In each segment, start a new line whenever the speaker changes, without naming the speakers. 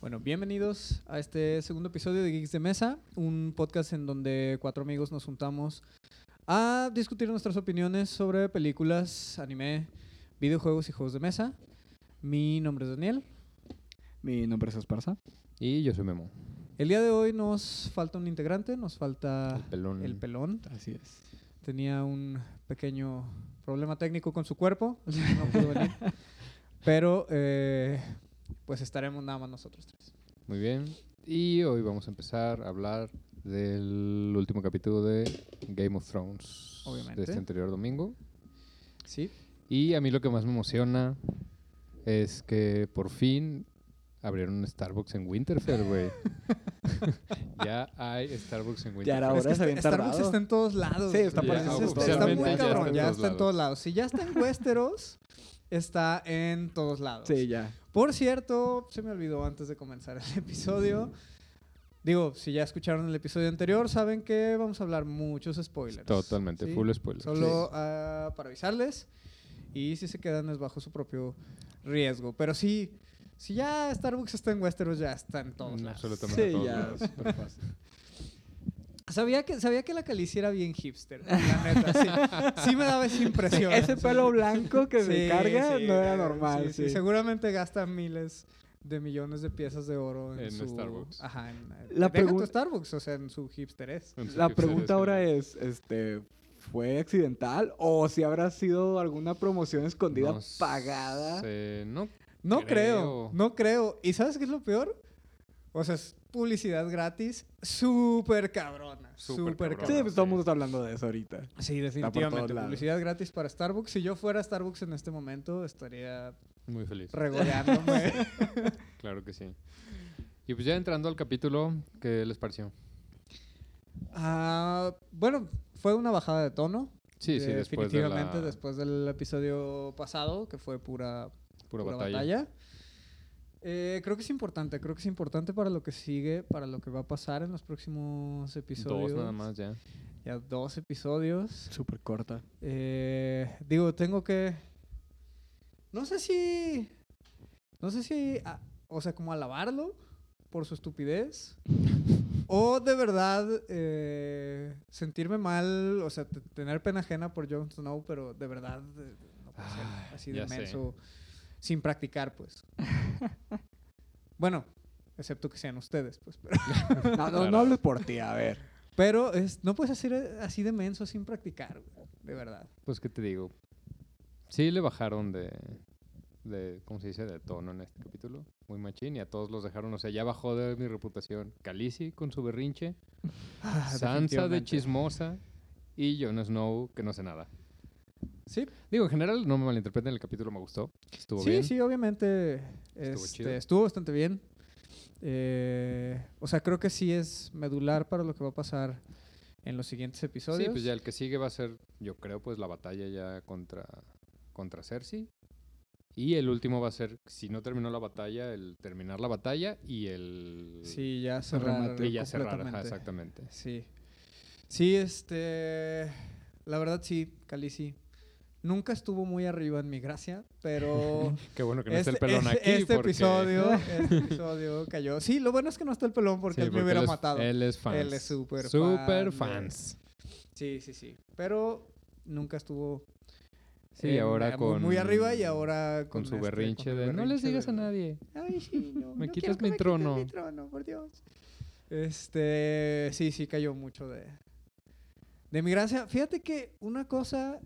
Bueno, bienvenidos a este segundo episodio de Geeks de Mesa, un podcast en donde cuatro amigos nos juntamos a discutir nuestras opiniones sobre películas, anime, videojuegos y juegos de mesa. Mi nombre es Daniel.
Mi nombre es Esparza.
Y yo soy Memo.
El día de hoy nos falta un integrante, nos falta
El pelón.
el pelón.
Así es.
Tenía un pequeño problema técnico con su cuerpo, así que no pudo venir. Pero eh, pues estaremos nada más nosotros tres.
Muy bien. Y hoy vamos a empezar a hablar del último capítulo de Game of Thrones
Obviamente.
de este anterior domingo.
Sí,
Y a mí lo que más me emociona es que por fin abrieron un Starbucks en Winterfell, güey. ya hay Starbucks en Winterfell.
Ya era
Pero
hora. Ahora
es que
está bien
Starbucks
tardado.
está en todos lados.
Sí, está
güey.
por-
Ya,
sí,
está- está
oficialmente
muy
ya está en
cabrón, ya
todos
está en
lados.
todos lados. Si ya está en Westeros, está en todos lados.
Sí, ya.
Por cierto, se me olvidó antes de comenzar el episodio. Digo, si ya escucharon el episodio anterior, saben que vamos a hablar muchos spoilers.
Totalmente,
¿sí?
full spoiler.
Solo ah, para avisarles. Y si se quedan es bajo su propio riesgo. Pero sí, si ya Starbucks está en Westeros, ya está en todos lados.
Absolutamente
Sí,
todos
ya.
lados.
Súper fácil.
Sabía que, sabía que la calicia era bien hipster, la neta, sí. Sí me daba esa impresión.
Ese pelo blanco que
Sí,
se carga
sí,
no era
eh,
normal.
sí, sí, Seguramente gasta miles de millones de piezas de oro en,
En
su...
Starbucks.
Ajá, en, eh,
La
deja tu
pregun-
Starbucks, o sea, en su hipster es.
Entonces,
La
¿qué ustedes
pregunta ahora
creen?
es, este, ¿fue accidental o si habrá sido alguna promoción escondida
No
pagada?
sé, no
No creo.
Creo.
no creo. ¿Y sabes qué es lo peor? O sea, es publicidad gratis, súper cabrona,
Súper
súper
cabrona.
Sí,
cabrona.
pues todo el mundo está hablando de eso ahorita.
Sí,
por todos
definitivamente.
lados.
Publicidad gratis para Starbucks. Si yo fuera Starbucks en este momento, estaría
muy feliz.
regoleándome.
Claro que sí. Y pues ya entrando al capítulo, ¿qué les pareció?
Ah, bueno, fue una bajada de tono.
Sí, sí,
eh,
después de la
definitivamente después del episodio pasado, que fue pura,
pura
pura
batalla.
batalla. Eh, creo que es importante, creo que es importante para lo que sigue, para lo que va a pasar en los próximos episodios.
Dos nada más ya.
Ya dos episodios.
Súper corta.
Eh, digo, tengo que... No sé si... No sé si... a- o sea, como alabarlo por su estupidez. o de verdad eh, sentirme mal, o sea, te- tener pena ajena por Jon Snow, pero de verdad eh, no puede ser
Ay,
así de
Ah, ya sé.
inmenso, sin practicar, pues. bueno, excepto que sean ustedes, pues. Pero,
No, no,
Claro.
no hables por ti, a ver.
pero es, no puedes hacer eh, así de menso sin practicar, güey, de verdad.
Pues qué te digo. Sí le bajaron de, de ¿cómo se dice? De tono en este capítulo. Muy machín y a todos los dejaron. O sea, ya bajó de mi reputación. Calici con su berrinche. Ah, Sansa de
Ah, Definitivamente.
chismosa. Y Jon Snow que no sé nada.
Sí,
Digo, en general no me malinterpreten, el capítulo me gustó. Estuvo
sí,
bien.
sí, obviamente
Estuvo
este,
chido.
estuvo bastante bien. Eh, o sea, creo que sí es medular para lo que va a pasar en los siguientes episodios.
Sí, pues ya el que sigue va a ser, yo creo, pues la batalla ya contra, contra Cersei. Y el último va a ser, si no terminó la batalla, el terminar la batalla y el...
Sí, ya
Se
cerrar
remate.
y ya cerrar, ajá,
completamente.
exactamente.
Sí. Sí, este. La verdad, sí, Calici. Nunca estuvo muy arriba en mi gracia, pero.
Qué bueno que no esté el pelón
este-
aquí.
este
porque-
episodio, este episodio cayó. Sí, lo bueno es que no está el pelón porque
Sí,
él me hubiera
él es-
matado.
Él es fan.
Él es súper fan,
fans.
Sí, sí, sí. Pero nunca estuvo.
Sí,
en-
ahora
eh, muy-
con-
Muy arriba y ahora con.
Con, su
este-
berrinche
con el
de... no les
berrinche
digas a
del-
nadie.
Ay, sí, no.
Me
no quiero
quitas
que
mi
me quites
trono.
mi trono, por Dios. Este, sí, sí cayó mucho de de mi gracia. Fíjate que una cosa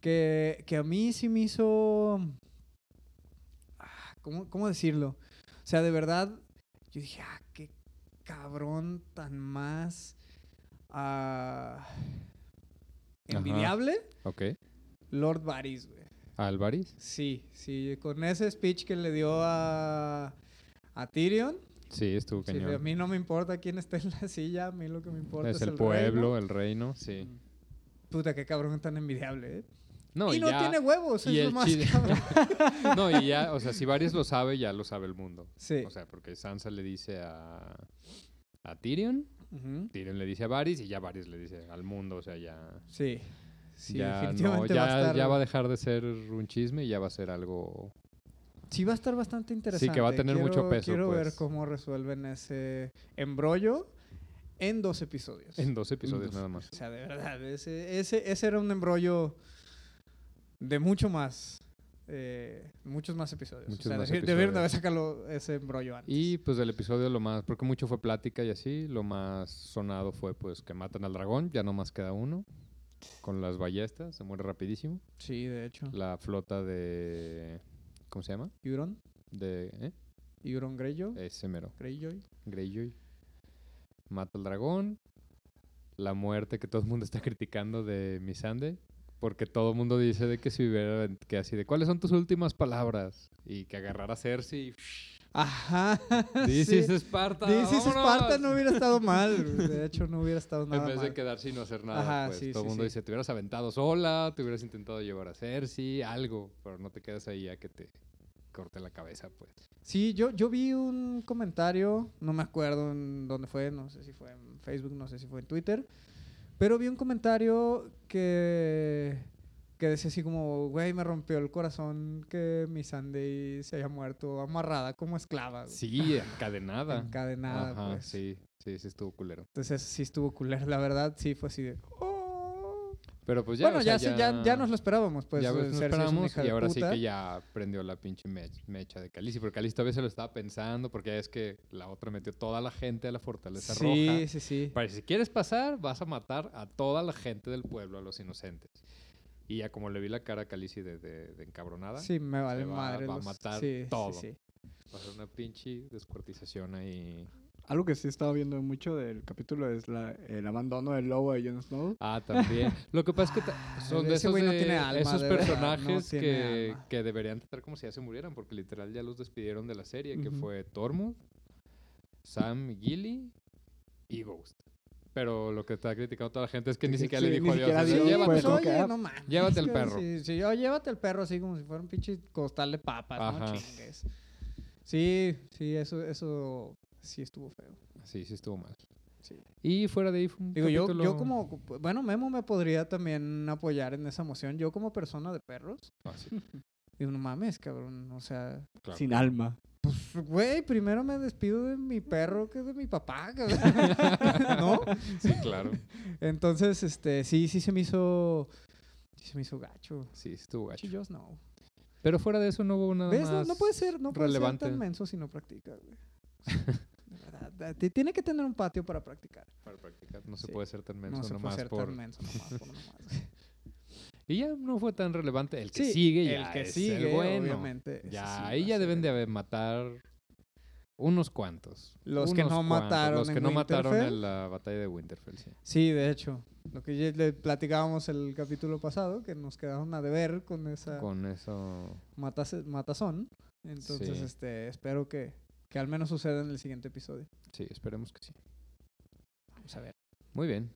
que, que a mí sí me hizo ah, ¿cómo, cómo decirlo? O sea, de verdad yo dije, "Ah, qué cabrón tan más ah,
Ajá.
envidiable
Ok.
Lord Varys, güey."
Álvarez.
Sí, sí, con ese speech que le dio a, a Tyrion.
Sí, estuvo
Sí,
cañón.
a mí no me importa quién esté en la silla, a mí lo que me importa es,
es el,
reino.
pueblo, el reino, sí.
Puta, qué cabrón tan envidiable, ¿eh?
No,
y
y,
no
ya-
tiene huevos,
y
es lo
el
más
chiste-
cabrón.
No, y ya, o sea, si Varys lo sabe, ya lo sabe el mundo.
Sí.
O sea, porque Sansa le dice a, a Tyrion,
Ujú.
Tyrion le dice a Varys y ya Varys le dice al mundo, o sea, ya...
Sí. Sí,
ya, no,
definitivamente
ya,
va a estar.
ya va a dejar de ser un chisme y ya va a ser algo...
Sí, va a estar bastante interesante.
que va a tener mucho
Quiero-
peso,
Quiero ver
pues.
cómo resuelven ese embrollo en dos episodios.
En dos episodios
dos
nada más.
O sea, de verdad, ese, ese, ese era un embrollo de mucho más. eh, muchos más episodios.
Muchos
o sea,
más
debi- debieron de
episodios.
haber sacado ese embrollo antes.
Y pues del episodio lo más, porque mucho fue plática y así, lo más sonado fue pues que matan al dragón, ya nomás queda uno, con las ballestas, se muere rapidísimo.
Sí, de hecho.
La flota de... ¿Cómo se llama?
Euron.
De... ¿eh?
Euron Greyjoy.
Ese mero.
Greyjoy.
Greyjoy. Mata al dragón. La muerte que todo el mundo está criticando de Misande. Porque todo el mundo dice de que si hubiera que así de cuáles son tus últimas palabras. Y que agarrar a Cersei.
Ajá.
This
sí.
is Esparta.
This is
vámonos".
Sparta no hubiera estado mal. güey. De hecho, no hubiera estado nada
En vez
mal.
de quedar sin hacer nada,
Ajá,
pues
sí,
todo el
sí,
mundo
sí.
dice, te hubieras aventado sola, te hubieras intentado llevar a Cersei, algo, pero no te quedas ahí a que te corte la cabeza, pues.
Sí, yo, yo vi un comentario, no me acuerdo en dónde fue, no sé si fue en Facebook, no sé si fue en Twitter, pero vi un comentario que, que decía así como, güey, me rompió el corazón que mi Sandy se haya muerto amarrada como esclava, güey,
Sí, encadenada.
encadenada,
Ajá,
pues.
sí, sí, sí estuvo culero.
Entonces sí estuvo culero, la verdad, sí fue así de... "Oh".
Pero pues ya,
bueno,
o sea,
ya, se- ya, ya nos lo esperábamos, pues.
ya
eh,
ves, nos
Cersei es una
esperamos
hija
y
de
ahora sí
puta.
que ya prendió la pinche mech- mecha de Calici, porque Calici todavía se lo estaba pensando, porque ya es que la otra metió toda la gente a la fortaleza
Sí,
roja.
sí, sí.
Para si quieres pasar, vas a matar a toda la gente del pueblo, a los inocentes. Y ya como le vi la cara a Calici de, de- de encabronada,
Sí, me vale
Se va-
madre.
va a
los-
matar
sí, sí,
todo.
sí.
va a ser una pinche descuartización ahí.
Algo que sí he estado viendo mucho del capítulo es la, el abandono del lobo de Jon Snow.
Ah, también. Lo que pasa es que ta- son de
Ah, e ese
esos,
güey no
de-
tiene alma,
esos
de verdad, no
personajes
tiene
que,
alma.
que deberían tratar como si ya se murieran, porque literal ya los despidieron de la serie, que
Ujú.
fue Tormund, Sam Gilly y Ghost. Pero lo que está criticando toda la gente es que
Sí,
ni
que-
siquiera
sí, ni
le dijo adiós.
siquiera
o sea,
dio,
llévatelo.
pues,
Pues
como
oye,
que, ah,
no mames.
llévate el
que
perro.
Sí, sí, yo llévate el perro así como si fuera un pinche costal de papas,
Ajá.
¿no? Chingues. Sí, sí, eso, eso sí estuvo feo.
Sí, sí estuvo mal.
Sí.
Y fuera de ahí fue un
Digo, yo,
capítulo-
yo como, bueno, Memo me podría también apoyar en esa moción. Yo como persona de perros,
Ah, sí,
digo, no mames, cabrón, o sea,
claro.
Sin alma.
pues, güey, primero me despido de mi perro que de mi papá, cabrón. ¿no?
Sí, claro.
Entonces, este, sí, sí se me hizo, sí se me hizo gacho.
Sí, estuvo gacho.
Chillos, no.
Pero fuera de eso no hubo nada
¿Ves? No,
más
no puede ser, no puede
relevante.
ser tan menso si no practica, güey. De verdad, da- te- tiene que tener un patio para practicar.
para practicar. No se
Sí.
puede ser tan
No
menso
se puede
nomás
ser
por...
tan menso nomás por nomás, güey.
Y ya no fue tan relevante. El que
Sí,
sigue ya
el que
es
sigue,
el bueno.
obviamente. ese sí
Ya,
va
ahí
a
ya
ser
deben
el-
de haber matar unos cuantos.
Los que
Unos
no
cuantos,
mataron
Los que
en
no mataron
Winterfell.
en la batalla de Winterfell, sí.
Sí, de hecho. Lo que ya le platicábamos el capítulo pasado, que nos quedaron a deber con esa
Con eso.
matase- matazón. Entonces,
Sí.
este, espero que, que al menos suceda en el siguiente episodio.
Sí, esperemos que sí.
Vamos a ver.
Muy bien.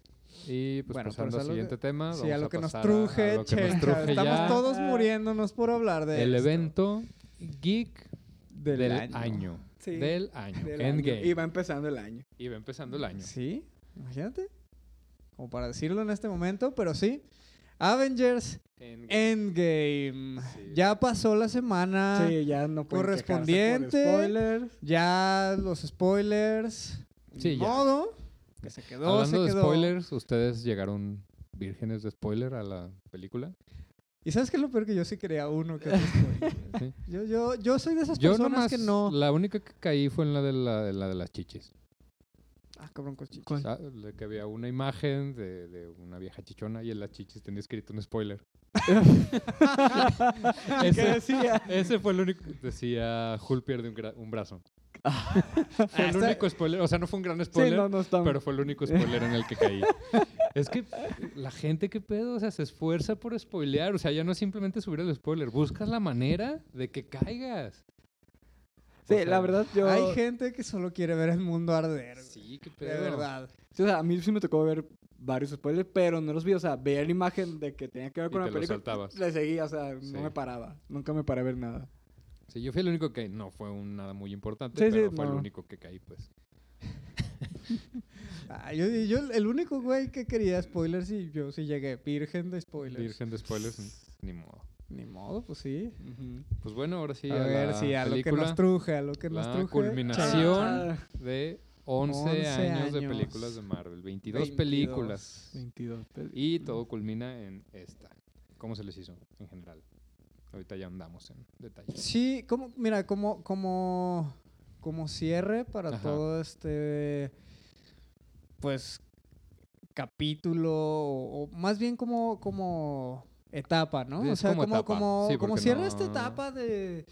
Y pues
Bueno, pero
pasando
es
al
algo que-
siguiente tema.
Sí,
vamos
a lo
a
que nos
pasar a- a
truje,
lo que nos
chencha.
truje
Estamos
ya.
todos muriéndonos por hablar de
El
esto.
evento Geek del, año.
Sí.
Del año.
del año.
Endgame.
Y va empezando el año.
Y va empezando el año.
Sí, imagínate. Como para decirlo en este momento, pero sí. Avengers
Endgame.
Endgame.
Sí.
Eh, Ya pasó la semana.
sí, ya no pueden quejarse por
correspondiente.
spoilers.
Ya los spoilers.
Sí,
Ni
ya.
modo. Que se quedó,
Hablando
se
de
quedó.
spoilers, ¿ustedes llegaron vírgenes de spoiler a la película?
¿Y sabes qué es lo peor? Que yo sí quería uno que otro spoiler.
Sí.
yo, yo, yo soy de esas
Yo
personas
nomás,
que no.
la única que caí fue en la de, la, la de las chichis.
Ah, cabrón, con chichis.
Ah, la que había una imagen de, de una vieja chichona y en las chichis tenía escrito un spoiler.
¿Qué decía?
Ese fue el único. Decía, Hulk pierde un, gra- un brazo. Fue
Ah,
el
está-
único spoiler. O sea, no fue un gran
Sí,
spoiler,
no, no estamos.
pero fue el único spoiler en el que caí. es que la gente, ¿qué pedo? O sea, se esfuerza por spoilear. O sea, ya no es simplemente subir el spoiler. Buscas la manera de que caigas.
Sí,
O sea,
la verdad yo...
Hay gente que solo quiere ver el mundo arder. güey.
Sí, qué pedo.
de verdad.
sí, o sea, a mí sí me tocó ver varios spoilers, pero no los vi. O sea, veía la imagen de que tenía que ver
Y
con
te
la
lo
película.
saltabas.
Le seguía, o sea,
Sí.
no me paraba. Nunca me paré a ver nada.
Sí, yo fui el único que no fue un nada muy importante,
Sí, sí,
pero fue el
no.
único que caí, pues.
Ah, yo, yo el único güey que quería spoilers y yo sí llegué virgen de spoilers.
Virgen de spoilers, n- ni modo.
Ni modo, pues sí.
Pues bueno, ahora sí
a
a,
ver,
la
sí, a lo que
película.
nos truje, a lo que nos
la
truje.
culminación.
Ah,
de 11,
11
años, de
años.
películas de Marvel. 22,
22.
películas.
22. pel-
Y todo culmina en esta. ¿Cómo se les hizo en general? Ahorita ya andamos en detalles.
Sí, como, mira, como, como, como cierre para
Ajá.
todo este, pues, capítulo, o, o más bien como, como etapa, ¿no?
Sí,
o
es
sea,
como
como, como,
etapa. Sí,
como
porque
cierre esta
no-
etapa de,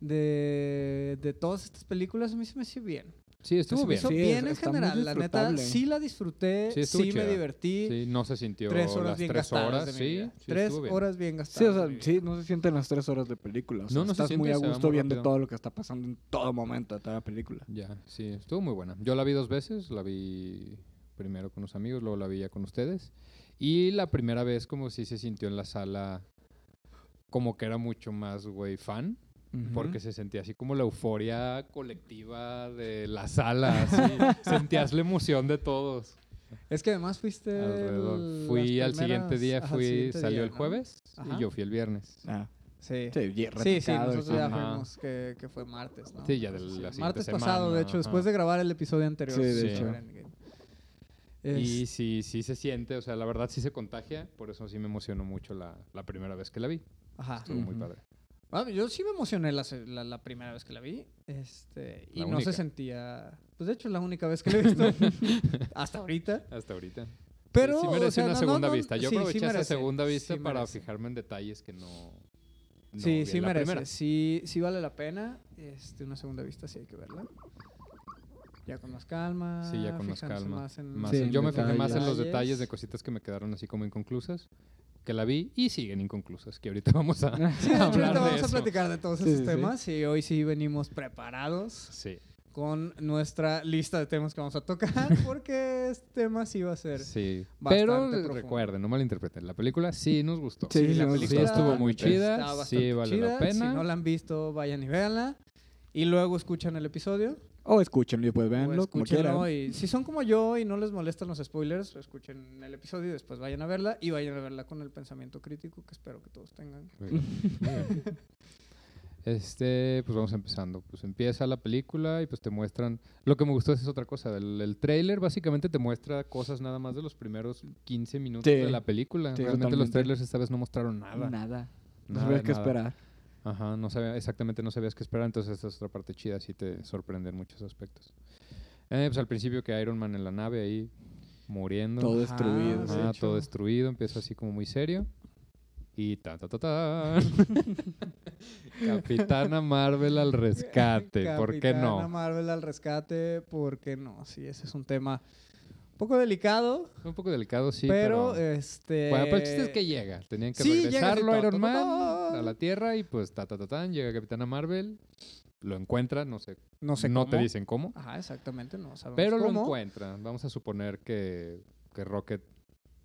de, de todas estas películas, a mí se me hizo bien.
Sí,
Se
estuvo
me
bien.
hizo
Sí,
Sí,
bien en
está muy
general, la neta,
disfrutable.
sí la disfruté,
Sí,
sí,
estuvo
me
chida.
divertí.
no se sintió
Tres horas
las
bien
tres
gastadas.
horas.
de mi
Sí,
vida.
sí,
tres
estuvo bien.
horas bien gastadas.
Sí, o sea,
de mi vida.
sí, no se sienten las tres horas de película. O sea,
No, no se
estás
siente,
muy a
se va
gusto
muy
viendo
rápido.
todo lo que está pasando en todo momento de toda la película.
Ya, sí, estuvo muy buena. Yo la vi dos veces, la vi primero con los amigos, luego la vi ya con ustedes. Y la primera vez como si se sintió en la sala como que era mucho más, güey, fan. Porque se sentía así como la euforia colectiva de la sala, así. sentías la emoción de todos.
Es que además fuiste.
alrededor.
el-
Fui
las
al siguiente
primeras-
día,
ajá, al
fui,
siguiente
salió
día,
el
¿no?
jueves
Ajá.
y yo fui el viernes.
Ah,
Sí.
sí, bien
Sí, sí,
retacado y
nosotros
todo.
ya
Ajá.
fuimos, que, que fue martes, ¿no?
Sí, ya de
Entonces,
la siguiente
Martes pasado, de
semana,
hecho, después
ajá.
de grabar el episodio anterior.
Sí, de
hecho.
sobre Endgame.
Y
Es-
sí, sí se siente, o sea, la verdad sí se contagia, por eso sí me emocionó mucho la, la primera vez que la vi.
Ajá.
Estuvo muy
Ujú.
padre.
Ah, yo sí me emocioné la, se- la- la primera vez que la vi. Este, y
La
no
única.
se sentía. Pues de hecho, es la única vez que la he visto hasta ahorita.
Hasta ahorita.
Pero.
sí
o
merece
sea,
una
no- no-
segunda
no-
vista. Yo
sí, sí
aproveché esa
merece,
segunda vista
sí
para
merece.
fijarme en detalles que no. no vi
sí,
en
sí
la
merece.
primera.
Sí, sí vale la pena. Este, una segunda vista sí hay que verla. Ya con más calma.
Sí, ya con más
fijándose
calma.
Ah, en-
Más
Sí,
en- yo me fijé
detalles.
más en los detalles de cositas que me quedaron así como inconclusas, que la vi y siguen inconclusas, que ahorita vamos a
Sí, de hecho,
hablar
ahorita
de
vamos a
eso.
platicar de todos
Sí,
esos
sí, sí.
temas y hoy sí venimos preparados
Sí,
con nuestra lista de temas que vamos a tocar porque este tema sí va a ser...
sí.
bastante
Pero
profundo.
recuerden, no malinterpreten, la película sí nos gustó.
Sí, sí,
la
sí, nos
película
gustó.
estuvo muy
Está
chida.
está
sí
bastante
vale la
chida.
pena.
Si no la han visto, vayan y véanla. Y luego escuchan el episodio.
O escúchenlo y después
o
véanlo, como quieran.
escúchenlo. Y si son como yo y no les molestan los spoilers, pues escuchen el episodio y después vayan a verla. Y vayan a verla con el pensamiento crítico que espero que todos tengan.
Muy bien, muy bien. Este, pues vamos empezando. Pues empieza la película y pues te muestran. Lo que me gustó es otra cosa. El, el trailer básicamente te muestra cosas nada más de los primeros 15 minutos
Sí.
de la película.
Sí,
Realmente los
totalmente.
trailers esta vez no mostraron nada.
Nada. No
Nada
sabía
de
qué
nada.
esperar.
Ajá, no sabía, exactamente no sabías qué esperar, entonces esta es otra parte chida, sí te sorprende en muchos aspectos. Eh, pues al principio que Iron Man en la nave ahí muriendo,
Todo
Ajá,
destruido.
Ah, sí.
Ajá,
de hecho.
todo destruido, empieza así como muy serio. Y ta ta ta ta. Capitana Marvel al rescate, ¿por qué
Capitana
no?
Marvel al rescate, ¿por qué no? Sí, ese es un tema un poco delicado,
Un poco delicado, sí,
pero,
pero...
este...
Bueno, pero el chiste es que llega. Tenían que
sí, llega así,
regresarlo a
ta,
Iron
ta, ta,
Man
ta.
a la Tierra y pues ta ta ta tan, llega Capitana Marvel, lo encuentra, no sé,
no sé
no te
cómo.
dicen cómo.
Ajá, exactamente, no sabemos
Pero lo
cómo.
encuentran. Vamos a suponer que, que Rocket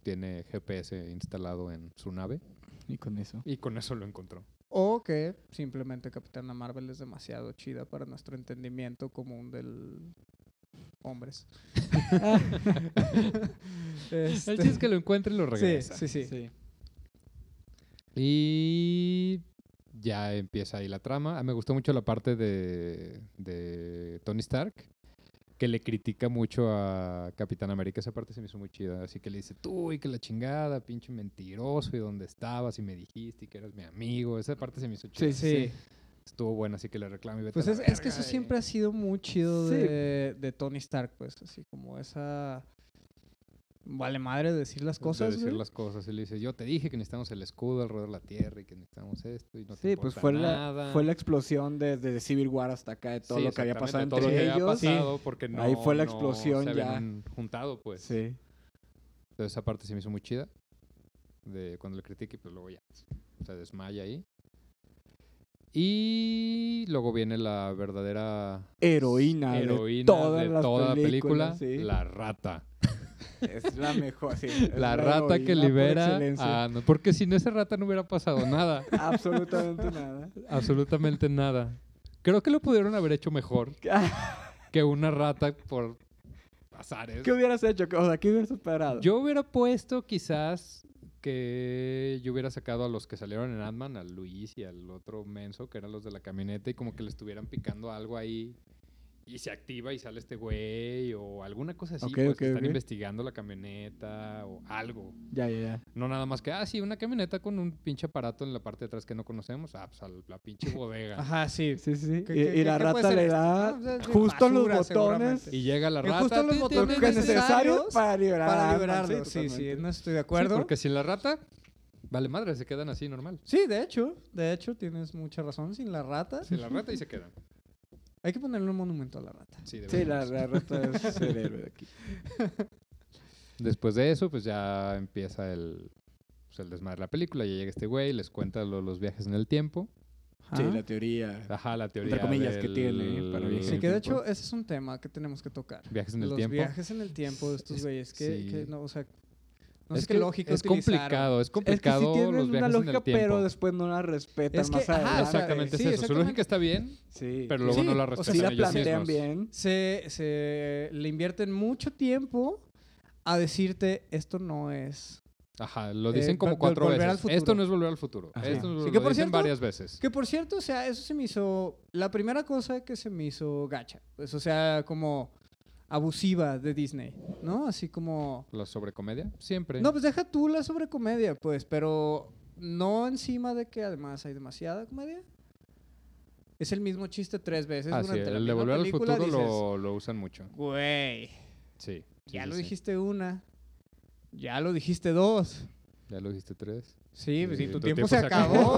tiene GPS instalado en su nave
Y con eso.
y con eso lo encontró.
O que simplemente Capitana Marvel es demasiado chida para nuestro entendimiento común del... Hombres. Este-
El chiste es que lo encuentra y lo
sí,
regresa.
sí, sí,
Y ya empieza ahí la trama. Ah, me gustó mucho la parte de, de Tony Stark, que le critica mucho a Capitán América. Esa parte se me hizo muy chida. Así que le dice, tú y que la chingada, pinche mentiroso, y dónde estabas, y me dijiste, y que eras mi amigo. Esa parte se me hizo chida.
Sí, sí.
Estuvo buena, así que le reclamo y vete
Pues
a
es,
la
es que
verga,
eso
eh. y-
siempre ha sido muy chido
Sí.
de, de Tony Stark, pues, así como esa... Vale madre decir las
de
cosas.
decir
güey.
las cosas. Y le dice, yo te dije que necesitamos el escudo alrededor de la Tierra y que necesitamos esto y no te
Sí, pues
importa
fue la,
nada.
fue la explosión desde Civil War hasta acá, de todo
Sí,
lo que había
exactamente,
pasado
todo lo
entre
que había
ellos.
pasado, porque no,
Ahí fue la
no
explosión
se habían
ya.
un- juntado, pues.
Sí.
Entonces esa parte se me hizo muy chida. De cuando le critiqué, pues luego ya se desmaya ahí. Y luego viene la verdadera
Heroína, de
heroína
todas
de
las
toda
películas,
película,
sí.
la rata.
Es la mejor, sí, es
La rata que
heroína por
libera
excelencia.
a... no, Porque sin esa rata no hubiera pasado nada.
Absolutamente nada.
absolutamente nada. Creo que lo pudieron haber hecho mejor que una rata por azares.
¿Qué hubieras hecho? O sea, ¿qué hubieras esperado?
Yo hubiera puesto quizás que yo hubiera sacado a los que salieron en Ant-Man, a Luis y al otro menso, que eran los de la camioneta, y como que le estuvieran picando algo ahí y se activa y sale este güey o alguna cosa así.
Ok,
pues,
ok,
están
ok.
investigando la camioneta o algo.
Ya, ya, ya.
No nada más que, ah, sí, una camioneta con un pinche aparato en la parte de atrás que no conocemos. Ah, pues a la pinche bodega.
Ajá, sí.
Sí, sí, sí.
¿Qué-
Y,
qué-
y
qué-
la
qué puede
rata
ser
le
esto?
da
Ah, pues, es
justo en los
basura,
botones
seguramente.
Y llega la
Que
rata.
justo los
tin, tin,
lo
botones
tin,
que
tin, tin.
necesarios
necesarios para liberar a
Para
Ant-Man,
liberarlo, sí, sí,
totalmente.
no estoy de
Sí,
acuerdo.
porque sin la rata, vale madre, se quedan así normal.
Sí, de hecho, de hecho, tienes mucha razón. Sin la rata,
Sin la rata y se quedan.
hay que ponerle un monumento a la rata.
Sí,
Sí, la,
deberíamos.
la rata es el héroe de aquí.
Después de eso, pues ya empieza el, pues, el desmadre de la película. Ya llega este güey, les cuenta lo- los viajes en el tiempo.
Sí,
Ah.
Ajá.
la teoría.
Ajá, la teoría.
Entre comillas, que
del-
tiene ¿eh? para viajes en
Sí,
el
que de
tiempo.
hecho ese es un tema que tenemos que tocar.
Viajes en el
Los
tiempo.
viajes en el tiempo de estos
Es-
güeyes. Que,
sí.
que no, o sea, no
es
sé qué lógica
Es
utilizaron.
complicado, es
Es que sí
complicado
tienen
los
una
viajes en
lógica,
el tiempo.
pero después no la respetan
Es que,
más
ajá,
adelante.
Exactamente
Sí,
es eso. Su
exactamente.
lógica está bien,
Sí.
pero luego
Sí,
no la
o sea,
respetan
sí la
ellos
plantean
mismos.
bien.
Se, se le invierten mucho tiempo a decirte esto no es.
Ajá, lo
Eh,
dicen como
vol-
cuatro
volver al
veces.
futuro.
Esto no es volver al futuro.
Ajá.
Esto no es
Sí,
volver-
que
lo
por
dicen
cierto,
varias veces.
Que por cierto, o sea, eso se me hizo. La primera cosa que se me hizo gacha. Pues, o sea, como abusiva de Disney, ¿no? Así como.
La sobrecomedia, siempre.
No, pues deja tú la sobrecomedia, pues, pero no encima de que además hay demasiada comedia. Es el mismo chiste tres veces
Ah, sí,
durante la
el de
misma
volver al
película,
futuro
dices,
lo, lo usan mucho.
Güey,
Sí. sí,
ya
sí,
lo
sí.
dijiste una, ya lo dijiste dos.
Ya lo dijiste tres.
Sí, pues
Y
si tu, tiempo, se acabó,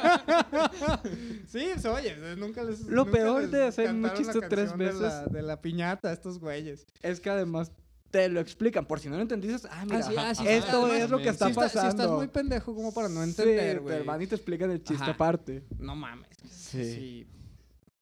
güey. sí, pues, oye, nunca les
Lo
nunca
peor
les
de hacer un
cantaron la
chiste tres
canción de la-
veces.
de la piñata a estos güeyes.
Es que además te lo explican. Por si no lo entendiste, ah, mira,
sí,
ajá,
ah, sí,
ajá, esto
sí,
es lo que
sí,
está
si,
pasando.
si estás muy pendejo como para no
Sí,
entender,
Te
güey.
van y te explican el chiste
Ajá.
aparte.
No mames.
Sí.
Sí.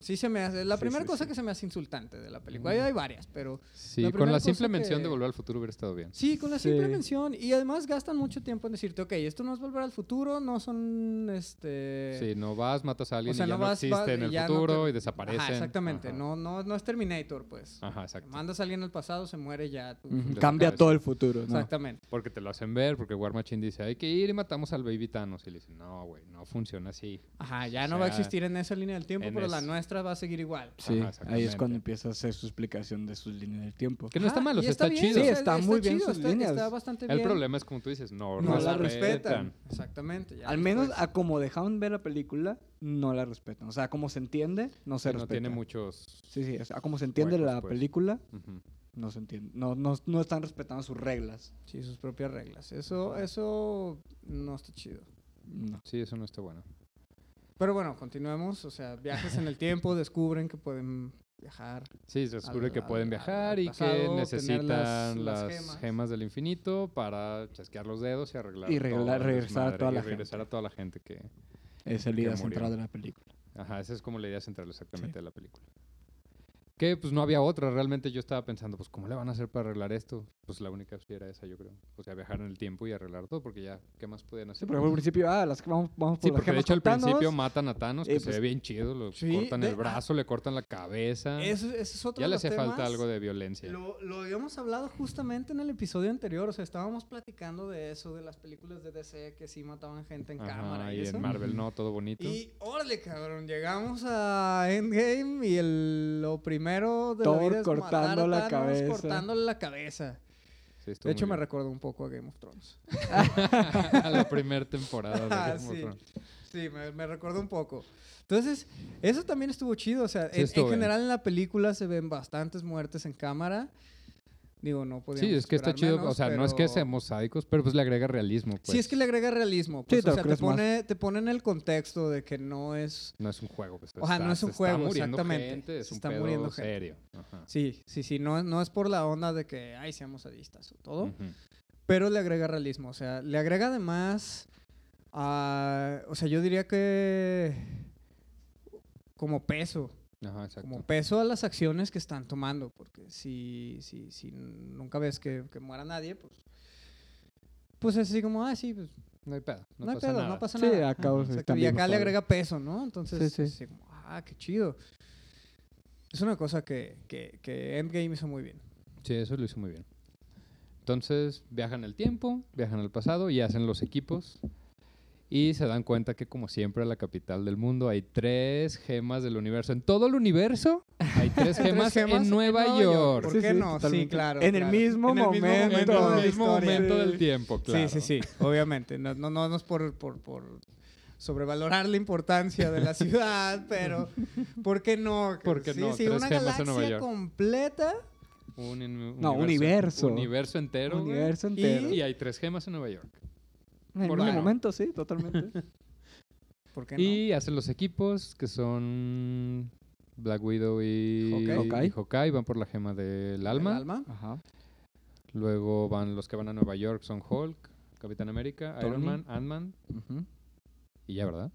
Sí se me hace. La
Sí,
primera
sí,
cosa
sí.
que se me hace insultante de la película. Hay, hay varias, pero.
Sí,
La
con
primera
la
cosa
simple mención
que-
de volver al futuro hubiera estado bien.
Sí, con la simple
Sí.
mención. Y además gastan mucho tiempo en decirte, ok, esto no es volver al futuro, no son este.
Sí, no vas, matas a alguien
sea,
y ya
no
no,
vas,
existe
vas-
en el
ya no
futuro
te-
y desaparecen.
Ajá, exactamente.
Ajá. Ah,
No, no, no es Terminator, pues.
Ajá, exacto.
Mandas a alguien al pasado, se muere ya. tú.
Ujú,
Desaparece.
Cambia todo el futuro, ¿no?
Exactamente.
Porque te lo hacen ver, porque War Machine dice, hay que ir y matamos al Baby Thanos. Y le dicen, no, güey, no funciona así.
Ajá, ya
O
no va a
sea,
existir en esa línea del tiempo,
en
pero la
es-
nuestra va a seguir igual.
Sí, ahí
Ajá,
es cuando
exactamente.
empieza a hacer su explicación de sus líneas del tiempo.
Que no está
Ajá,
malo, o
y
sea, está,
bien,
chido.
o sea,
está muy bien
chido,
sus
está-
líneas.
Está bastante
El
bien.
problema es como tú dices, no,
No
No
no
la
la
respetan. Exactamente. ya
Al
después-
menos a como dejaban ver la película, no la respetan. O sea, como se entiende, no se
Sí, no
respeta.
tiene muchos...
Sí, sí, o sea, a como se entiende
Huecos,
la
pues.
película,
Ujú.
no se entiende. No, no, no están respetando sus reglas.
Sí, sus propias reglas. Eso, eso no está chido.
No.
Sí, eso no está bueno.
Pero bueno, continuemos. O sea, viajes en el tiempo, descubren que pueden viajar.
Sí, se descubre
al-
que
al-
pueden
al
viajar y
pasado,
que
tener las-
necesitan
las
las,
gemas.
gemas. del infinito para chasquear los dedos y arreglar
Y regla-
todo el
regresar a
desmadre
toda
y
la
regresar
gente.
a toda la gente que...
Es el idea
murió.
central de la película.
Ajá, esa es como la idea central exactamente de la película. Que pues no había otra, realmente yo estaba pensando, pues ¿cómo le van a hacer para arreglar esto? Pues la única opción era esa, yo creo. O sea, viajar en el tiempo y arreglar todo, porque ya, ¿qué más podían
Sí,
hacer?
por ejemplo, al principio, ah, las que vamos, vamos por
Sí,
las
porque de
gemas
hecho al
con Thanos.
principio matan a Thanos,
Eh,
que
pues, ah,
se ve bien chido, lo
sí,
cortan
de-
el brazo, le cortan la cabeza.
Eso, ese es otro
Ah. ya
de
le
los
hace falta
temas.
algo de violencia.
Lo, lo habíamos hablado justamente en el episodio anterior. O sea, estábamos platicando de eso, de las películas de DC que sí mataban gente en
Ajá,
cámara y,
y
eso.
en Marvel no, todo bonito.
Y órale, cabrón, llegamos a Endgame y el, lo primero de la
Thor
vida es matar a
cortando la
Thanos
cabeza.
cortándole la cabeza.
Sí, estuvo
De hecho,
muy
me
bien.
recordó un poco a Game of Thrones.
a la primera temporada. de
Ah,
Game of
sí.
Thrones.
Sí, me, me recordó un poco. Entonces, eso también estuvo chido. O sea, en, en
estuvo bien.
general en la película se ven bastantes muertes en cámara. Digo, no podíamos
Sí, es que está
esperar
chido. o
menos,
sea, no es que
pero-
seamos sádicos, pero pues le agrega realismo. Pues.
Sí, es que le agrega realismo. Pues,
te
o
lo
sea, te
crees más.
pone, te pone en el contexto de que no es...
No es un juego. Pues,
Ajá, no es un
se
juego,
Está muriendo
exactamente.
gente, es
Se
un
está
pedo
muriendo gente.
serio. Ajá.
Sí, sí, sí. No, no es por la onda de que, ay, seamos sadistas o todo.
Ujú.
Pero le agrega realismo. O sea, le agrega además... ah, o sea, yo diría que... como peso,
Ajá, exacto.
como peso a las acciones que están tomando, porque si, si, si nunca ves que, que muera nadie, pues, pues es así como, ah, sí, pues
No hay pedo. No,
no, hay
pasa
pedo,
nada.
no pasa
Sí,
nada.
acá,
Ajá,
o sea,
exacto.
están
y
bien
acá le
padres.
agrega peso, ¿no? Entonces,
sí.
así como, ah, qué chido. Es una cosa que, que, que Endgame hizo muy bien.
Sí, eso lo hizo muy bien. Entonces viajan al tiempo, viajan al pasado y hacen los equipos. Y se dan cuenta que, como siempre, la capital del mundo hay tres gemas del universo. En todo el universo hay tres
Tres
gemas,
gemas
en Nueva York.
¿Por
Sí,
qué
sí,
no? Sí,
totalmente.
claro.
En el
claro.
mismo momento.
En
Toda
el
la
mismo
historia.
momento del tiempo, claro.
Sí, sí, sí, obviamente. No, no, no, no es por, por, por sobrevalorar la importancia de la ciudad, pero ¿por qué no?
¿Por qué
sí,
no?
sí,
Tres
una
gemas en Nueva
galaxia
York.
completa
Un in-
No, universo.
Universo entero. güey.
universo
güey.
entero.
Y hay tres gemas en Nueva York.
en el
por qué no?
momento, sí, totalmente.
¿Por qué no?
Y hacen los equipos que son Black Widow y
Hawkeye.
y Hawkeye, Van por la gema del
¿El
alma.
alma?
Ajá.
Luego van los que van a Nueva York, son Hulk, Capitán América, Iron
Tony.
Man, Ant-Man
Ujú.
y ya, ¿verdad?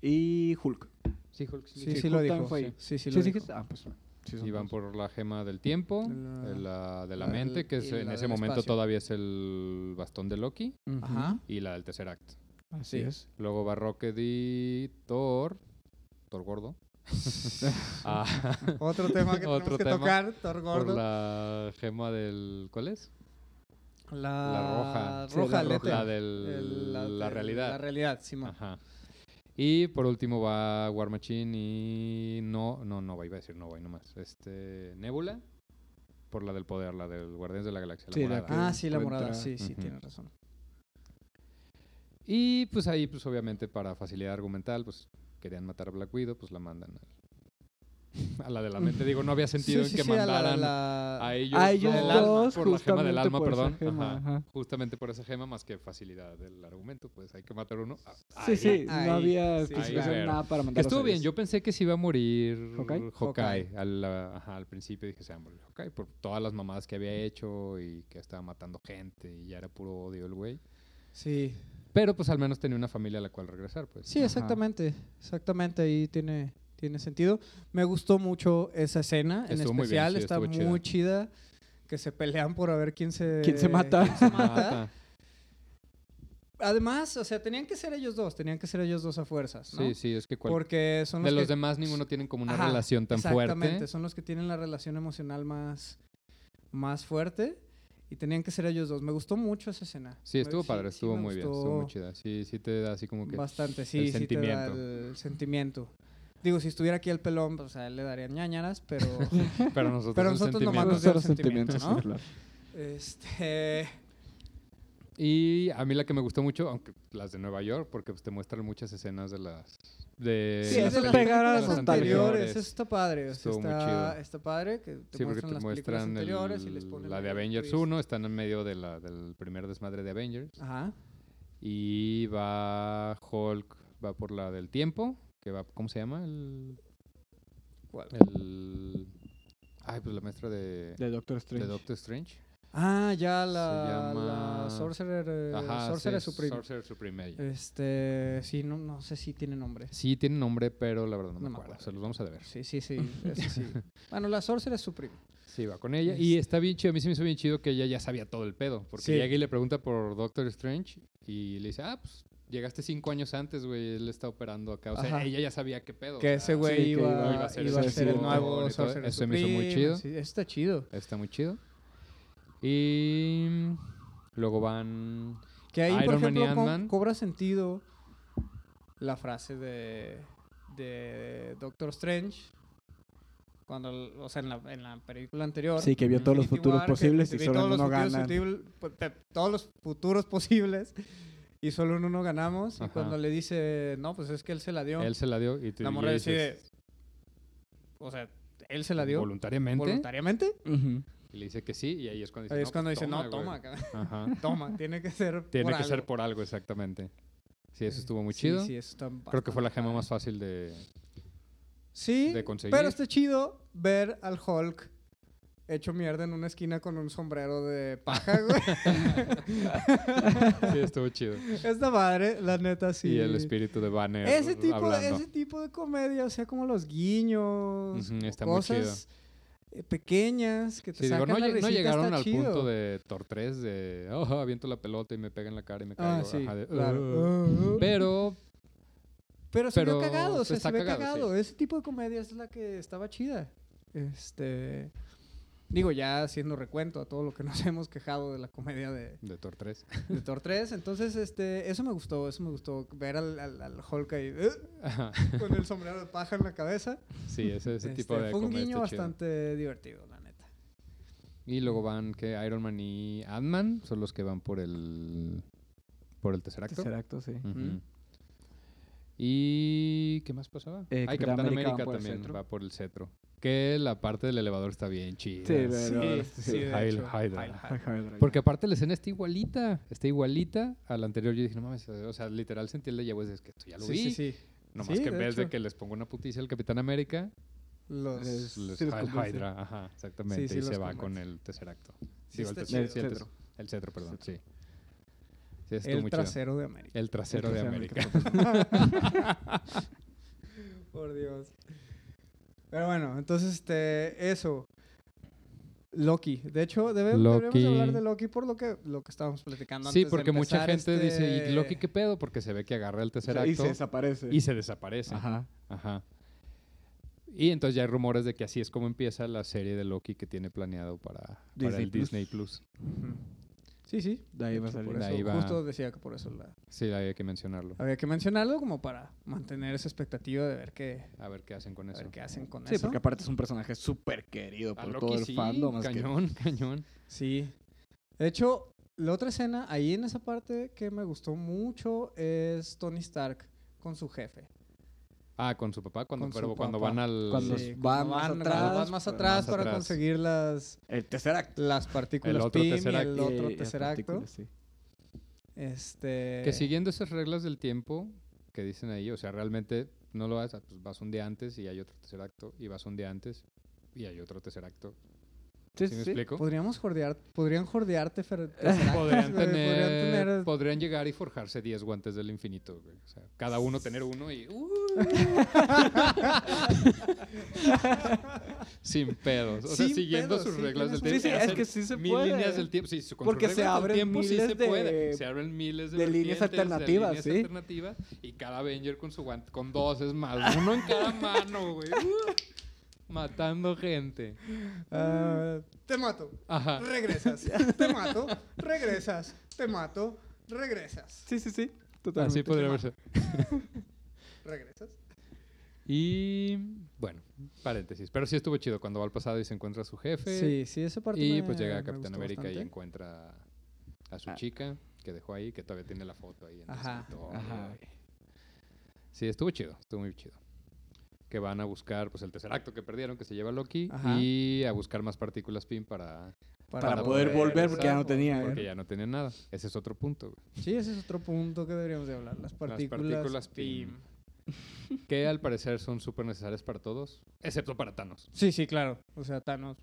Y Hulk.
Sí, Hulk.
Sí,
Sí,
sí lo
Hulk
dijo.
fue ahí.
Sí, sí
Sí,
lo
sí,
dijo.
que- ah, pues, sí, son
Y van
dos.
por la gema del tiempo,
De
de
la-
la, de la
la del-
mente, que es-
y
en
la
ese
del
momento
espacio.
todavía es el bastón de Loki
Ujú.
Ajá.
y la del tercer acto.
Así
Sí.
es.
Luego va Rocket y Thor, Thor gordo, Ah, a-
Otro tema que
Otro
tenemos que
tema.
tocar, Thor
por
Gordo. La,
la gema del... ¿Cuál es? roja.
Sí,
Ah, roja
la
aleta.
La
El-
del... La,
del-
realidad.
La realidad, Simón.
Ajá. Y por último va War Machine y no, no, no, iba a decir no, voy nomás. Este, Nebula, por la del poder, la del Guardianes de la Galaxia, la
Sí, la
morada.
que-
Ah, sí, la
encuentra-
morada. Sí, sí,
Ujú.
tienes razón.
Y pues ahí, pues obviamente para facilidad argumental, pues querían matar a Black Widow, pues la mandan al- a la de la mente. Digo, no había sentido
sí,
en que
sí, a la-
mandaran a,
la-
ellos,
a ellos
dos,
dos,
por la gema del
justamente
alma,
por esa
perdón.
gema,
Ajá.
ajá.
Justamente por esa gema, más que facilidad del argumento, pues hay que matar uno. a-
Sí,
ahí.
sí,
ahí,
no había
sí.
especificación
Ahí,
nada para
Que
mandar.
estuvo bien, yo pensé que se iba a morir
Hawkeye.
Hawkeye,
Hawkeye.
Al, ah, ajá, al principio dije se va a morir Hawkeye por todas las mamadas que había hecho y que estaba matando gente y ya era puro odio el güey.
Sí,
Pero pues al menos tenía una familia a la cual regresar, pues.
Sí,
Ajá.
exactamente, exactamente, ahí tiene, tiene sentido. Me gustó mucho esa escena, en
Estuvo muy bien,
especial,
sí,
está
estuvo chida.
muy chida, que se pelean por a ver quién se,
¿Quién se mata?
quién se mata.
Mata.
Además, o sea, tenían que ser ellos dos, tenían que ser ellos dos a fuerzas, ¿no?
Sí, sí, es que cual-
Porque son
de
los,
los
que-
demás ninguno tienen como una
Ajá,
relación tan
exactamente,
fuerte.
son los que tienen la relación emocional más, más fuerte y tenían que ser ellos dos. Me gustó mucho esa escena.
Sí,
Me-
estuvo padre,
sí
estuvo
me
muy bien, estuvo muy
gustó.
chida. Sí, sí te da así como que
Bastante, sí,
el
sí te da
sentimiento.
el sentimiento. Digo, si estuviera aquí el pelón, pues a él le darían ñañaras, pero
pero nosotros,
Pero
un
nosotros nomás
sentimiento.
nos dio el sentimiento, ¿no?
sí, claro.
Eh,
este
Y a mí la que me gustó mucho, aunque las de Nueva York, porque pues, te muestran muchas escenas de las de
Sí,
las
es de las
películas
pegar a
películas
los
anteriores,
anteriores.
eso está padre, o sea,
Estuvo muy
está,
chido.
está padre que te
Sí, porque
muestran
te
las películas
muestran
anteriores y
el-
les ponen
la de
ahí un
Avengers
twist. Ah.
1, están en medio de la- del primer desmadre de Avengers.
Ajá.
Y va Hulk, va por la del tiempo, que va, ¿cómo se llama? El,
¿Cuál?
el- ay, pues la maestra de,
De Doctor Strange.
de Doctor Strange.
Ah, ya la,
llama-
la Sorcerer, eh,
Ajá,
Sorcerer
sí,
Supreme. Eh.
Sorcerer Supreme, ella.
Este, sí, no, no sé si tiene nombre.
Sí, tiene nombre, pero la verdad
No
no, me
me
acuerdo.
acuerdo.
Se los vamos a deber.
Sí, sí, sí, eso sí. Bueno, la Sorcerer Supreme.
Sí, va con ella. Y está bien chido. A mí se me hizo bien chido que ella ya sabía todo el pedo. Porque
Sí.
llega y le pregunta por Doctor Strange y le dice, ah, pues llegaste cinco años antes, güey. Él está operando acá. O sea,
Ajá.
ella ya sabía qué pedo. o
Que
sea,
ese güey
sí, que
iba, iba a ser,
el
el
Sorcerer
nuevo
Supreme y todo
Sorcerer
eso. Eso se me hizo muy
Supreme,
chido.
sí, eso está chido.
Está muy chido. Y luego van...
Que ahí, por
Iron Man y
ejemplo, co-
Ant-Man.
cobra sentido la frase de, de Doctor Strange. Cuando, el- o sea, en la, en la película anterior.
Sí, que vio todos los
Infinity
futuros
War, que
posibles y
vi
solo
todos
en
los
uno
futuros
gana.
futil- pu- te- todos los futuros posibles y solo en uno ganamos. Y
Ajá.
cuando le dice, no, pues es que él se la dio.
Él se la dio y te
la morra decide, o sea, él se la dio
voluntariamente.
voluntariamente.
Ujú.
y le dice que sí y ahí es cuando dice,
Ahí es cuando
pues,
dice, no,
güey".
toma, cabrón,
Ajá.
toma, tiene que ser
Tiene
por
que ser
algo".
por algo, exactamente. Sí, eso
Eh,
estuvo muy
sí,
chido.
sí, eso está
Creo que fue la
bastante padre.
gema más fácil de...
Sí,
de conseguir.
pero está chido ver al Hulk hecho mierda en una esquina con un sombrero de paja, güey.
Sí, estuvo chido.
Esta madre, la neta, sí.
Y el espíritu de Banner
Ese tipo, de-
hablando.
ese tipo de comedia, o sea, como los guiños,
Ujú, está muy chido.
cosas eh, pequeñas que te
Sí, digo,
sacan
no,
la
lle- no
risita,
llegaron
está
al
chido.
punto de Tortres de, oh, aviento la pelota y me pega en la cara y me caigo.
Ah, sí,
ajá, de, "Ugh".
claro. Ah, ah.
Pero
Pero se
Pero
vio cagado, o sea,
está
se ve
cagado,
cagado.
sí.
Ese tipo de comedia es la que estaba chida. Este. Digo, ya haciendo recuento a todo lo que nos hemos quejado de la comedia de,
de Tortres.
de Thor 3. Entonces, este, eso me gustó, eso me gustó. Ver al, al, al Hulk ahí "Eh",
Ajá.
con el sombrero de paja en la cabeza.
Sí, ese, ese tipo
Este,
de
fue un
comedia
guiño
está chido.
bastante divertido, la neta.
Y luego van que Iron Man y Ant-Man son los que van por el por el tercer acto.
Tercer acto, sí.
Ujú.
Mm.
¿Y qué más pasaba?
Eh,
Ay,
Capitán
Capitán
América
América,
va por el
también
cetro.
va por el cetro. Que la parte del elevador está bien chida.
Sí, la- Sí, sí,
este, Heil Hydra. Porque aparte la escena está igualita, está igualita a la anterior. Yo dije, no mames, o sea, literal sentí el de ya es que esto ya lo vi. Nomás
Sí,
que
de
en vez de
hecho. Pues,
que les ponga una puticia al Capitán América,
Los-
Es-
les, les
sí los
Heil
convence.
Hydra, ajá, exactamente,
sí
y
los
se va
convence.
con el tercer acto.
Sí,
Digo, el,
está
tercer-
chido.
sí, el
El
tercer- el cetro, perdón, sí. Sí, estuvo
el
muy chido.
trasero de América.
El trasero
El
de
trasero de
América.
Por Dios. Pero bueno, entonces este eso. Loki. De hecho, debe- deberíamos
Loki.
hablar de Loki por lo que lo que estábamos platicando
Sí,
antes de
porque mucha
empezar
gente dice,
este-
¿y Loki qué pedo? Porque se ve que agarra el tercer
O sea, y se
acto
desaparece.
y se desaparece.
Ajá.
Ajá. Y entonces ya hay rumores de que así es como empieza la serie de Loki que tiene planeado para, para
Disney
el
Plus.
Disney Plus.
Ujú. Sí, sí.
De ahí
de
va a
hecho,
salir.
por
De
eso,
ahí va.
Justo decía que por eso la-
Sí, hay que mencionarlo.
había que mencionarlo como para mantener esa expectativa de ver qué,
A ver qué hacen con
a
eso.
ver qué hacen con
Sí,
eso.
porque aparte es un personaje súper querido
A
por
Loki
todo el
sí,
fandom. más que-
cañón, cañón.
Sí. De hecho, la otra escena ahí en esa parte que me gustó mucho es Tony Stark con su jefe.
Ah, con su papá, cuando,
Con su
pero cuando
papá.
van al...
Cuando
Sí,
van
cuando
más
cuando
atrás,
van más
pero
atrás
más
para
atrás.
conseguir las,
El tercer acto.
las partículas
otro
PIM
tercer
y el
acto.
otro
Eh,
tercer
las
acto.
partículas, sí.
Este,
Que siguiendo esas reglas del tiempo que dicen ahí, o sea, realmente no lo vas, a- pues vas un día antes y hay otro tercer acto, y vas un día antes y hay otro tercer acto.
Sí,
¿Sí, me
sí.
explico?
Podríamos jordear, podrían jordearte fer-
Podrían
Podrían
tener,
tener-
podrían llegar y forjarse 10 guantes del infinito. güey. O sea, cada uno tener uno y... ¡uh! Sin pedos. O sea,
Sin
siguiendo
pedos,
sus
sí,
reglas del
tienes
tiempo.
razón. Sí, sí, es
hacen
que sí se
mil
puede.
líneas del tiempo. Sí, su- con sus
Porque se
reglas del
abren
tiempo sí
miles
se
de-
puede. Se abren miles de,
de líneas
vertientes,
alternativas,
líneas
sí.
alternativas, Y cada Avenger con su guante, con dos es más. Uno en cada mano, güey. ¡Uh! Matando gente.
Ah, te mato,
Ajá.
regresas. te mato, regresas. Te mato, regresas.
Sí, sí, sí.
Ah,
Totalmente.
Así podría verse.
Regresas.
Y bueno, paréntesis. Pero sí estuvo chido cuando va al pasado y se encuentra a su jefe.
Sí, sí, esa parte me-
Y pues llega
me
Capitán
gustó
América y
bastante.
encuentra a su
Ah.
chica que dejó ahí, que todavía tiene la foto ahí en el
Ajá,
escritorio.
Ajá.
Sí, estuvo chido, estuvo muy chido. Que van a buscar pues el tercer acto que perdieron, que se lleva Loki,
Ajá.
y a buscar más partículas PIN para...
Para poder volver porque ya no
regresar.
tenía.
Porque
¿eh?
ya no tienen nada. Ese es otro punto. güey.
Sí, ese es otro punto que deberíamos de hablar. Las partículas,
partículas PIM. Que al parecer son súper necesarias para todos, excepto para Thanos.
Sí, sí, claro. O sea, Thanos.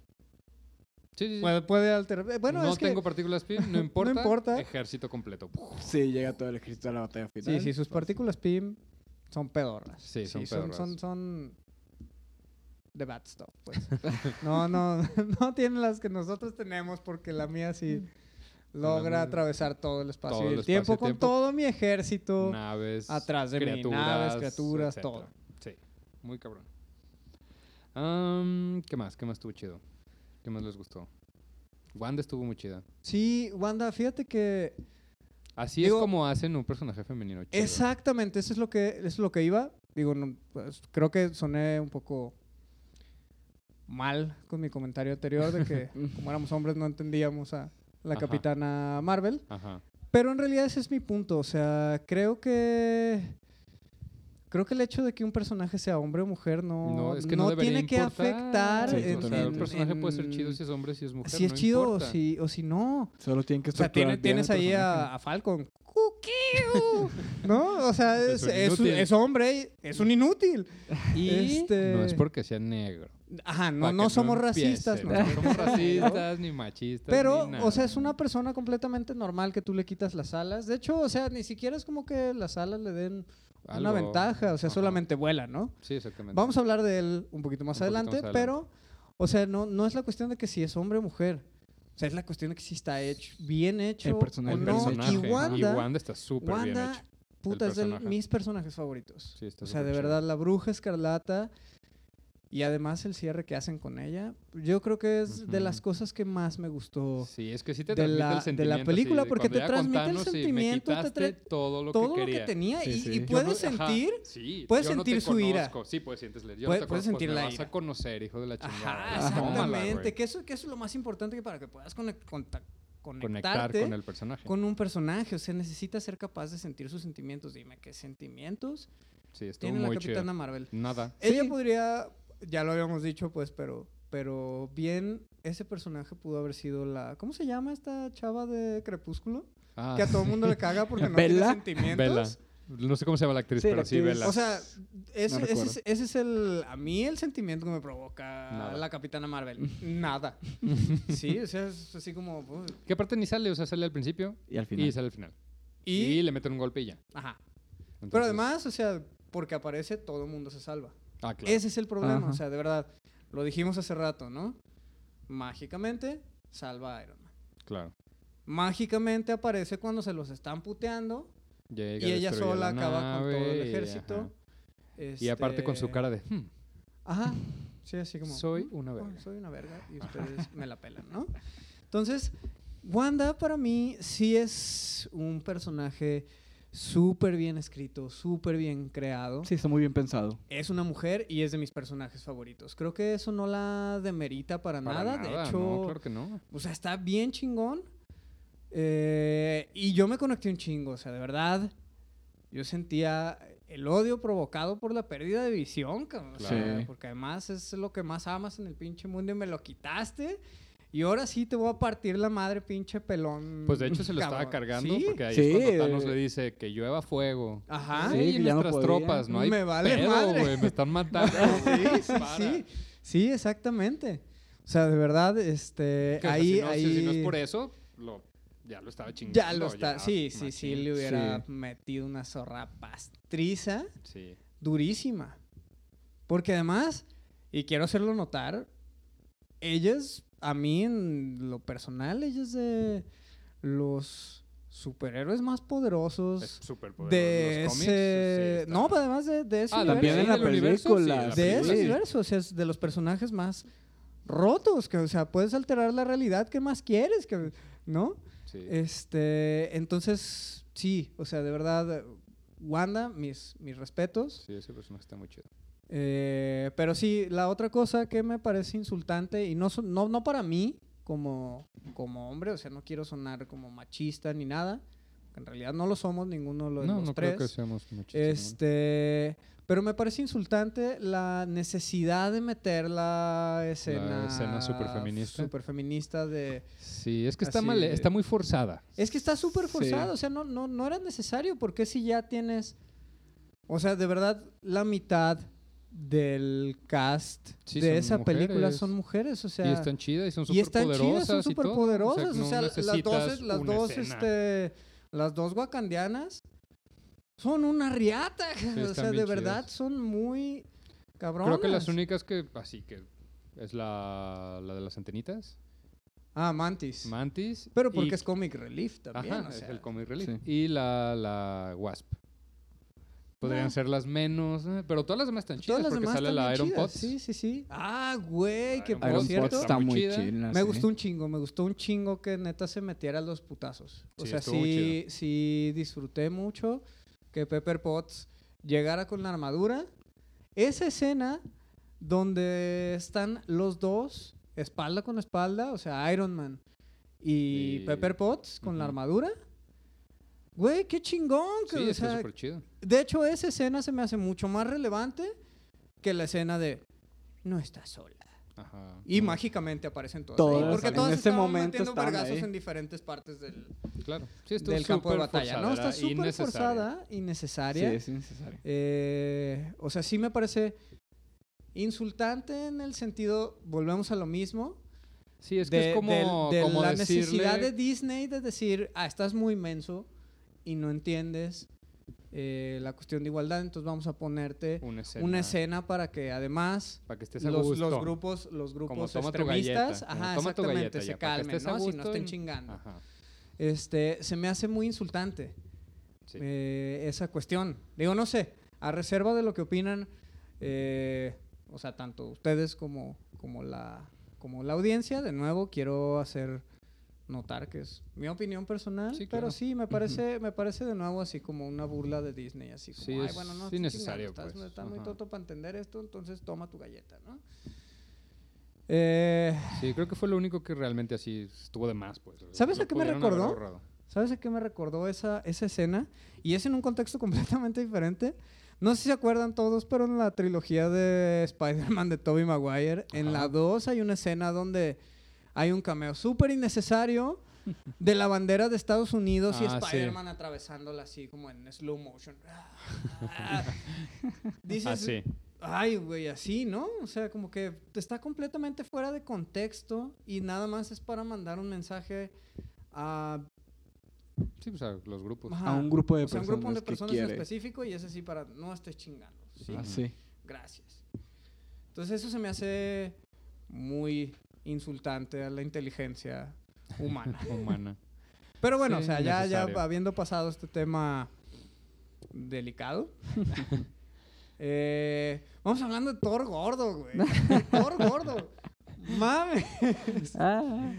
Sí, sí, sí.
Puede, puede alterar. eh, Bueno,
no
es que-
tengo partículas PIM, no importa.
importa.
Ejército completo.
Sí, llega todo el ejército a la batalla final.
Sí, sí, sus partículas PIM son pedorras.
Pues Sí, son pedorras.
Son, son, The bad stuff, pues. no, no, no tienen las que nosotros tenemos porque la mía sí logra
mía-
atravesar todo el espacio
todo
y
el
el tiempo
espacio y
con
tiempo.
todo mi ejército.
Naves.
atrás de mí, naves, criaturas,
etcétera.
todo.
Sí, muy cabrón. Am, ¿Qué más? ¿Qué más estuvo chido? ¿Qué más les gustó? Wanda estuvo muy chida.
Sí, Wanda, fíjate que
Así
Digo-
es como hacen un personaje femenino chido.
Exactamente, eso es lo que, eso es lo que iba. Digo, no, pues, creo que soné un poco mal con mi comentario anterior de que como éramos hombres no entendíamos a la
Ajá.
capitana Marvel.
Ajá.
Pero en realidad ese es mi punto. O sea, creo que... Creo que el hecho de que un personaje sea hombre o mujer no,
No, es que no,
no
debería
tiene que
importar.
afectar.
Sí,
en-
o sea,
totalmente.
en-
un personaje puede ser
en-
chido si es hombre, si es mujer.
si es
no
chido o
importa.
si, o si no.
Solo tienen que
O sea,
estructurar
tiene-
bien el
tienes ahí
personaje.
a, a Falcon. ¡Cuqui! ¿No? O sea, es,
Es un
es un-
inútil.
es hombre, es un inútil.
Y
Este-
no es porque sea negro.
Ajá,
Pa'
no,
que
no somos racistas.
empiecen.
¿no?
No somos racistas ni machistas.
Pero,
ni
o
nada.
sea, es una persona completamente normal que tú le quitas las alas. De hecho, o sea, ni siquiera es como que las alas le den una
Algo-
ventaja. O sea,
Ajá.
solamente vuela, ¿no?
Sí, exactamente.
Vamos a hablar de él un poquito más,
Un poquito
adelante,
más adelante.
pero, o sea, no, no es la cuestión de que si es hombre o mujer. O sea, es la cuestión de que si está hecho, bien hecho.
El personaje,
o
El
no.
personaje.
Y Wanda,
Y Wanda está súper bien
Wanda,
hecho.
puta, es de
personaje.
mis personajes favoritos.
Sí, está
o sea,
súper
de
chido.
verdad, la bruja escarlata y además el cierre que hacen con ella, yo creo que es de las
Ujú.
cosas que más me gustó.
Sí, es que sí te
de
transmite
la- de
el
la
sentimiento. así
película,
de
porque
cuando
te
ya con
transmite el
Thanos y me
sentimiento, te
quitaste
trae
todo lo
Todo
que
lo
quería.
que tenía
Sí,
y,
sí.
y
Yo
puedes
Yo no- ajá,
sentir...
sí,
puedes
yo no te
sentir su ira.
conozco. Sí, puedes sentir la ira. Yo
Puede-
no te
puedes
conozco, pues
sentir
me
la
vas
ira.
a conocer, hijo de la chingada.
Ajá,
Tómala, güey.
exactamente. Que eso, que eso es lo más importante para que puedas conec- conta-
Conectar
conectarte
con
con,
el personaje.
un personaje. O sea, necesitas ser capaz de sentir sus sentimientos. Dime, ¿qué sentimientos
Sí, estuvo
tiene la
muy chido.
Capitana Marvel?
Nada.
Ella podría, ya lo habíamos dicho, pues, pero, pero bien, ese personaje pudo haber sido la. ¿Cómo se llama esta chava de Crepúsculo?
Ah,
Que a todo el mundo le caga porque no
¿Bella?
tiene sentimientos.
Bella. No sé cómo se llama la actriz,
Sí, la
pero sí,
actriz.
Bella.
O sea, ese, ese
No recuerdo.
es, ese es el. A mí el sentimiento que me provoca
Nada.
la Capitana Marvel. Nada. sí, o sea, es así como. pues, uy.
que aparte ni sale, o sea, sale al principio
Y al
y
final.
sale al final.
Y.
Y, le meten un golpe y ya.
Ajá. Pero
Entonces-
además, o sea, porque aparece, todo el mundo se salva.
Ah, claro.
Ese es el problema,
Ajá.
o sea, de verdad. Lo dijimos hace rato, ¿no? Mágicamente salva a Iron Man.
Claro.
Mágicamente aparece cuando se los están puteando
Llega,
y ella
destruye
sola
la
acaba con todo el
nave,
ejército.
ajá. Y aparte con su
Este,
cara de, "Hmm,
Ajá. Sí, así como.
soy
"Mm,
una
oh,
verga.
soy una verga y ustedes me la pelan, ¿no? Entonces, Wanda para mí sí es un personaje súper bien escrito, súper bien creado.
Sí, está muy bien pensado.
Es una mujer y es de mis personajes favoritos. Creo que eso no la demerita para,
Para
nada. De hecho, mm,
no, claro que no.
o sea, está bien chingón. Eh, y yo me conecté un chingo, o sea, de verdad. Yo sentía el odio provocado por la pérdida de visión, cabrón. o sea,
Claro. Sí.
porque además es lo que más amas en el pinche mundo y me lo quitaste. Y ahora sí te voy a partir la madre, pinche pelón.
Pues de hecho se lo
cabrón.
estaba cargando
Sí,
porque ahí
Sí,
es cuando Thanos
eh.
le dice que llueva fuego.
Ajá.
Sí,
Sí,
que
en
ya no
nuestras
podía.
tropas, no hay
Me vale
pedo,
madre.
güey, me están matando.
Sí, sí,
Para.
sí. Sí, exactamente. O sea, de verdad, este.
Que, o sea,
ahí,
si, no,
ahí.
si- si no es por eso, lo- ya lo estaba chingando.
Ya lo está. sí, sí, sí,
machín.
le hubiera
Sí.
metido una zorra pastriza
Sí.
durísima. Porque además, y quiero hacerlo notar, ellas, a mí en lo personal, ellas de los superhéroes más
Es
poderosos
súper
pues, de ese... no, pues, pero además de, de ese
Ah,
También en
universo.
la
del universo, sí,
película.
en
de
la
ese
película, sí.
universo, o sea, es de los personajes más rotos, que, o sea, puedes alterar la realidad que más quieres, que, ¿no?
Sí.
Este, entonces, sí, o sea, de verdad, Wanda, mis, mis respetos.
Sí, ese personaje está muy chido.
Eh, pero sí, la otra cosa que me parece insultante, y no, so- no, no para mí como, como hombre, o sea, no quiero sonar como machista ni nada, en realidad no lo somos ninguno de
no,
los
no
tres.
creo que seamos muchísimos.
Este, pero me parece insultante la necesidad de meter la escena
escena superfeminista.
superfeminista de
Sí, es que está
Así
mal,
de-
está muy forzada.
es que está súper
Sí.
forzado, o sea, no, no, no era necesario, porque si ya tienes, o sea, de verdad, la mitad del cast
Sí,
de
son
esa película
mujeres.
son mujeres, o sea,
y están chidas y son
y
súper
están chidas, son
poderosas.
súper poderosas, o sea, las dos, las dos,
este...
este, las dos wakandianas son una riata, o
están
sea, de
bien
verdad,
chidas.
son muy cabronas.
Creo que las únicas que, así que, es la, la de las antenitas,
Ah, Mantis.
Mantis.
Pero
y-
porque es comic relief también,
Ajá,
o sea.
es el comic relief.
Sí.
Y la, la Wasp. Podrían
Ah.
ser las menos, eh, pero todas las demás están chidas
Todas las
porque
demás
sale la
están
Iron
chidas.
Pot.
Sí, sí, sí. Ah, güey, que
Iron
por
Iron
cierto,
Pot está muy
chida.
chida.
me
sí.
gustó un chingo, me gustó un chingo que neta se metiera a los putazos. O
Sí,
sea,
estuvo muy
sí, sí disfruté mucho que Pepper Potts llegara con la armadura. Esa escena donde están los dos, espalda con espalda, o sea, Iron Man y,
Y-
Pepper Potts con la
Ujú.
armadura. Güey, qué chingón. que,
Sí,
o
está
sea,
súper chido.
de hecho, esa escena se me hace mucho más relevante que la escena de no estás sola.
Ajá.
Y
no,
mágicamente aparecen todas.
Todas,
ahí, porque
en este
todas
ese
estaban
momento
metiendo
estaban
vergazos
ahí.
en diferentes partes del,
Claro. Sí, estuvo
del campo de
súper
batalla. no,
forzada,
está súper
innecesaria.
forzada,
Sí,
innecesaria.
es innecesario.
Eh, o sea, sí me parece insultante en el sentido, volvemos a lo mismo,
Sí, es que es como,
del- de
como
la
decirle-
necesidad de Disney de decir, ah, estás muy menso y no entiendes eh, la cuestión de igualdad, entonces vamos a ponerte
una escena,
una escena para que además
para que estés a
los,
gusto.
los grupos, los grupos
toma tu galleta,
extremistas,
como
ajá,
toma tu
exactamente,
galleta
se
ya, para que
calmen,
estés a
¿no? Si no
gusto
estén
y-
chingando.
Ajá.
Este, se me hace muy insultante.
Sí.
eh, esa cuestión. Digo, no sé, a reserva de lo que opinan, eh, o sea, tanto ustedes como, como, la, como la audiencia, de nuevo, quiero hacer notar que es mi opinión personal,
Sí,
pero
claro.
sí, me parece, me parece de nuevo así como una burla de Disney, así como,
Sí,
ay,
es
bueno, no, estás
innecesario,
chingando, estás,
pues.
estás muy
Ajá.
toto para entender esto, entonces toma tu galleta, ¿no? Eh,
Sí, creo que fue lo único que realmente así estuvo de más, pues. Lo-
¿Sabes
lo
a qué me
pudieron haber
recordó?
ahorrado.
¿Sabes a qué me recordó esa, esa escena? Y es en un contexto completamente diferente. No sé si se acuerdan todos, pero en la trilogía de Spider-Man de Tobey Maguire, en la
Ajá.
2 hay una escena donde hay un cameo súper innecesario de la bandera de Estados Unidos y
Ah, sí.
Spider-Man atravesándola así como en slow motion. Dices,
Ah, sí.
Ay, güey, así, ¿no? O sea, como que está completamente fuera de contexto y nada más es para mandar un mensaje a
Sí, pues a los grupos.
Ajá.
A un grupo de
o sea, un
personas
grupo de
que
personas en
quiere. Ah,
específico y es así para no estés chingando. Sí,
Ajá.
Así.
gracias. Entonces eso se me hace muy insultante a la inteligencia humana.
Humana.
Pero bueno,
Sí,
o sea, ya, ya
necesario.
habiendo pasado este tema delicado, eh, vamos hablando de Thor gordo, güey. Thor gordo. Mame.
Ah.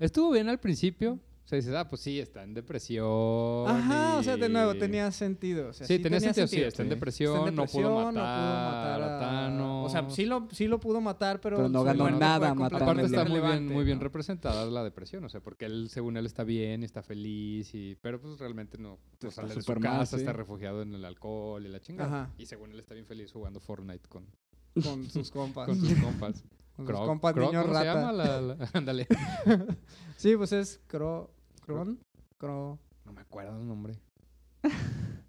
Estuvo bien al principio. O sea, dices, ah, pues sí, está en depresión.
Ajá, o sea, de nuevo,
y-
tenía sentido. o sea,
Sí, tenía, sentido, sí, está en
sí.
depresión,
Está en
no pudo
depresión,
matar, a Thanos.
O sea, sí lo, sí lo pudo matar, pero...
Pero no
su
ganó
muerte
nada
fue
matando
completamente
Aparte está muy bien,
irrelevante,
muy bien
¿no?
representada la depresión, o sea, porque él, según él, está bien, está feliz, y, pero pues realmente no, no
Está
sale de su
súper
casa,
mal, sí.
está refugiado en el alcohol y la chingada.
Ajá.
Y según él está bien feliz jugando Fortnite con,
Con sus compas.
con sus compas.
con sus
Croc-
compas
Croc,
niños
¿cómo se llama?
rata.
La- la- Ándale.
Sí, pues es Cro... Cron... Cro...
No me acuerdo el nombre.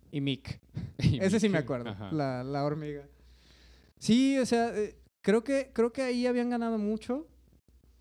Y Mick. Ese sí me acuerdo.
Ajá.
La, la hormiga. Sí, o sea, eh, creo, que, creo que ahí habían ganado mucho.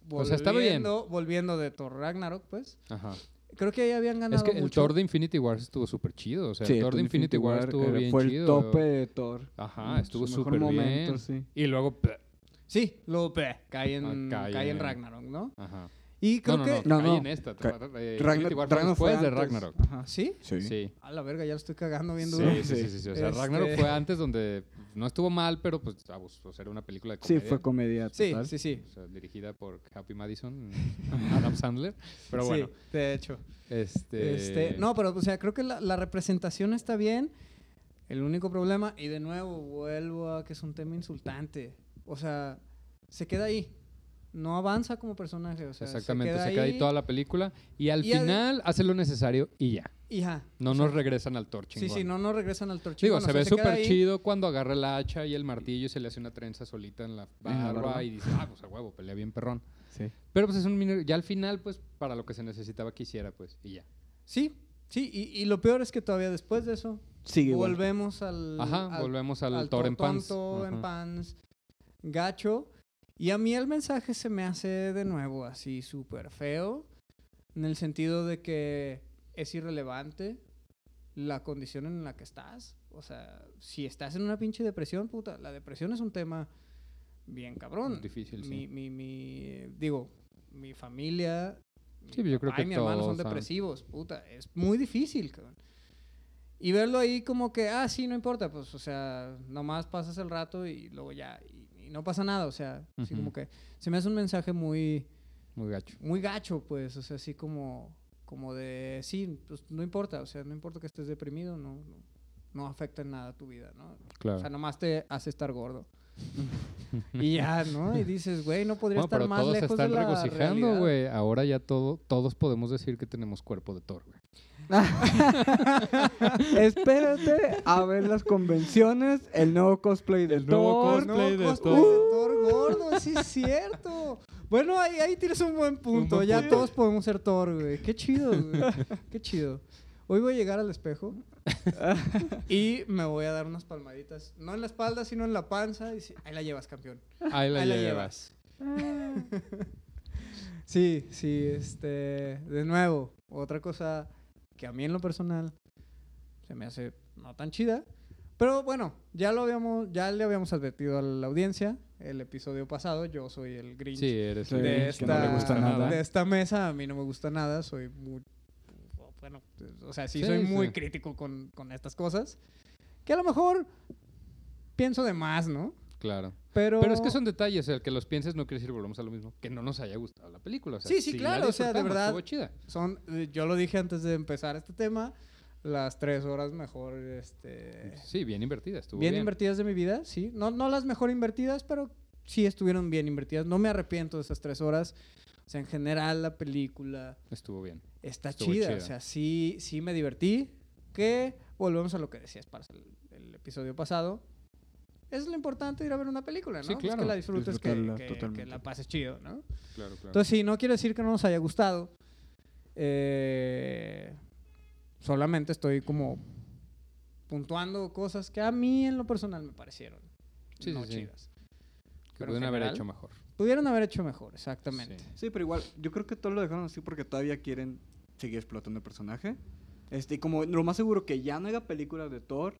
O sea, estaba bien.
volviendo- Volviendo de Thor Ragnarok, pues.
Ajá.
Creo que ahí habían ganado
Es que el
mucho.
Thor de Infinity War estuvo súper chido. O sea, el Thor de
Thor
Infinity War estuvo
era-
bien
Fue
chido.
el tope de Thor.
Ajá, estuvo
Su mejor
súper
momento,
bien.
sí.
Y luego. pe-
Sí, lo pe, cae en,
Ah, cae
cae en
en-
Ragnarok, ¿no?
Ajá.
Y creo
no,
que...
no, no,
No,
caí
no.
en esta.
Ca-
eh, Infinity
Ragnar-
War fue
Ragnarok fue
después de
antes.
Ragnarok.
Ajá.
¿Sí?
Sí.
Sí.
A la verga, ya lo estoy cagando bien
Sí,
duro.
sí, sí, sí, sí. O sea,
Este-
Ragnarok fue antes donde no estuvo mal, pero pues, vamos, o sea, era una película de comedia.
Sí, fue comedia.
Sí,
total.
sí, sí.
O sea, dirigida por Happy Madison, Adam Sandler. Pero
Sí,
bueno,
de hecho.
este...
Este, no, pero, o sea, creo que la, la representación está bien. El único problema, y de nuevo vuelvo a que es un tema insultante. O sea, se queda ahí. No avanza como personaje. O sea,
Exactamente, se queda ahí toda la película y al
Y al-
final hace lo necesario y ya.
y ya.
No nos regresan al Thor
Sí,
chingón.
sí, no, no regresan al torchillo.
Digo, se ve súper chido cuando agarra el hacha y el martillo y se le hace una trenza solita en la barba,
barba.
y dice, ah, pues a huevo, pelea bien perrón.
Sí.
Pero pues es un miner- ya al final, pues, para lo que se necesitaba que hiciera, pues, y ya.
Sí, sí, y, y lo peor es que todavía después de eso,
Sigue igual.
volvemos al.
Ajá,
al
volvemos al, Thor en pants.
tonto, en
Ajá.
pants, gacho. Y a mí el mensaje se me hace de nuevo así súper feo, en el sentido de que es irrelevante la condición en la que estás. O sea, si estás en una pinche depresión, puta, la depresión es un tema bien cabrón.
Difícil, sí.
Mi, mi, mi, eh, digo, mi familia, mi
Sí, pues yo creo
papá y
que
mi hermano son
todos, ah.
depresivos, puta, es muy difícil, cabrón. Y verlo ahí como que, ah, sí, no importa, pues, o sea, nomás pasas el rato y luego ya, y, y no pasa nada, o sea, así
Ujú.
como que se me hace un mensaje muy,
Muy gacho.
muy gacho, pues, o sea, así como, como de, sí, pues no importa, o sea, no importa que estés deprimido, no, no, no afecta en nada tu vida, ¿no?
Claro.
O sea, nomás te hace estar gordo. y ya, ¿no? Y dices, güey, no podría
Bueno,
estar
pero
más
todos se
lejos de
están
la
regocijando,
realidad".
güey. Ahora ya todo, todos podemos decir que tenemos cuerpo de Thor, güey.
Espérate a ver las convenciones, el nuevo cosplay del
El
Thor.
nuevo
Uh.
cosplay. Play de
cosplay
Thor.
de Thor gordo, sí es cierto. Bueno, ahí, ahí tienes un buen punto.
buen
ya
punto.
todos podemos ser Thor, güey. Qué chido, güey. Qué chido. Hoy voy a llegar al espejo y me voy a dar unas palmaditas. No en la espalda, sino en la panza. Y dice, ahí la llevas, campeón.
Ahí la,
Ahí la
llevas.
Sí, sí, este. De nuevo, otra cosa que a mí en lo personal se me hace no tan chida. Pero bueno, ya lo habíamos, ya le habíamos advertido a la audiencia el episodio pasado. Yo soy el Grinch
Sí, eres
Sí,
un
de,
que no
esta,
le gusta nada.
de esta mesa. A mí no me gusta nada. Soy muy. Bueno, o sea, sí,
Sí,
soy muy
sí.
crítico con, con estas cosas. Que a lo mejor pienso de más, ¿no?
Claro.
Pero,
Pero es que son detalles, el que los pienses no quiere decir, volvemos a lo mismo, que no nos haya gustado la película. o sea,
Sí, sí,
la
claro, o sea, de
disfrutamos,
verdad.
estuvo chida.
son eh, yo lo dije antes de empezar este tema las tres horas mejor este
Sí, bien invertida, estuvo
bien,
bien.
invertidas de mi vida sí no no las mejor invertidas pero sí estuvieron bien invertidas no me arrepiento de esas tres horas o sea en general la película
Estuvo bien.
está
Estuvo
chida, o
chida.
sea sí sí me divertí que volvemos a lo que decías para el, el episodio pasado es lo importante ir a ver una película, ¿no?
Sí,
Pues
claro,
que la disfrutes, que-
disfrutarla
que- que
totalmente.
la pases chido, ¿no?
Claro, claro.
Entonces, sí, no quiere decir que no nos haya gustado. Eh, solamente estoy como puntuando cosas que a mí en lo personal me parecieron
Sí,
no
sí, sí.
chidas.
que
pero en
pudieron haber
general,
hecho mejor.
Pudieron haber hecho mejor, exactamente.
Sí.
Sí, pero igual, yo creo que todo lo dejaron así porque todavía quieren seguir explotando el personaje. Este, y como lo más seguro que ya no haga películas de Thor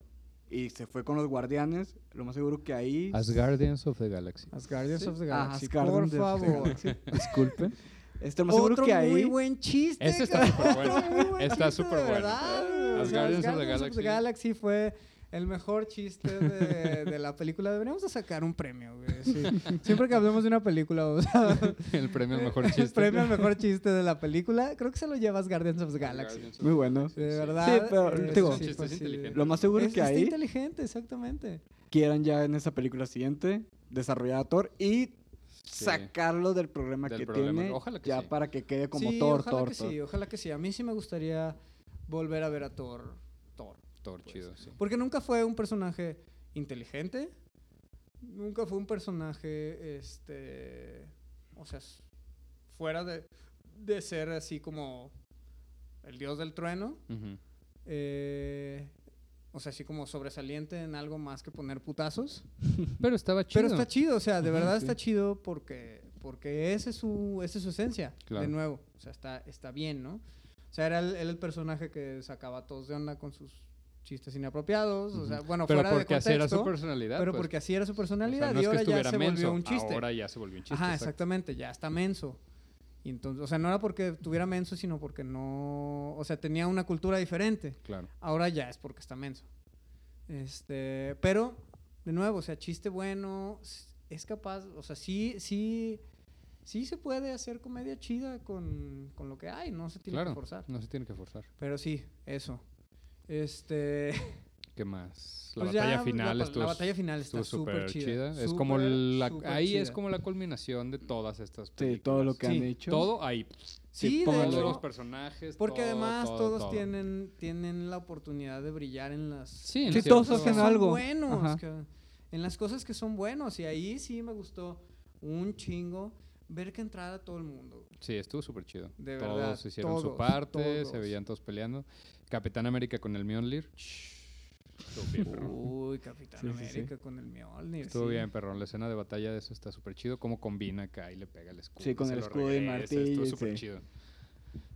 y se fue con los guardianes, lo más seguro que ahí...
As Guardians of the Galaxy.
As Guardians of the
Ah,
Galaxy, por
Asgardian de-
favor.
Disculpen.
Este, lo más seguro
Otro
que
muy
ahí...
buen chiste.
Ese está
cabrón,
súper bueno.
otro muy buen
Está
chiste,
súper
de
bueno.
verdad, güey. O sea,
Asgardians of the Galaxy.
Galaxy fue el mejor chiste de, de la película. Deberíamos de sacar un premio, güey. sí. Siempre que hablemos de una película, o sea,
El premio al mejor chiste.
el premio al mejor chiste de la película, creo que se lo llevas Guardians of the Galaxy.
Guardians of
Muy bueno.
De
Sí.
verdad.
Sí, pero,
eh,
digo,
sí,
chistes
fue así de-
inteligentes.
Lo más seguro
Es-
que
está
ahí
inteligente, exactamente.
quieran ya en esa película siguiente desarrollar a Thor y sacarlo del problema
Del
que
problema.
tiene
Ojalá que
ya
sí.
para que quede como
sí,
Thor,
ojalá
Thor,
que
Thor.
sí, ojalá que sí. A mí sí me gustaría volver a ver a Thor. Thor.
Thor, chido, sí.
Porque nunca fue un personaje inteligente. Nunca fue un personaje, este... O sea, s- fuera de, de ser así como el dios del trueno.
Ujú.
eh, o sea, así como sobresaliente en algo más que poner putazos.
Pero estaba chido.
Pero está chido, o sea, de verdad está chido porque, porque esa es su, esa es su esencia,
Claro.
de nuevo. O sea, está, está bien, ¿no? O sea, era el, era el personaje que sacaba a todos de onda con sus chistes inapropiados, o sea,
Ujú.
bueno,
pero
fuera
porque
de
así era
contexto,
su personalidad.
pero
pues.
porque así era su
O sea,
personalidad y
no es que
ahora ya
estuviera
se
menso,
volvió un chiste.
Ahora ya se volvió un chiste.
Ajá,
exacto.
exactamente, ya está menso. Y entonces, o sea, no era porque tuviera menso, sino porque no, o sea, tenía una cultura diferente.
Claro.
Ahora ya es porque está menso. Este, pero, de nuevo, o sea, chiste bueno, s- es capaz, o sea, sí, sí, sí se puede hacer comedia chida con, con lo que hay, no se tiene
Claro.
que forzar.
No se tiene que forzar.
Pero sí, eso. Este,
¿Qué más? La
pues ya,
batalla
la
final
pa- la,
estuvo
batalla final está
estuvo
súper chida.
Es como
súper,
la,
súper
ahí es
chida.
como la culminación de todas estas
Sí,
películas.
todo lo que
Sí,
han hecho.
Todo ahí.
Sí,
todo
de
Todos
hecho,
los personajes.
porque
todo,
además
todo,
todos
todo.
tienen tienen la oportunidad de brillar en las
Sí, en
Sí,
cierto
todos
cosas
hacen
que
sentido.
son
algo.
buenos,
Ajá.
que- en las cosas que son buenos. Y ahí sí me gustó un chingo ver que entrara todo el mundo.
Sí, estuvo súper chido.
De
todos
verdad,
hicieron su
todos,
parte, se
todos.
veían todos peleando. Capitán América con el Mjolnir. Estuvo bien, perrón.
Uy, Capitán
Sí, sí, sí.
América con el Mjolnir.
Estuvo
sí.
bien, perrón. La escena de batalla de eso está súper chido. Cómo combina acá y le pega el escudo.
Sí,
y
con
se
el
lo
escudo y
regresa,
martillo,
Estuvo
y
súper
sí.
chido.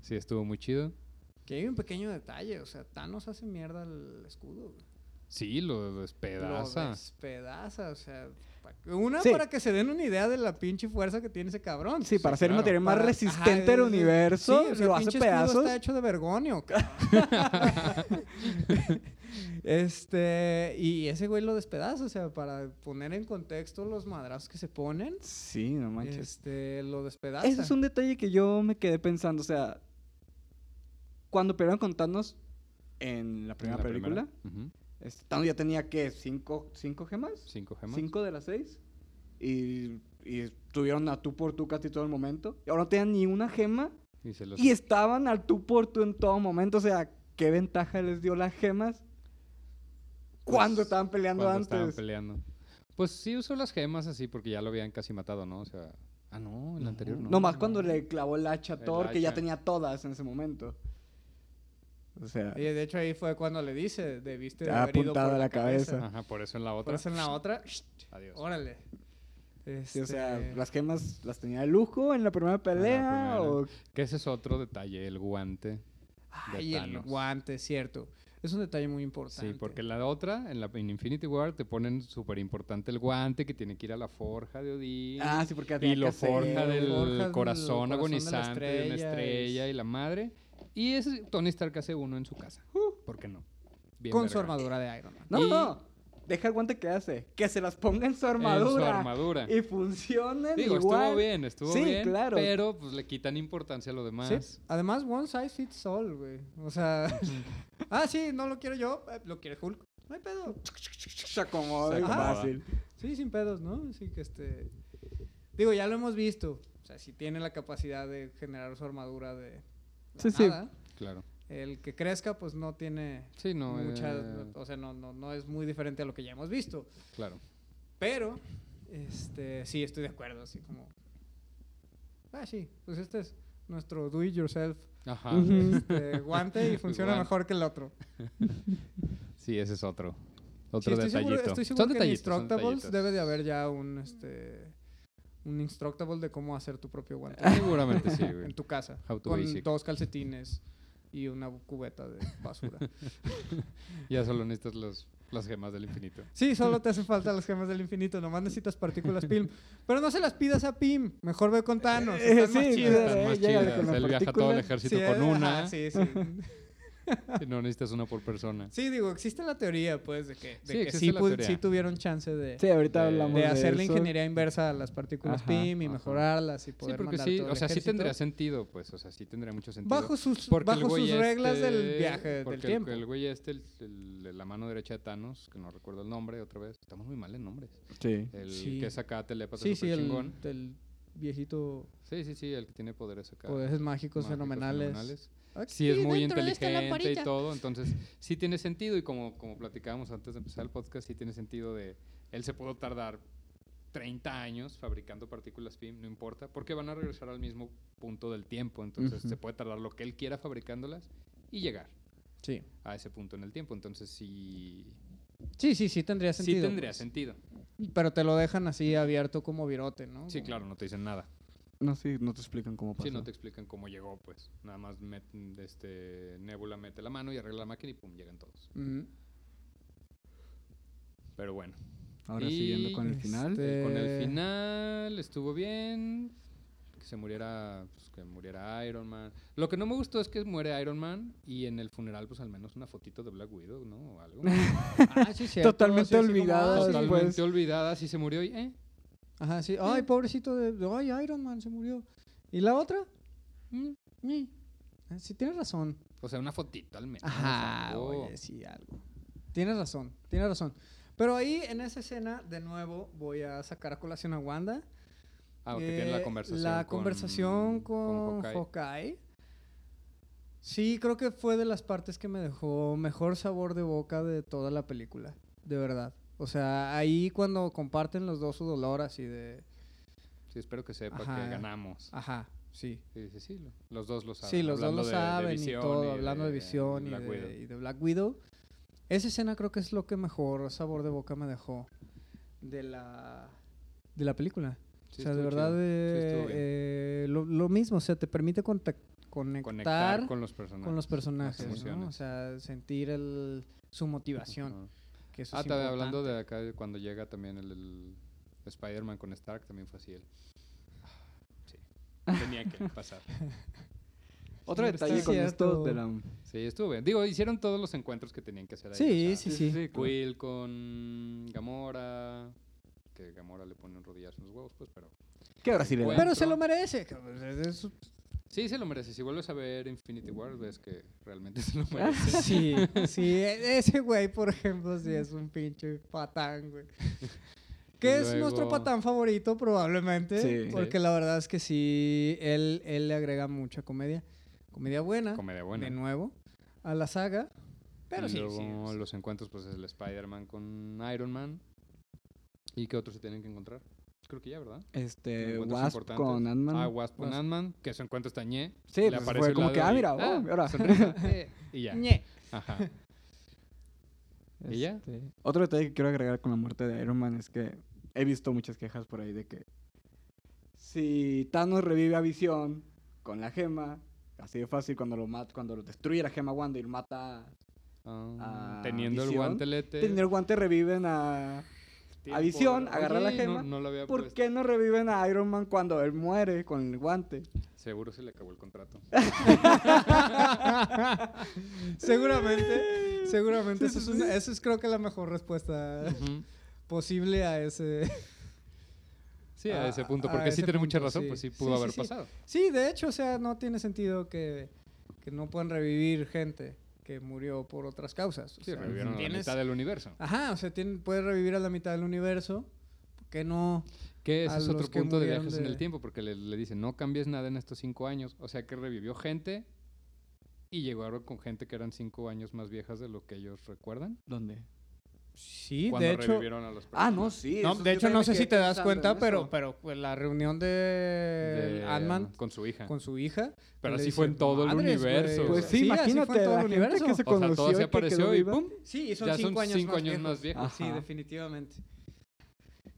Sí, estuvo muy chido.
Que hay un pequeño detalle, o sea, Thanos hace mierda el escudo. güey.
Sí, lo
Lo
despedaza.
despedaza, o sea, pa- una
Sí.
para que se den una idea de la pinche fuerza que tiene ese cabrón.
Sí, para
Sí,
ser
claro.
el material más
Para-
resistente
ajá,
del
es- es-
universo,
sí, o sea,
lo
el
hace
pinche escudo
pedazos.
Está hecho de vergonio. cabrón. este, y ese güey lo despedaza, o sea, para poner en contexto los madrazos que se ponen,
Sí, no manches.
este, lo despedaza.
Ese es un detalle que yo me quedé pensando, o sea, cuando pelearon con Thanos en la primera
La
película,
Ujú.
este, Thanos ya tenía, ¿qué? ¿Cinco, cinco gemas?
Cinco gemas.
Cinco de las seis. Y, y estuvieron a tú por tú casi todo el momento. Y ahora no tenían ni una gema.
Y se los-
Y estaban al tú por tú en todo momento. O sea, qué ventaja les dio las gemas cuando
Pues,
estaban peleando
cuando
antes.
estaban peleando. Pues sí usó las gemas así porque ya lo habían casi matado, ¿no? O sea, ah, no, el anterior no.
Nomás cuando le clavó el hacha a
El
Thor, que ya
hacha.
tenía todas en ese momento. O sea,
Y de hecho ahí fue cuando le dice, debiste de
Ah,
haber ido por
apuntada
la,
la
cabeza.
cabeza.
Ajá, por eso en la
Por
otra.
eso en la otra,
Adiós.
órale.
sí, o sea,
Este,
las gemas las tenía de lujo en la primera pelea.
primera.
o-
Que ese es otro detalle, el guante.
ay, el
Thanos.
guante, cierto. Es un detalle muy importante.
Sí, porque la otra, en la en Infinity War, te ponen súper importante el guante que tiene que ir a la forja de Odín.
Ah, sí, porque la tenía
y
que
lo
hacer.
forja del
Lo forja del
corazón,
corazón de la
agonizante de una
estrella,
estrella
es-
y la madre. Y es Tony Stark hace uno en su casa. ¿Por qué no? Bien
Con su
verga.
armadura de Iron Man.
No,
Y-
no. Deja el guante que hace. Que se las ponga en su armadura.
En su armadura.
Y funcionen
Digo,
igual.
estuvo bien, estuvo
Sí,
bien.
claro.
Pero pues le quitan importancia a lo demás.
Sí, Además, one size fits all, güey. O sea, ah, sí, no lo quiero yo, eh, lo quiere Hulk. No hay pedo.
Se acomoda.
Se acomoda.
Fácil.
Sí, sin pedos, ¿no? Así que este. Digo, ya lo hemos visto. O sea, si tiene la capacidad de generar su armadura de. la
Sí, sí.
nada,
Claro.
El que crezca, pues no tiene
Sí, no.
mucha.
eh,
O sea, no, no, no es muy diferente a lo que ya hemos visto.
claro.
Pero, este, sí, estoy de acuerdo. Así como. Ah, sí, pues este es nuestro do it yourself
Ajá.
Ujú.
este, guante y funciona
Guante.
mejor que el otro.
Sí, ese es otro.
Sí,
Otro
estoy
detallito.
seguro, estoy seguro
son
que en
detallitos. son
Instructables
detallitos.
debe de haber ya un este un Instructable de cómo hacer tu propio guante
Seguramente sí,
en
güey.
tu casa
How to
con
basic.
dos calcetines y una cubeta de basura.
Ya solo necesitas los, las gemas del infinito.
sí, solo te hacen falta las gemas del infinito, nomás necesitas partículas PIM, pero no se las pidas a PIM, mejor ve con Thanos,
Eh,
están más
sí,
chidas.
eh,
Están más
llégale
chidas.
con la
Él viaja todo el
partícula.
ejército
Sí,
con
eh,
una.
ajá, sí, sí.
y No necesitas una por persona.
Sí, digo, existe la teoría pues de que de
Sí,
que
existe
sí,
la
pu-
teoría.
sí tuvieron chance de
Sí, ahorita
De-
hablamos
de
de
hacer la
eso.
inversa inversa a las partículas
Ajá,
PIM y
ajá.
mejorarlas y
Sí,
poder
porque
mandar
sí,
todo
o
el
sea, sí tendría
ejército.
sentido, pues, o sea, sí tendría mucho sentido.
bajo sus
Porque el
bajo sus
güey
reglas
este-
del viaje del
porque el-
tiempo.
El güey este, el- el- el- la mano derecha de Thanos, que no recuerdo el nombre otra vez, estamos muy mal en nombres.
Sí.
El
Sí.
que es acá telépata
sí, sí,
super
el
chingón.
del viejito
Sí, sí, sí, el que tiene poderes acá.
poderes mágicos,
mágicos,
fenomenales. Ah,
Sí, es muy
dentro de esta
inteligente y
lamparita.
todo, entonces sí tiene sentido y como, como platicábamos antes de empezar el podcast, sí tiene sentido de él se pudo tardar 30 años fabricando partículas PIM, no importa, porque van a regresar al mismo punto del tiempo, entonces
Ujú.
se puede tardar lo que él quiera fabricándolas y llegar
Sí.
a ese punto en el tiempo, entonces sí,
Sí, sí, sí tendría
sí
sentido.
tendría
pues.
sentido.
Pero te lo dejan así abierto como virote, ¿no?
Sí,
Como-
claro, no te dicen nada.
No, sí, no te explican cómo pasó.
Sí, no te explican cómo llegó, pues. Nada más meten, este, Nebula mete la mano y arregla la máquina y pum, llegan todos.
Ujú.
Pero bueno.
Ahora
Y-
siguiendo con el final.
este-
Con el
Eh.
final estuvo bien. Que se muriera, pues, que muriera Iron Man. Lo que no me gustó es que muere Iron Man y en el funeral, pues al menos una fotito de Black Widow, ¿no? O algo.
Ah, sí, cierto,
Totalmente
sí, así como,
olvidada,
ah, sí.
Totalmente
pues.
olvidada, si se murió y, ¿eh?
Ajá, sí. Ay, pobrecito de, de- ay, Iron Man se murió. ¿Y la otra? Mm, mm. Ah, Sí, tienes razón.
O sea, una fotito al menos.
Ajá,
algo.
oye, sí, algo. Tienes razón, tienes razón. Pero ahí en esa escena, de nuevo, voy a sacar a colación a Wanda.
Ah, porque tiene
Eh,
la conversación.
La conversación con,
Hawkeye.
Hawkeye. Sí, creo que fue de las partes que me dejó mejor sabor de boca de toda la película, de verdad. O sea, ahí cuando comparten los dos su dolor así de...
Sí, espero que sepa
Ajá.
que ganamos.
Ajá, sí.
Sí, sí, sí, lo- los dos lo saben.
Sí, los dos
hablando
lo
de- de
saben y
visión
todo, hablando de, visión y
Black Widow.
de, y de Black Widow. Esa escena creo que es lo que mejor sabor de boca me dejó de la, de la película.
Sí,
o sea, de
estuvo
verdad,
chido. Sí,
eh,
estuvo bien.
eh, lo, lo mismo, o sea, te permite contac- conectar,
conectar
con,
con los personajes.
los personajes, ¿no?
emociones.
O sea, sentir el, su motivación.
Ajá.
Que eso
Ah,
es
también hablando
importante.
de acá, de cuando llega también el, el Spider-Man con Stark, también fue así. él. Sí, tenía que pasar.
Otro
Sí,
detalle
está
con
cierto.
esto de la...
Sí, estuvo bien. Digo, hicieron todos los encuentros que tenían que hacer ahí.
Sí,
o sea,
sí, sí.
Quill con Gamora, que Gamora le pone un rodillazo en los huevos, pues, pero...
Que ahora sí le
Bueno.
da.
Pero se lo merece. cabrón, es- es-
Sí, se lo merece. Si vuelves a ver Infinity War, ves que realmente se lo merece.
Sí, sí, e- ese güey, por ejemplo, sí es un pinche patán, güey. Que es nuestro
luego-
patán favorito, probablemente.
Sí.
Porque la verdad es que sí, él, él le agrega mucha comedia. Comedia buena,
Comedia buena.
de nuevo. a la saga. Pero
Pero
sí, sí,
luego
sí.
los encuentros, pues es el Spider-Man con Iron Man. ¿Y qué otros se tienen que encontrar? Creo que ya, ¿verdad?
Este,
Encuentros
Wasp
importantes.
con Ant-Man.
Ah, Wasp con
Wasp.
Ant-Man, que su encuentro está ñe.
Sí,
le
pues,
aparece
fue
un
como
lado
que, ah,
y,
mira, oh, ahora.
sonrisa, eh, y ya.
Ñe.
Ajá. ¿Y ya?
Este, Otro detalle que quiero agregar con la muerte de Iron Man es que he visto muchas quejas por ahí de que si Thanos revive a Visión con la gema, así de fácil cuando lo mata, cuando lo destruye la gema Wanda y lo mata,
Ah,
Ah,
teniendo el
visión.
guantelete.
teniendo el guante reviven a
tiempo,
visión,
¿verdad?
agarra la
Oye,
gema,
No, no lo había
¿Por
puesto.
qué no reviven a Iron Man cuando él muere con el guante?
Seguro se le acabó el contrato.
Seguramente, seguramente. Eso
Sí,
es,
sí,
una-
sí.
eso es creo que la mejor respuesta
Ujú.
posible a ese...
Sí, a ese
Ah,
punto.
a
Porque sí
ese
tiene mucha
punto,
razón,
sí.
pues sí
Sí, sí,
pudo haber
sí.
pasado.
Sí, de hecho, o sea, no tiene sentido que, que no puedan revivir gente que murió por otras causas. O
Sí,
sea,
revivieron a la
tienes-
mitad del universo.
Ajá, o sea, tienen, puedes revivir a la mitad del universo. ¿Por qué no?
Que ese
a
es otro
los que
punto de
murieron
viajes en el
de-
tiempo, porque le, le dicen, no cambies nada en estos cinco años. O sea que revivió gente y llegaron con gente que eran cinco años más viejas de lo que ellos recuerdan.
¿Dónde?
Sí,
cuando
de hecho...
revivieron a las personas.
Ah, no, sí.
No,
eso
de
yo
hecho,
también
no
me
sé si
quedé
te das
pensando
cuenta,
en
pero,
eso.
pero pues, la reunión de,
De-
eh,
um,
Ant-Man
Con su hija.
con su hija.
Pero
le
así fue en
dice,
todo el
"Madres, güey".
universo.
Pues sí,
así fue en
imagínate
todo
la
el
gente
universo.
que se
O sea,
conoció
todo
y
se
que quedó
apareció y
viva.
¡pum!
Sí, y son
Ya son
cinco años,
cinco
más,
años
viejos.
más viejos.
Sí,
Ajá.
definitivamente.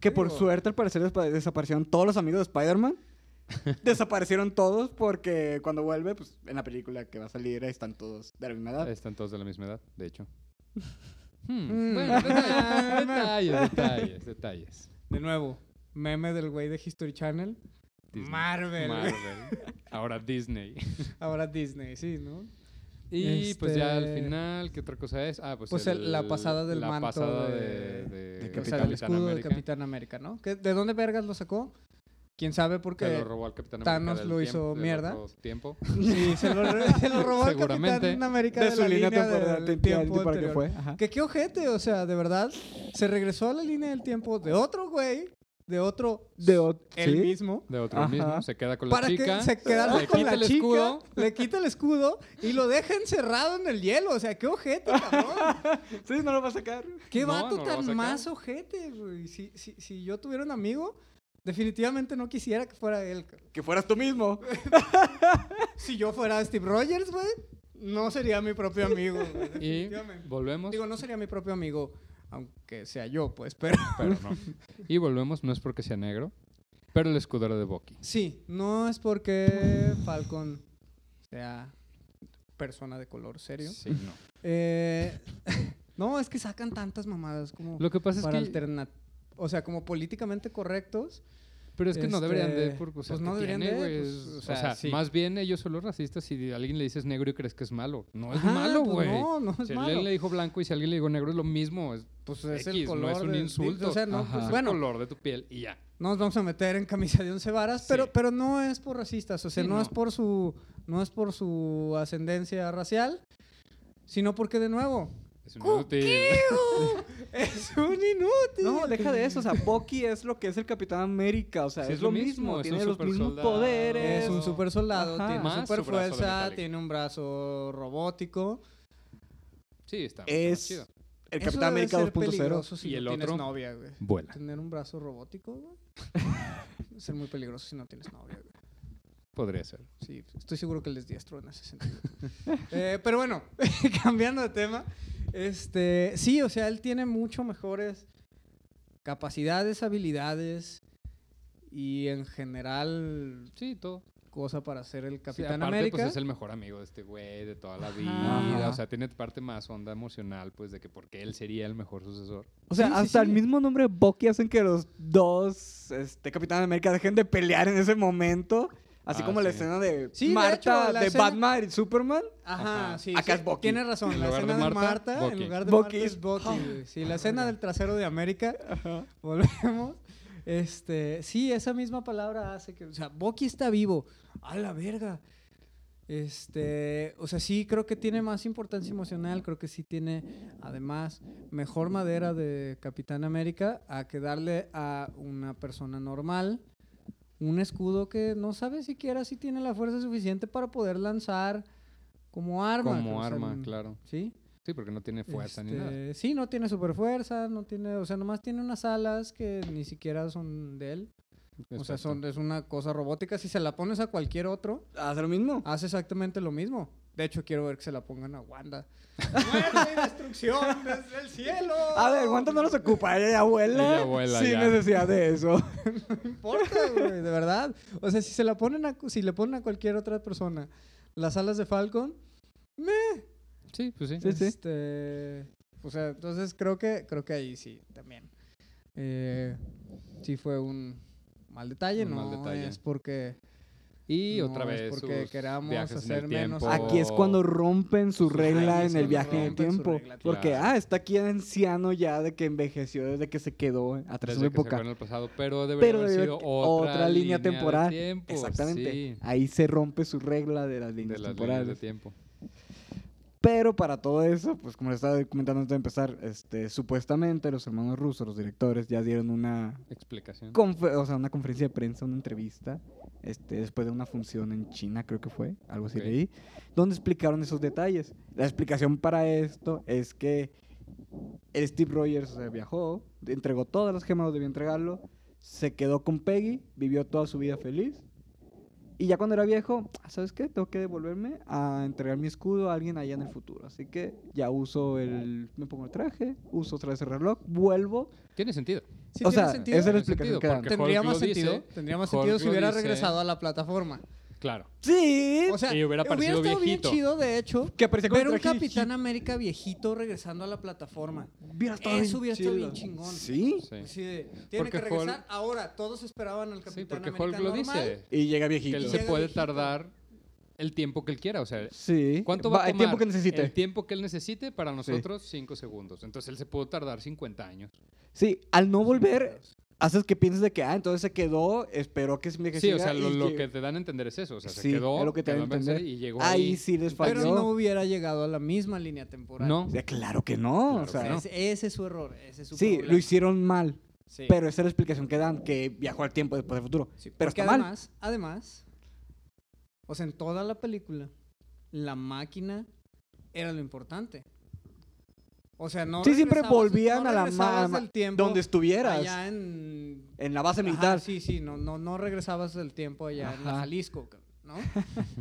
Que por
Digo-
suerte, al parecer, despa- desaparecieron todos los amigos de Spider-Man. desaparecieron todos porque cuando vuelve, pues en la película que va a salir están todos de la misma
Ah.
edad.
Están todos de la misma edad, de hecho.
Mm.
Hmm, Bueno, detalles, detalles, detalles, detalles.
De nuevo, meme del güey de History Channel.
Disney.
Marvel. güey.
Marvel. Ahora Disney.
Ahora Disney, sí, ¿no?
Y pues ya al
Este-
final, ¿qué otra cosa es? Ah, pues,
Pues el- la pasada del
la
manto
pasada
de-
de,
del
O
Capitán,
sea, el
Capitán
escudo
América,
de Capitán América, ¿no? ¿Que- ¿De dónde vergas lo sacó? ¿Quién sabe?
que lo
Porque
robó al Capitán
Thanos
América del
lo
tiemp-
hizo
del
mierda.
otro tiempo.
sí, se lo, re- se lo robó al Capitán
Seguramente.
América
de
de,
su
la
línea
línea
temporal,
del tiempo
para que
anterior.
fue. Ajá.
Que qué ojete, o sea, de verdad, se regresó a la línea del tiempo de otro güey, de otro,
De ot-
él
sí.
mismo,
De otro
Ajá.
mismo, se queda con la
para
chica.
que se quedara
le
con
quita
la
el
chica,
escudo.
le quita el escudo y lo deja encerrado en el hielo, o sea, qué ojete, cabrón.
Sí, no lo va a sacar.
Qué
No,
vato
no lo va a
tan
sacar.
más ojete, güey. Si, si, si yo tuviera un amigo, definitivamente no quisiera que fuera él. cabrón.
Que fueras tú mismo.
Si yo fuera Steve Rogers, güey, no sería mi propio amigo, güey,
Y
definitivamente.
volvemos.
Digo, no sería mi propio amigo, aunque sea yo, pues, pero...
pero no. Y volvemos, no es porque sea negro, pero el escudo era de Bucky.
Sí, no es porque Falcon sea persona de color serio.
Sí, no.
Eh, no, es que sacan tantas mamadas como
Lo que pasa es
para
que
alterna- O sea, como políticamente correctos.
Pero es que no deberían de.
Este,
por- o sea,
pues no
¿qué
deberían
tiene,
de,
güey?
pues,
o
o
sea,
sea, sí.
más bien ellos son los racistas si a alguien le dices negro y crees que es malo. No es
Ajá,
malo,
pues
güey.
no, no es
si
malo.
alguien le dijo blanco y si alguien le dijo negro es lo mismo. Es,
Pues es el
X,
color.
no es un
de-
insulto.
o sea, no,
Ajá.
pues,
es
bueno,
el color de tu piel y ya.
no nos vamos a meter en camisa de once varas,
Sí.
pero, pero no es por racistas. O sea,
Sí,
no,
no.
es por su. No es por su ascendencia racial, sino porque de nuevo.
Es un inútil.
es un inútil.
No, deja de eso. O sea, Bucky es lo que es el Capitán América. O sea,
Sí,
es, lo mismo.
es un
tiene los mismos
supersoldado.
poderes.
Es un super soldado,
Ajá.
tiene
Más
super
su brazo de
fuerza,
metálico.
tiene un brazo robótico.
Sí, está. mucho más
Es
chido.
el
Eso
Capitán
debe
América
ser
2.0.
peligroso Si
Y
no
el
tienes
otro.
novia, güey.
Vuela.
Tener un brazo robótico, güey. Debe ser muy peligroso si no tienes novia, güey.
Podría ser.
Sí, estoy seguro que les diestro en ese sentido. Eh, pero bueno, cambiando de tema. Este, sí, o sea, él tiene mucho mejores capacidades, habilidades y en general
Sí, todo.
cosa para ser el
Sí,
Capitán
aparte,
América.
pues es el mejor amigo de este güey de toda la vida.
Ajá.
O sea, tiene parte más onda emocional, pues, de que porque él sería el mejor sucesor.
O sea,
Sí, sí,
hasta el
sí.
mismo nombre Bucky hacen que los dos este, Capitán América dejen de pelear en ese momento. Así
Ah,
como la
sí.
escena de
Sí, de
Marta,
hecho,
de,
la escena-
Batman y Superman.
Ajá,
Ajá.
sí.
Acá
sí,
es Bucky.
Tienes razón.
En
la
lugar de
escena de Marta,
Marta,
en
Bucky.
lugar de
Bucky
Marta es
es-
Bucky. güey. Sí, la escena del trasero de América.
Ajá.
Volvemos. Este, sí, esa misma palabra hace que, o sea, Bucky está vivo. A la verga. Este, o sea, sí creo que tiene más importancia emocional, creo que sí tiene además mejor madera de Capitán América a que darle a una persona normal un escudo que no sabe siquiera si tiene la fuerza suficiente para poder lanzar Como arma.
como
o sea,
arma,
n-
claro.
¿Sí?
Sí, porque no tiene fuerza ni nada.
Este, Sí, no tiene super fuerza, no tiene, o sea, nomás tiene unas alas que ni siquiera son de él. O sea,
Exacto.
son, es una cosa robótica. Si se la pones a cualquier otro,
¿Hace lo mismo?
hace exactamente lo mismo. De hecho, quiero ver que se la pongan a Wanda. ¡Muerte y destrucción desde el cielo!
A ver, ¿cuánto no los ocupa? Ella ya vuela.
Ella vuela
sin
ya.
necesidad de eso.
importa, güey, de verdad. O sea, si se la ponen a, cu- si le ponen a cualquier otra persona las alas de Falcon,
Sí, pues sí.
Sí, sí.
este, o sea, entonces creo que, creo que ahí sí, también. Eh, sí fue un mal detalle,
Un
no
mal detalle.
es porque
Y
No,
otra
es
vez.
porque
sus
queramos
viajes en
hacer
el
menos-
tiempo.
Aquí es cuando rompen su
Su
regla
regla,
en el
sí,
viaje en el
rompen su
tiempo.
regla,
Porque,
claro.
ah, está aquí el anciano ya de que envejeció desde que se quedó atrás
Desde
de su
que se
época.
fue en el pasado, pero debería
Pero
haber
debería
sido
que-
otra,
otra línea
del
temporal.
tiempo,
Exactamente.
sí,
Ahí se rompe su regla de las líneas
de las líneas de
temporales.
tiempo.
Pero para todo eso, pues como les estaba comentando antes de empezar, este, supuestamente los hermanos rusos, los directores, ya dieron una,
Explicación.
confe- o sea, una conferencia de prensa, una entrevista, este, después de una función en China, creo que fue, algo así
Ok.
leí, donde explicaron esos detalles. La explicación para esto es que el Steve Rogers o sea, viajó, entregó todas las gemas donde debía entregarlo, se quedó con Peggy, vivió toda su vida feliz. Y ya cuando era viejo, "Ah, ¿sabes qué? Tengo que devolverme a entregar mi escudo a alguien allá en el futuro. Así que ya uso el... Me pongo el traje, uso otra vez el reloj, vuelvo.
Tiene sentido.
sí
o
tiene
sea,
sentido.
esa es la
Tiene
explicación
sentido,
que dan.
porque
Tendría
Hulk
más
lo dice,
sentido, tendría más
Hulk
sentido si
lo
hubiera
dice.
regresado a la plataforma.
Claro.
Sí,
O sea,
Y hubiera parecido
estado
viejito.
bien chido, de hecho,
Que aparecía con
ver
el
un
traje
Capitán América viejito regresando a la plataforma.
Hubiera estado
Eso
bien
hubiera estado
chido.
bien chingón.
Sí.
Sí.
Así de, tiene
Porque
que regresar
Hulk-
ahora. Todos esperaban al
Sí,
Capitán
porque
América
Hulk lo
normal.
dice.
Y llega
Que
viejito.
él
Y
se
llega
puede
viejito.
tardar el tiempo que él quiera. O sea,
Sí.
¿cuánto va, a tomar?
El tiempo que necesite.
El tiempo que él necesite para nosotros, 5 segundos. Entonces él se pudo tardar 50 años.
Sí, al no volver, haces que pienses de que, ah, entonces se quedó, esperó que se me
Sí, o sea,
y
lo, lo
llegó.
que te dan a entender es eso. O sea,
Sí,
se quedó,
es lo que te
quedó
dan a
en Versailles
entender.
y llegó
Ahí sí les falló.
Pero no hubiera llegado a la misma línea temporal.
No.
O sea, claro que no.
Claro
o sea,
que no.
Ese, ese es su error. Ese es su
Sí,
problema.
lo hicieron mal,
Sí.
pero esa es la explicación que dan, que viajó al tiempo después del futuro.
Sí,
pero
porque
está mal.
además, además, o sea, en toda la película, la máquina era lo importante. O sea, no.
Sí, siempre
regresabas-
volvían
no
a la
regresabas
ma-
del tiempo
Donde estuvieras,
Allá en
en la base
Ajá,
militar.
sí, sí, no, no, no regresabas del tiempo allá en la
Ajá.
Jalisco, cabrón,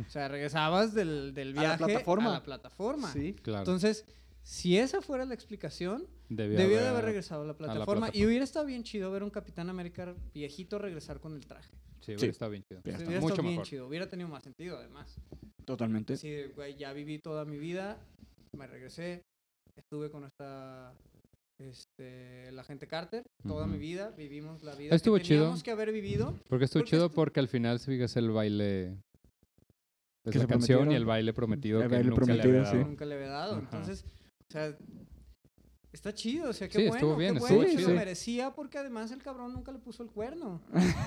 ¿no? o sea, regresabas del, del
A la
viaje a la plataforma.
plataforma. Sí.
Claro.
Entonces, si esa fuera la explicación,
debió
debió de haber regresado a la plataforma. Y
plataforma.
hubiera estado bien chido ver un Capitán América viejito regresar con el traje.
Sí, hubiera
Sí.
estado bien
Ya
chido.
O sea,
está.
hubiera
Mucho
estado bien
mejor.
chido, hubiera tenido más sentido además.
Totalmente.
Así de, güey, ya viví toda mi vida, me regresé, estuve con esta... Este, la gente Carter, toda
Ujú.
mi vida, vivimos la vida
Estuvo
que
chido.
teníamos que haber vivido
Porque estuvo
Porque
chido
esto-
porque al final si fijas el baile de
Que
la
se
canción y el
prometieron.
baile prometido
El
que
baile
nunca le
prometido,
había
sí.
dado.
nunca le había dado.
Ajá.
Entonces, o sea, está chido, o sea, qué
Sí,
bueno,
estuvo bien,
qué
estuvo
bueno, y
chido.
se
Sí.
merecía porque además el cabrón nunca le puso el cuerno.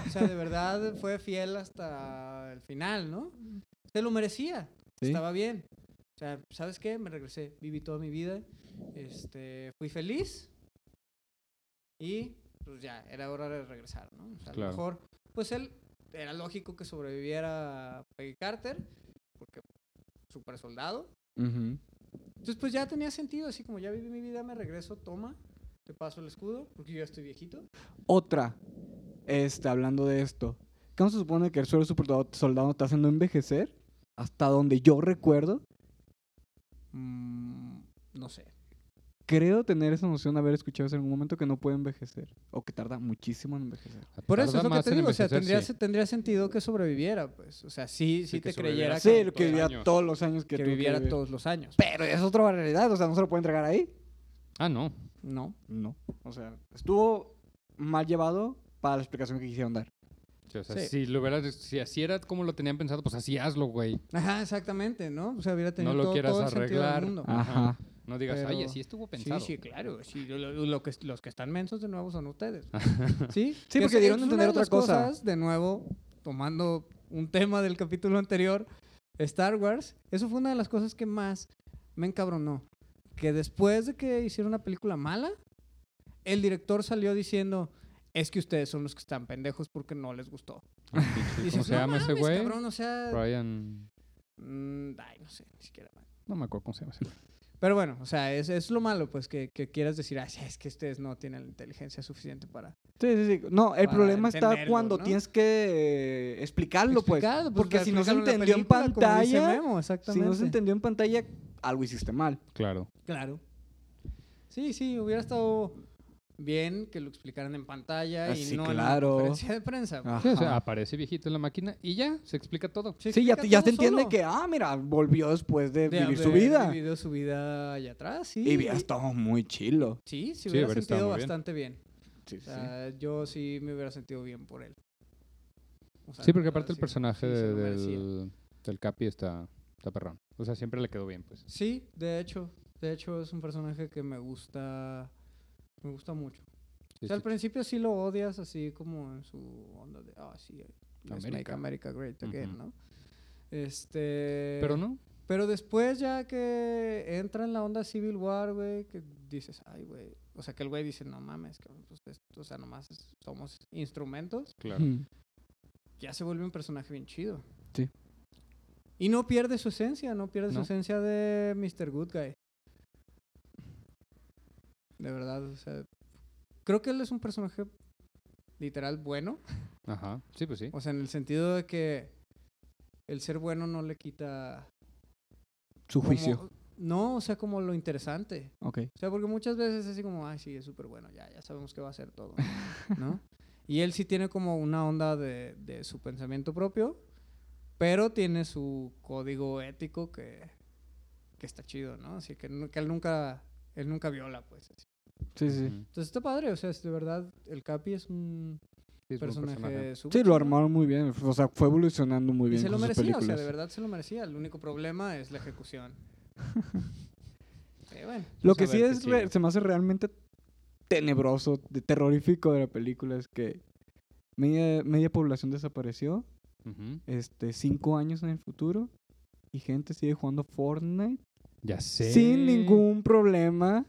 O sea, de verdad fue fiel hasta el final, ¿no? Se lo merecía,
Sí.
estaba bien. O sea, ¿sabes qué? Me regresé, viví toda mi vida, este, fui feliz y pues ya, era hora de regresar, ¿no? O sea, a
Claro.
lo mejor, pues él, era lógico que sobreviviera Peggy Carter, porque super soldado,
Ujú.
entonces, pues ya tenía sentido, así como ya viví mi vida, me regreso, toma, te paso el escudo, porque yo ya estoy viejito.
Otra, este, hablando de esto, ¿cómo se supone que el suelo soldado, soldado está haciendo envejecer? Hasta donde yo recuerdo,
Mm, no sé.
creo tener esa noción de haber escuchado eso en algún momento que no puede envejecer o que tarda muchísimo en envejecer.
Ah, Por eso
Tarda
es lo que
más
te
en
digo, o sea,
envejecer,
tendría,
sí.
se- tendría sentido que sobreviviera, pues. O sea, sí, sí,
Sí, que
te creyera
sobreviviera.
Sí,
que,
lo que
todos los
vivía
años.
todos los años
que
que, tuvo que
viviera
vivir.
todos los años.
Pero es otra realidad, o sea, no se lo puede entregar ahí.
Ah, no.
No.
No. O sea, estuvo mal llevado para la explicación que quisieron dar.
Sí, o sea,
Sí.
Si, lo hubieras, si así era como lo tenían pensado, pues así hazlo, güey.
Ajá, exactamente, ¿no? O sea, hubiera tenido
lo
todo,
quieras
todo el sentido del
arreglar. Ah,
mundo.
Ajá. No digas, ay,
Pero-
así estuvo
Sí,
pensado.
sí, claro. sí, lo- lo- lo que, los que están mensos de nuevo son ustedes. sí,
Sí,
Que
porque
es-
dieron a
es
entender
una de
otra
las
cosa.
cosas, de nuevo, tomando un tema del capítulo anterior, Star Wars, eso fue una de las cosas que más me encabronó. Que después de que hicieron una película mala, el director salió diciendo, es que ustedes son los que están pendejos porque no les gustó.
Ah, pinche,
Y
¿Cómo
dices,
se
"No
llama ese
mames,
güey?
cabrón, o sea,
Brian.
Mm, ay, no sé, ni siquiera. man.
No me acuerdo cómo se llama ese güey.
Pero bueno, o sea, es, es lo malo, pues, que, que quieras decir, "Ay, es que ustedes no tienen la inteligencia suficiente para...
Sí, sí, sí. No, el
Para
problema está
entenderlo,
cuando
¿no?
tienes que eh, explicarlo, pues.
Explicarlo, pues,
Porque
la
si no se
explicaron la
entendió en
película, como dice
pantalla,
Memo,
si no
exactamente.
se entendió en pantalla, algo hiciste mal.
Claro.
Claro. Sí, sí, hubiera estado bien que lo explicaran en pantalla
Ah,
y
sí,
no en
claro. Ah.
la conferencia de prensa. pues.
Sí, o sea,
Ajá.
aparece viejito en la máquina y ya, se explica todo.
Se
Sí, ya
explica
te, ya
todo
te entiende
solo.
que, ah, mira, volvió después de,
De
vivir su
haber
vida.
vivido su vida allá atrás, sí.
Y había estado muy chilo.
Sí, se
Sí,
hubiera
hubiera estado
sentido
muy bien.
bastante bien.
Sí,
O
sí.
sea, yo sí me hubiera sentido bien por él. O sea,
Sí, porque
la
aparte
verdad,
el
sí,
personaje
sí, se lo merecía.
del, del Capi está, está perrón. O sea, siempre le quedó bien, pues.
Sí, de hecho. De hecho, es un personaje que me gusta. Me gusta mucho.
Sí,
o sea, al
sí.
principio sí lo odias, así como en su onda de, ah, sí, eh, let's make
América".
America great again,
Ujú.
¿no? Este.
Pero no.
Pero después, ya que entra en la onda Civil War, güey, que dices, ay, güey. O sea, que el güey dice, no mames, cabrón, pues esto, o sea, nomás es- somos instrumentos.
Claro.
Mm.
Ya se vuelve un personaje bien chido.
Sí.
Y no pierde su esencia, no pierde su
No.
esencia de Mr. Good Guy. De verdad, o sea. Creo que él es un personaje literal bueno.
Ajá. Sí, pues sí.
O sea, en el sentido de que el ser bueno no le quita.
Su
como-
juicio.
no, o sea, como lo interesante.
Ok.
O sea, porque muchas veces es así como, ay, sí, es súper bueno, ya, ya sabemos que va a ser todo, ¿no? y él sí tiene como una onda de, de su pensamiento propio, pero tiene su código ético que, que está chido, ¿no? Así que, nu- que él nunca, él nunca viola, pues. así.
Sí, sí.
Ujú.
Entonces está padre, o sea, es de verdad, el Capi es un
Sí, es buen
personaje súper
Sí, lo
chido.
armaron muy bien. O sea, fue evolucionando muy
Y
bien.
se lo
con sus
merecía, o sea,
películas.
de verdad se lo merecía. El único problema es la ejecución. Eh, bueno.
Lo
Vamos a
que sí
ver qué
es, re-
sigue.
se me hace realmente tenebroso, de- terrorífico de la película es que media, media población desapareció,
Ujú.
este, cinco años en el futuro, y gente sigue jugando Fortnite
Ya sé.
sin ningún problema.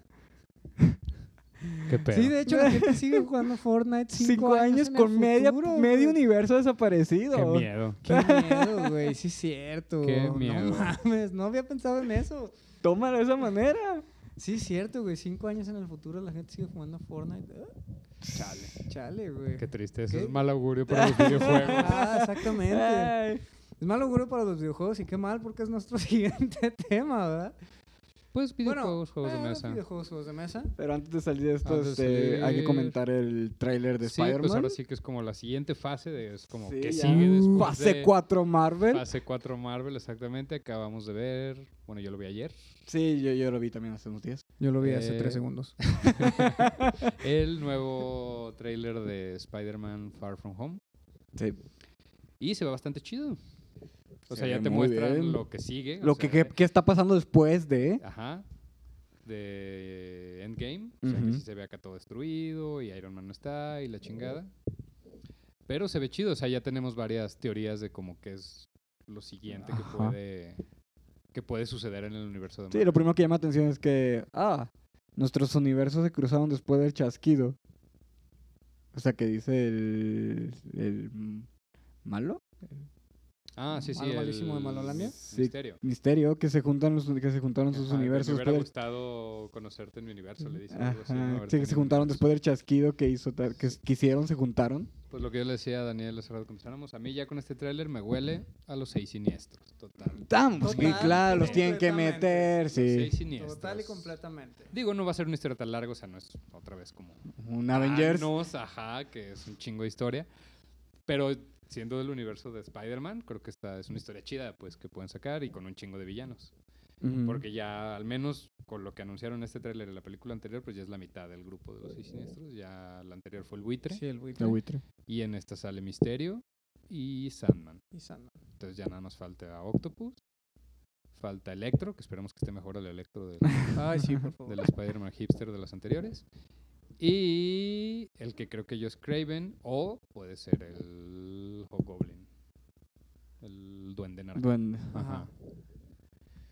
Qué pedo.
Sí, de hecho, la gente sigue jugando Fortnite
Cinco,
cinco,
años
en el
con media,
futuro,
medio
güey.
universo desaparecido.
Qué miedo.
Qué miedo, güey. Sí, es cierto.
Qué
No
miedo.
mames, no había pensado en eso.
Tómalo de esa manera.
Sí, es cierto, güey. Cinco años en el futuro la gente sigue jugando Fortnite. Ah,
Chale.
Chale, güey.
Qué triste. Eso
¿Qué?
es mal augurio para los videojuegos.
Ah, exactamente.
Ay.
es mal augurio para los videojuegos y qué mal porque es nuestro siguiente tema, ¿verdad?
Pues
Bueno,
videojuegos, juegos de
bueno,
mesa.
Videojuegos, juegos de mesa.
Pero antes de salir de esto,
Antes de
este, hay que
salir.
comentar el tráiler de
sí,
Spider-Man.
pues ahora sí que es como la siguiente fase. De, es como
Sí,
que
ya.
Uh,
sigue después
Fase
de
4 Marvel.
Fase 4 Marvel, exactamente. Acabamos de ver. Bueno, yo lo vi ayer.
Sí, yo, yo lo vi también hace unos días.
Yo lo
vi hace tres
segundos.
El nuevo tráiler de Spider-Man Far From Home.
Sí.
Y se ve bastante chido. O
Se
sea, ya
ve
te
muy
muestran
bien.
lo que sigue. o
Lo que,
sea,
que- que está pasando después de...
Ajá. De Endgame. O sea,
Ujú.
que sí se ve acá todo destruido y Iron Man no está y la chingada. Pero se ve chido. O sea, ya tenemos varias teorías de como que es lo siguiente que
Ajá.
puede, que puede suceder en el universo de
Sí, lo
Marvel.
primero que llama atención es que... Ah, nuestros universos se cruzaron después del chasquido. O sea, que dice el... el m- ¿Malo?
Ah, sí, sí.
Malo, malísimo de
el
Malolandia.
Sí.
Misterio.
Misterio, que se juntan los, que se juntaron sus
Ajá, que
universos.
Me hubiera
después del-
gustado conocerte en mi universo, le dice. algo así, ¿no?
Ajá,
Haber
sí, que se
tenido un
juntaron
universo.
después del chasquido que hizo... tal- que s- quisieron, se juntaron.
Pues lo que yo le decía a Daniel hace rato que empezáramos, a mí ya con este tráiler me huele a los seis siniestros, total.
Tam, pues,
Total,
claro, los tienen que
completamente.
meter,
Los
sí.
seis siniestros.
Total y completamente.
Digo, no va a ser una historia tan larga, o sea, no es otra vez como... Ah,
Un Avengers.
Thanos, ajá, que es un chingo de historia. Pero siendo del universo de Spider-Man, creo que esta es una historia chida, pues, que pueden sacar y con un chingo de villanos.
Ujú.
Porque ya, al menos con lo que anunciaron en este tráiler de la película anterior, pues ya es la mitad del grupo de los seis siniestros. Ya la anterior fue el buitre.
Sí, el
La
buitre
buitre.
Y en esta sale Misterio y Sandman.
y Sandman.
Entonces ya nada más falta Octopus. Falta Electro, que esperemos que esté mejor el Electro del,
Ay, sí, por favor.
del Spider-Man hipster de las anteriores. Y el que creo que yo es Craven, o puede ser el Hobgoblin. El Duende Naranja.
Bueno.
Ajá.
Ajá.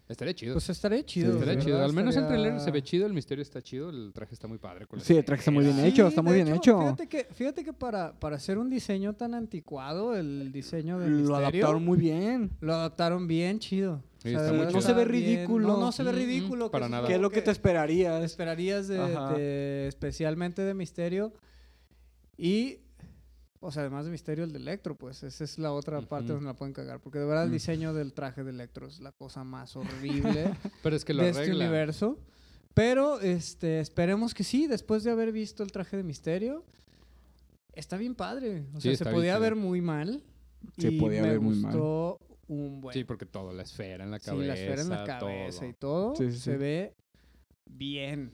Estaría chido.
Pues estaría chido.
Sí,
Estaría
de
chido.
verdad,
Al menos el
estaría-
trailer se ve chido, el misterio está chido, el traje está muy padre. Con la
Sí, el traje está muy bien
esfera.
Sí,
hecho, está
de
muy bien hecho.
Fíjate que, fíjate que para, para hacer un diseño tan anticuado, el diseño del
Lo
misterio,
adaptaron muy bien.
lo adaptaron bien chido.
Sí, está
de
muy
verdad
chido. No se
está
ve
bien.
ridículo.
No, no se ve
Mm, mm,
ridículo. que
para
eso
nada.
¿Qué es
algo
lo que te esperarías?
esperarías de,
Ajá.
de- especialmente de Misterio y o sea, además de Misterio el de Electro, pues esa es la otra parte
Ujú.
donde la pueden cagar, porque de verdad el
Mm.
diseño del traje de Electro es la cosa más horrible
Pero es que lo
de este
arregla.
universo. Pero este esperemos que sí, después de haber visto el traje de Misterio está bien padre, o
Sí,
sea,
está
se
bien
podía
chido.
ver muy mal
Se
y
podía
me
ver muy mal.
gustó un buen
Sí, porque todo, la esfera en la
Sí,
cabeza.
la esfera en la cabeza
todo.
y todo
Sí, sí,
se
sí.
ve bien.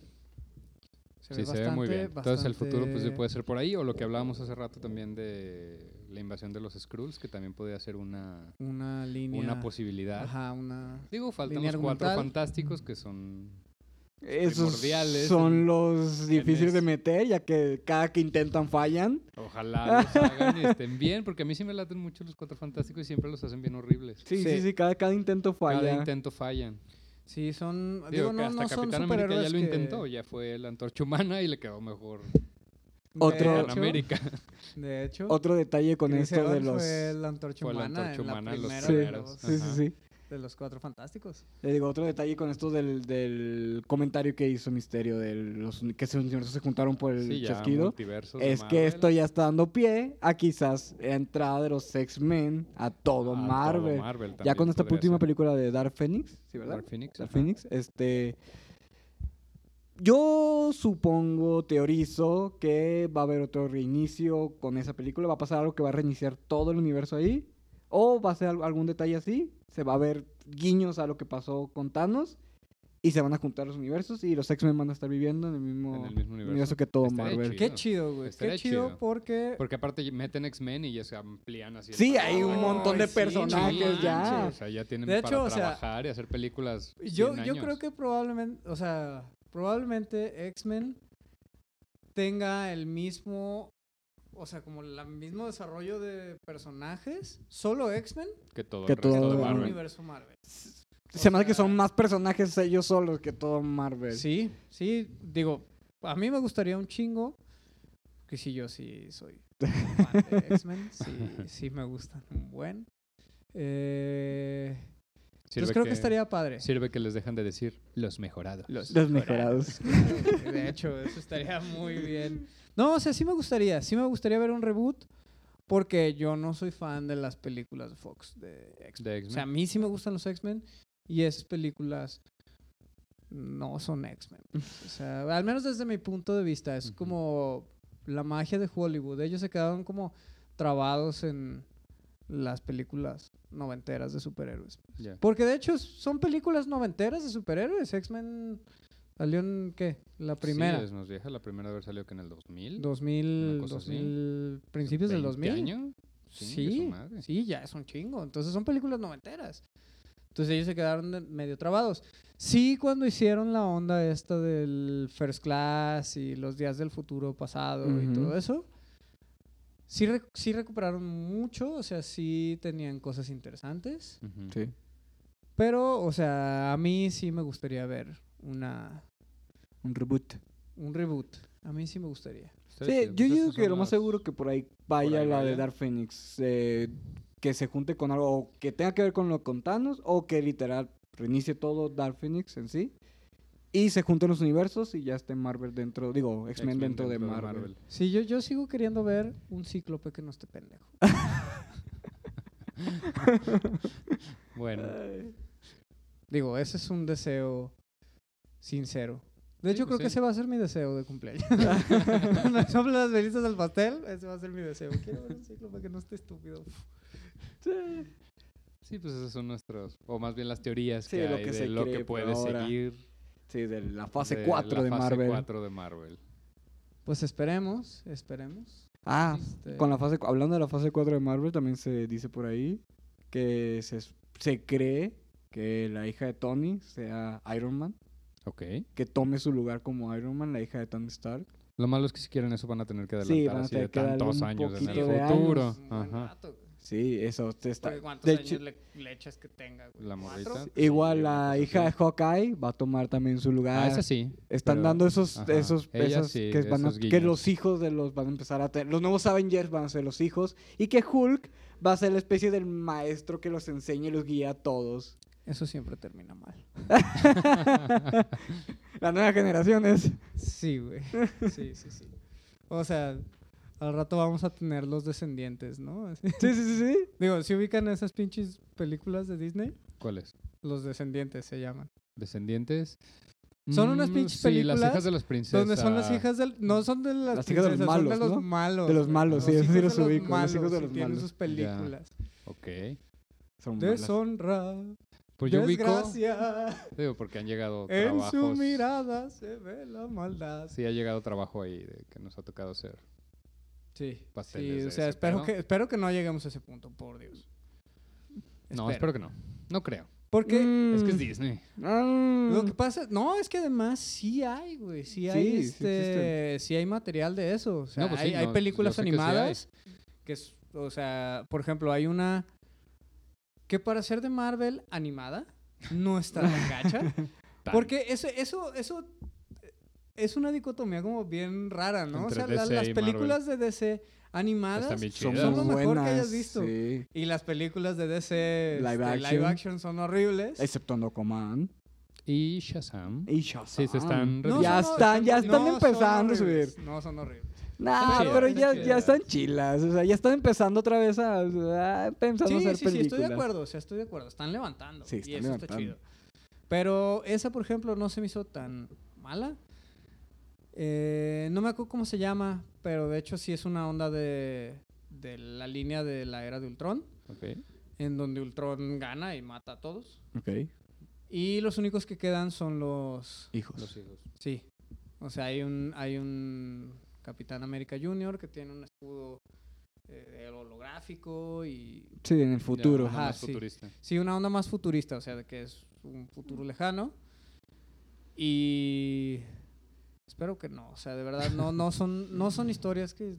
Se
Sí, se ve muy bien.
bastante-
Entonces el futuro pues, sí
bastante-
puede ser por ahí, o lo que hablábamos hace rato también de la invasión de los Skrulls, que también podría ser una,
una línea.
una posibilidad.
Ajá, una.
Digo, faltan
Línea
los cuatro
argumental.
fantásticos que son...
Esos
primordiales
son
en-
los difíciles de meter, ya que cada que intentan fallan.
Ojalá los hagan y estén bien, porque a mí sí me laten mucho los cuatro fantásticos y siempre los hacen bien horribles.
Sí, sí,
Sí.
sí, cada, cada intento falla.
Cada intento fallan.
Sí, son.
Digo,
Digo,
que
no,
hasta
no son
Capitán América ya
superhéroes
lo
que-
intentó, ya fue la antorcha humana y le quedó mejor
De
Otro-
Capitán
hecho-
América.
De hecho,
Otro detalle con
Chris
esto de
Evans
los...
Fue la antorcha
Fue la
humana.
antorcha
en la
humana en los
primera
Sí,
de,
primeros.
los,
sí, sí,
Ajá.
sí.
de los cuatro fantásticos.
Le digo, otro detalle con esto del, del comentario que hizo Misterio, de los uni- que sus universos se juntaron por el
Sí, ya,
chasquido.
multiversos de
Es que
Marvel.
esto ya está dando pie a quizás la entrada de los X-Men a todo
Ah, todo
Marvel.
Marvel
ya con
también
esta
podría
última
ser.
película de Dark Phoenix, ¿sí, verdad?
Dark Phoenix.
Dark
ajá.
Phoenix, este... Yo supongo, teorizo, que va a haber otro reinicio con esa película. ¿Va a pasar algo que va a reiniciar todo el universo ahí? ¿O va a ser al- algún detalle así? ¿Se va a ver guiños a lo que pasó con Thanos? Y se van a juntar los universos y los X-Men van a estar viviendo en el mismo,
En el mismo universo.
que todo
Estaría
Marvel.
chido.
Qué chido, güey. Qué
Estaría
chido,
chido.
porque.
Porque aparte meten X-Men y ya se amplían así. el
Sí,
panorama.
hay un montón de
sí,
personajes
no
ya.
manches.
O sea, ya tienen
De
para
hecho, o sea,
trabajar y hacer películas.
Yo,
100
yo creo
años.
que probablemente, o sea, probablemente X-Men tenga el mismo, o sea, como el mismo desarrollo de personajes, solo X-Men,
Que todo,
que
el resto
todo
de
todo el
Marvel.
universo Marvel.
Se me hace que
sea-
son más personajes ellos solos que todo Marvel.
Sí, sí, digo, a mí me gustaría un chingo, que si yo sí soy fan de X-Men, sí, sí me gustan un buen. Eh,
Sirve
entonces creo que, estaría padre.
Sirve que les dejan de decir los mejorados.
Los mejorados.
De hecho, eso estaría muy bien. No, o sea, sí me gustaría, sí me gustaría ver un reboot porque yo no soy fan de las películas de Fox de X-Men.
De
O sea, a
X-Men.
mí sí me gustan los X-Men y esas películas no son X-Men. O sea, al menos desde mi punto de vista, es
Ujú.
como la magia de Hollywood. Ellos se quedaron como trabados en las películas noventeras de superhéroes.
Ya.
Porque de hecho son películas noventeras de superhéroes. X-Men salió en qué? La primera.
Sí, es más vieja. La primera de haber salido que en el 2000.
2000,
una cosa así.
2000 principios del 2000.
20 años. Chingue su
Sí,
madre.
sí, ya es un chingo. Entonces son películas noventeras. Entonces ellos se quedaron de- medio trabados. Sí, cuando hicieron la onda esta del First Class y los días del futuro pasado y
Ujú.
todo eso, sí, re- sí recuperaron mucho, o sea, sí tenían cosas interesantes.
Ujú.
Sí.
Pero, o sea, a mí sí me gustaría ver una,
Un reboot.
un reboot. A mí sí me gustaría.
Estaría
Sí, yo
chido. Pues
digo
esas
que
son
lo más
las-
seguro que por ahí vaya
ahí
la de
vaya.
Dark Phoenix. eh, que se junte con algo o que tenga que ver con lo con Thanos o que literal reinicie todo Dark Phoenix en sí. Y se junten los universos y ya esté Marvel dentro, digo, X-Men
X-Men
dentro, de Marvel.
Sí, yo, yo sigo queriendo ver un cíclope que no esté pendejo.
Bueno,
Digo, ese es un deseo sincero. De
Sí,
hecho,
pues
creo que
sí.
ese va a ser mi deseo de cumpleaños. Cuando soplen las velitas del pastel, ese va a ser mi deseo. Quiero ver un cíclope que no esté estúpido.
sí, pues esas son nuestras, o más bien las teorías
Sí,
que
lo
hay
que
de
se
lo
cree
que
por
puede
ahora.
seguir
Sí, de la fase
de
4
la
de
fase
Marvel.
4 de Marvel.
Pues esperemos, esperemos.
Ah,
Este,
con la fase, cu- hablando de la fase 4 de Marvel, también se dice por ahí que se, es- se cree que la hija de Tony sea Iron Man.
Ok.
que tome su lugar como Iron Man, la hija de Tony Stark.
Lo malo es que si quieren eso van a tener que
Sí,
adelantar
van a
así
tener
de
que darle
tantos
un
años en
poquito
el
de
futuro.
es un buen
Ajá.
rato, güey.
Sí, eso te está.
Porque cuántos
de
años
hecho-
le, le echas que tenga, güey.
La
¿Cuatro?
morrita.
Igual
Sí,
la
sí.
hija de Hawkeye va a tomar también su lugar.
Ah, esa sí.
Están
pero-
dando esos,
ajá,
esos,
ella
esas
sí,
que, van a-
esos
que
guiños.
los hijos de los van a empezar a tener. Los nuevos Avengers van a ser los hijos. Y que Hulk va a ser la especie del maestro que los enseña y los guía a todos.
Eso siempre termina mal.
Las nuevas generaciones.
Sí, güey. Sí, sí, sí. O sea, al rato vamos a tener los descendientes, ¿no? Así.
Sí, sí, sí, sí.
Digo, si ubican esas pinches películas de Disney,
¿Cuáles?
los descendientes se llaman.
Descendientes.
Son unas
Mm,
pinches
Sí, las
películas
hijas de las princesas.
Donde son las hijas del. No son de las,
mm, Las hijas de los
princesas, son
malos,
de los
¿no?
malos.
De los
güey.
malos, sí, esos sí
hijos
los
de
ubico, los hijos de
y
los
Tienen
malos.
sus películas.
Ok.
Son malas.
Deshonra,
Pues yo ubico.
desgracia,
Digo, porque han llegado
en su
trabajos.
mirada se ve la maldad.
Sí, ha llegado trabajo ahí de que nos ha tocado hacer.
Sí,
Pasteles
sí
de
o sea,
ese
espero
pedo.
que, espero que no lleguemos a ese punto, por Dios.
No, espero que no. No creo.
Porque
Es que es
Mm.
Disney.
Mm.
Lo que pasa, no, es que además sí hay, güey, sí hay,
Sí, sí
este, sí hay material de eso. O sea,
No, pues sí,
hay, hay
no,
películas
yo sé que sí hay.
animadas que, es, o sea, por ejemplo, hay una que para ser de Marvel animada no está tan gacha,
Tan.
porque eso, eso, eso eh, es una dicotomía como bien rara, ¿no?
Entre
o sea, la-
DC
las
y
películas de DC
Están
animadas
bien
Son
chidas.
Son lo
muy
mejor que hayas
buenas.
visto.
Sí.
y las películas de DC este,
Live
live action,
action.
son horribles.
Excepto No Command
Y Shazam.
y Shazam.
Sí, se están
No,
reduciendo.
Ya
son hor-
están- ya
no,
están
son
empezando a subir.
horribles. No, son horribles.
Nah,
Están chidas,
pero
están
ya, ya
chidas.
están chilas. O sea, ya están empezando otra vez a, a pensar
Sí,
en
sí,
hacer
sí,
películas.
estoy de acuerdo. O sea, estoy de acuerdo. Están levantando.
Sí,
y
están
eso está
levantando.
chido. Pero esa, por ejemplo, no se me hizo tan mala. Eh, no me acuerdo cómo se llama, pero de hecho sí es una onda de, de la línea de la era de Ultron,
Ok.
en donde Ultron gana y mata a todos.
Ok,
Y los únicos que quedan son los...
hijos.
Los hijos.
Sí. O sea, hay un, hay un Capitán América Junior que tiene un escudo eh, holográfico y
Sí, en el futuro.
Ajá,
más
sí.
futurista.
Sí, una onda más futurista, o sea, de que es un futuro lejano. Y espero que no, o sea, de verdad no no son no son historias que,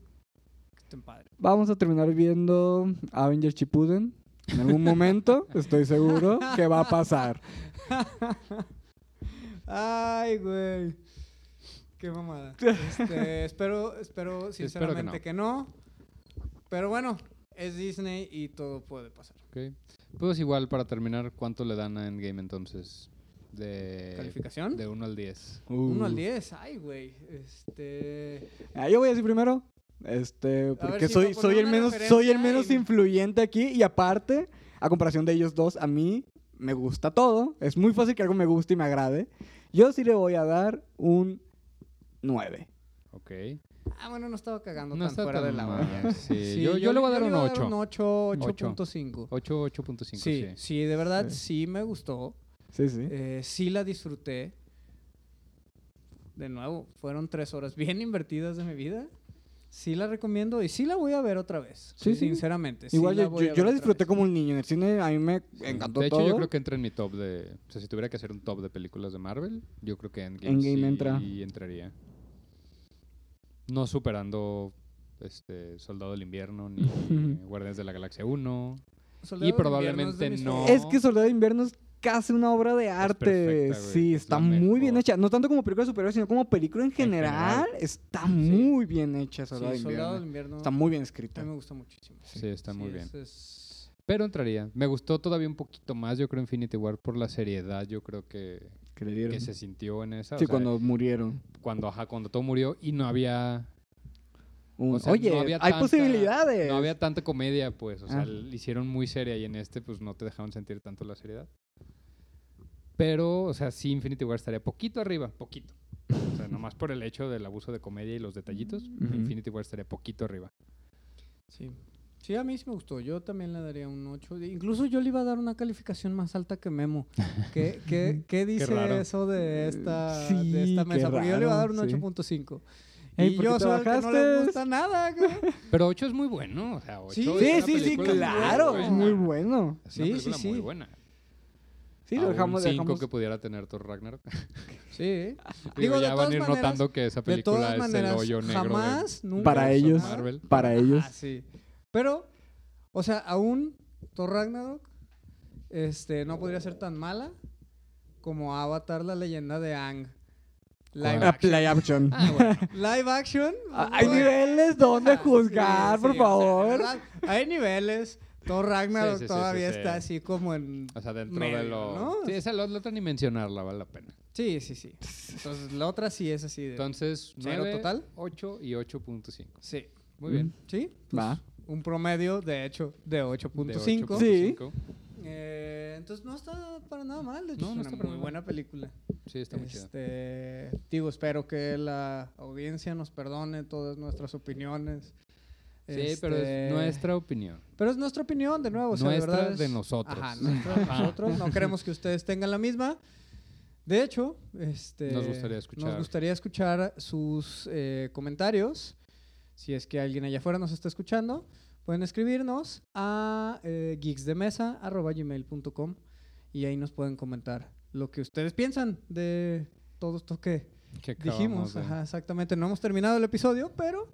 que estén padres.
Vamos a terminar viendo Avengers Chipuden. En algún momento, estoy seguro que va a pasar.
Ay, güey. Qué mamada. Este, espero espero sinceramente que, no. Pero bueno, es Disney y todo puede pasar.
Ok. Pues igual, para terminar, ¿cuánto le dan a Endgame entonces? De,
¿Calificación?
De 1 al 10.
Uno
Uh.
al 10, ay, güey. Este
Ah, yo voy a decir primero. Este,
A ver
porque
si va a
soy,
poner
soy, el
una
menos, soy el
referencia
menos
y-
influyente aquí. Y aparte, a comparación de ellos dos, a mí me gusta todo. Es muy fácil que algo me guste y me agrade. Yo sí le voy a dar un 9.
Ok.
Ah, bueno, no estaba cagando
No
tan
está
fuera
tan
de la
mal,
olla.
sí. Yo- yo le voy a dar un ocho.
8,
Ocho.
8.5.
8, 8.5. Sí.
Sí, sí, de verdad
Sí.
sí, me gustó.
Sí, sí.
eh, sí la disfruté. De nuevo, fueron tres horas bien invertidas de mi vida. Sí la recomiendo y sí la voy a ver otra vez.
Sí, sí.
sinceramente. sí
Igual yo-
voy
yo,
a
yo
ver
la
otra
disfruté
vez.
como un niño en el cine, a mí me encantó
De hecho,
todo.
yo creo que entra en mi top de... O sea, si tuviera que hacer un top de películas de Marvel, yo creo que Endgame,
Endgame
sí
entra.
entraría. No superando este Soldado del Invierno ni Guardianes de la Galaxia 1.
Soldado del
probablemente
Invierno es de mis
no-
favoritas.
Es que Soldado de Invierno es casi una obra de arte.
perfecta, güey,
sí,
es
está
la
muy bien
mejor.
hecha. No tanto como película de superhéroes, sino como película en
general.
general. está muy bien hecha
Sí,
Soldado de Invierno.
Soldado del Invierno.
Está muy bien
a
escrita.
mí me gustó muchísimo.
Sí, está muy
Sí,
bien.
es- es-
Pero entraría. Me gustó todavía un poquito más, yo creo, Infinity War por la seriedad, yo creo que,
Que le
que
dieron.
se sintió en esa. o
sí,
sea,
cuando murieron.
cuando, ajá, cuando todo murió y no había...
Un-
o sea,
Oye,
no había
hay
tanta-
posibilidades.
No había tanta comedia, pues. O sea,
Ah.
l- hicieron muy seria y en este, pues, no te dejaron sentir tanto la seriedad. Pero, o sea, sí, Infinity War estaría poquito arriba, poquito. O sea, nomás por el hecho del abuso de comedia y los detallitos,
Ujú.
Infinity War estaría poquito arriba.
Sí. Sí, a mí sí me gustó. Yo también le daría un 8. Incluso yo le iba a dar una calificación más alta que Memo. ¿Qué, qué, qué dice
raro.
eso de esta,
Sí,
de esta
qué
mesa? Porque yo le iba a dar un
raro, sí.
8.5.
Ey,
y
¿por qué
yo
te
soy el que no le
bajaste?
gusta nada. güey.
Pero 8 es muy bueno. O sea, 8
Sí,
Sí, sí, sí,
película muy
claro.
buena.
Es muy bueno.
Es
Sí,
una
sí,
película
sí.
muy buena.
Sí,
A
lo
Ah, un
dejamos,
cinco
dejamos-
que pudiera tener Thor Ragnarok.
Sí.
Digo,
Digo, de
ya van a
todas
ir
maneras- ah,
notando que esa
De
película
todas
es
maneras,
el hoyo negro de-
jamás, nunca.
Para
jamás.
ellos.
Marvel.
Para ellos.
Ah, sí. Pero O sea, aún Thor Ragnarok este, no podría ser tan mala como Avatar, la leyenda de Ang. Live,
A
Ah,
action.
play action.
Ah, bueno.
Live action.
Ah, Hay
güey.
niveles donde
Ah,
juzgar,
sí,
por
sí, o sea,
favor.
¿verdad? hay niveles. Thor Ragnarok
sí, sí,
todavía
sí, sí.
está así como en.
O sea, dentro de
medio,
lo...
¿no?
Sí, esa la la otra ni mencionarla vale la pena.
Sí, sí, sí. Entonces la otra sí es así de.
Entonces,
¿Cero
9,
total?
8 y 8.5.
Sí.
Muy bien.
Mm.
Sí. pues,
Va.
Un promedio, de hecho, de
De
8.5.
8.5.
Sí.
Eh, entonces no está para nada mal. De hecho,
No,
es
no
una
está para
muy
nada
buena película.
Sí, está muy chida.
Este, digo, espero que la audiencia nos perdone todas nuestras opiniones.
Sí, pero es
Este,
nuestra opinión.
Pero es nuestra opinión, de nuevo. o sea, de
Nuestra,
verdad es-
de nosotros.
Ajá, nuestra de
Ajá.
nosotros. No queremos que ustedes tengan la misma. De hecho, este,
Nos gustaría escuchar.
nos gustaría escuchar sus eh, comentarios. Si es que alguien allá afuera nos está escuchando, pueden escribirnos a eh, geeksdemesa.gmail.com y ahí nos pueden comentar lo que ustedes piensan de todo esto que
que acabamos
dijimos.
de-
Ajá, exactamente. No hemos terminado el episodio, pero...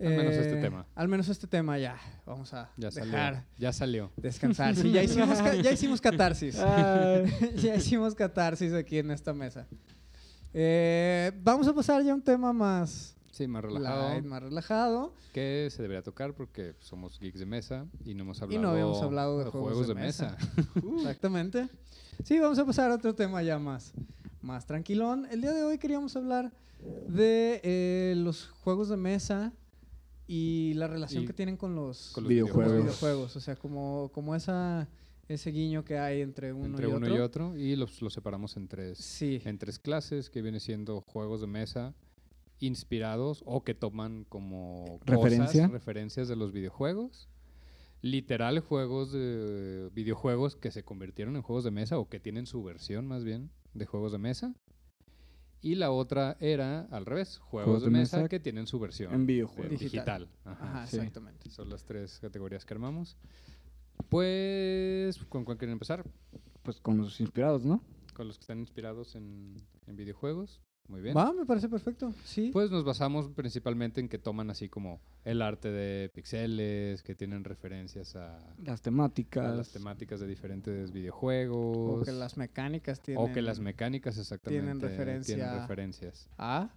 Al menos este tema.
Al menos este tema ya. Vamos a
Ya salió.
dejar
Ya salió.
descansar. Sí, ya hicimos, ca- ya hicimos catarsis.
Ay.
ya hicimos catarsis aquí en esta mesa. Eh, vamos a pasar ya a un tema más
Sí, más relajado.
light, más relajado.
Que se debería tocar porque somos geeks de mesa y no hemos
Y
hablado,
no habíamos hablado de juegos de mesa.
Uh.
Exactamente. Sí, vamos a pasar a otro tema ya más, más tranquilón. El día de hoy queríamos hablar de eh, los juegos de mesa y la relación
Y
que tienen con los, con
Con los
los
Videojuegos.
videojuegos. O sea, como, como esa, ese guiño que hay entre uno
entre
y
uno
otro.
y otro. Y los, los separamos en tres,
Sí.
en tres clases que viene siendo juegos de mesa inspirados o que toman como
Referencia.
cosas, referencias de los videojuegos. Literal juegos de videojuegos que se convirtieron en juegos de mesa o que tienen su versión más bien de juegos de mesa. Y la otra era al revés, juegos, de, mesa, que tienen su versión
En
de-
videojuegos.
digital. Ajá.
Ajá,
sí.
exactamente.
Son las tres categorías que armamos. Pues, ¿con cuál quieren empezar?
Pues con los inspirados, ¿no?
Con los que están inspirados en, en videojuegos. Muy bien.
Va, me parece perfecto. Sí.
Pues nos basamos principalmente en que toman así como el arte de pixeles, que tienen referencias a, a
Las temáticas.
las temáticas de diferentes videojuegos.
o que las mecánicas tienen.
Pues, o que las mecánicas exactamente
referencia-
referencias.
Ah.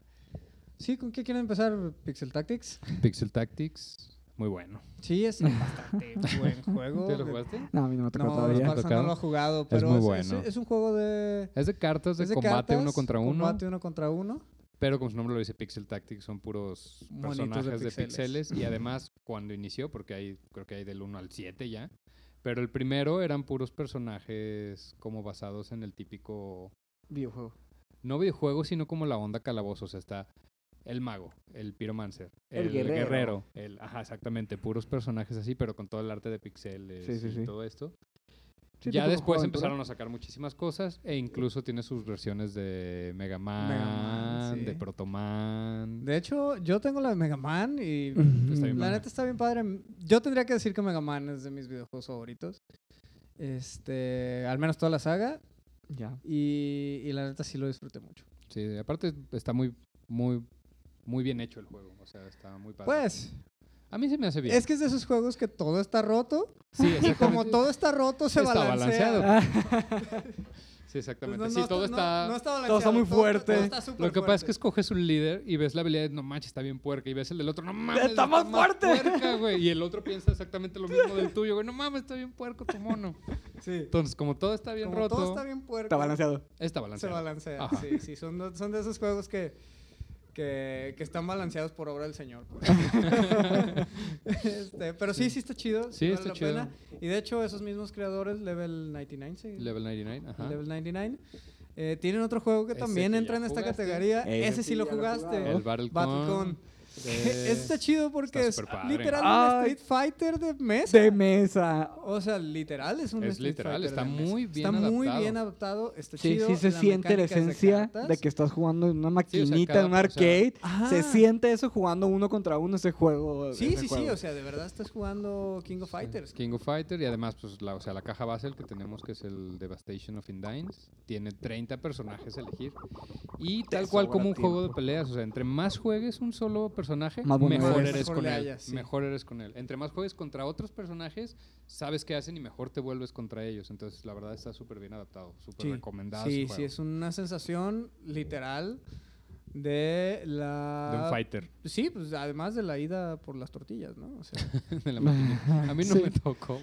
Sí, ¿con qué quieren empezar? Pixel Tactics.
Pixel Tactics, muy bueno.
Sí, es bastante buen juego.
¿Te lo jugaste?
No, a mí no me tocó
No,
todavía.
Barça no
¿Tocado?
lo ha jugado,
Es
pero
muy
es,
bueno.
es- es un juego de,
Es de cartas de,
es de
combate uno
cartas,
contra uno.
Combate uno contra uno.
Pero como su nombre lo dice, Pixel Tactics son puros
Monitos de
personajes de
pixeles.
pixeles. Y además, cuando inició, porque hay, creo que hay del 1 al 7 ya. Pero el primero eran puros personajes como basados en el típico.
Videojuego.
No videojuego, sino como la onda calabozo. O sea, está el mago, el piromancer,
El
el,
guerrero.
guerrero. el, ajá, exactamente. Puros personajes así, pero con todo el arte de pixeles
Sí, sí,
y
sí.
todo esto.
Sí,
ya
tipo
después
juego de
empezaron a sacar muchísimas cosas e incluso tiene sus versiones de Mega Man,
Man, sí.
de Proto Man.
De hecho, yo tengo la de Mega Man y
aventura.
Está bien
la
padre.
neta está bien padre. Yo tendría que decir que Mega Man es de mis videojuegos favoritos. Este, al menos toda la saga.
Ya.
Y, y la neta sí lo disfruté mucho.
Sí, aparte está muy, muy, muy bien hecho el juego. O sea, está muy padre.
Pues,
a mí se me hace bien.
es que es de esos juegos que todo está roto. Y
sí,
como
exactamente.
todo está roto, se
Está
balancea.
Ah,
balanceado. Sí,
Pues
exactamente.
no-
sí,
no
todo
no-
está.
no está
todo está muy
balanceado,
fuerte.
todo está súper
Lo que pasa es que
fuerte.
escoges un líder y ves la habilidad, no manches, está bien puerca. Y ves el del otro, no mames.
¡Está más fuerte!
puerca, güey. Y el otro piensa exactamente lo mismo del tuyo, güey. No mames, está bien puerco tu mono.
Sí.
Entonces, como todo está bien
Como
roto,
todo está bien puerco,
Está balanceado.
está
se
balanceado.
balancea.
Ajá.
Sí, sí, son, de- son de esos juegos que, que, que están balanceados por obra del Señor. pues. Este, pero sí, sí está chido.
Sí,
vale
está
la
chido.
Y de hecho, esos mismos creadores, Level 99, sí.
Level 99, ajá.
Level 99, eh, tienen otro juego que
Ese
también
que
entra
ya
en esta
jugaste.
categoría.
Ese
Ese sí
sí
lo
ya lo he
jugaste.
jugado.
El Battle
Oh, Battlecon. Ese está chido porque
está
es
superpadre.
literal un
Ay.
Street Fighter de mesa.
De mesa.
O sea, literal es un
Es
Street
literal,
Fighter
está
de mesa.
muy bien
Está muy
adaptado.
bien adaptado, está
Sí,
chido,
sí se
la
siente la
mecánica es de
esencia de,
cartas.
que estás jugando en una
Sí, o sea,
maquinita, en
cada-
un
o sea,
arcade.
Ajá.
Se siente eso jugando uno contra uno ese juego.
Sí,
ese
sí, sí,
juego.
o sea, de verdad estás jugando King of Fighters.
King of Fighter y además pues la, o sea, la caja base el que tenemos que es el Devastation of Indines tiene 30 personajes a elegir y tal cual
sobra
como un juego de
tiempo.
peleas, o sea, entre más juegues un solo personaje,
Más vulnerable.
mejor
Mejor
eres con
le
él.
hallas, sí.
Mejor eres con él. Entre más juegues contra otros personajes, sabes qué hacen y mejor te vuelves contra ellos. Entonces, la verdad está súper bien adaptado, súper
Sí,
pues, recomendado.
Sí, sí,
su juego.
es una sensación literal de la...
De un fighter.
Sí, pues además de la ida por las tortillas, ¿no? O sea,
de la máquina. A mí no
Sí.
me tocó.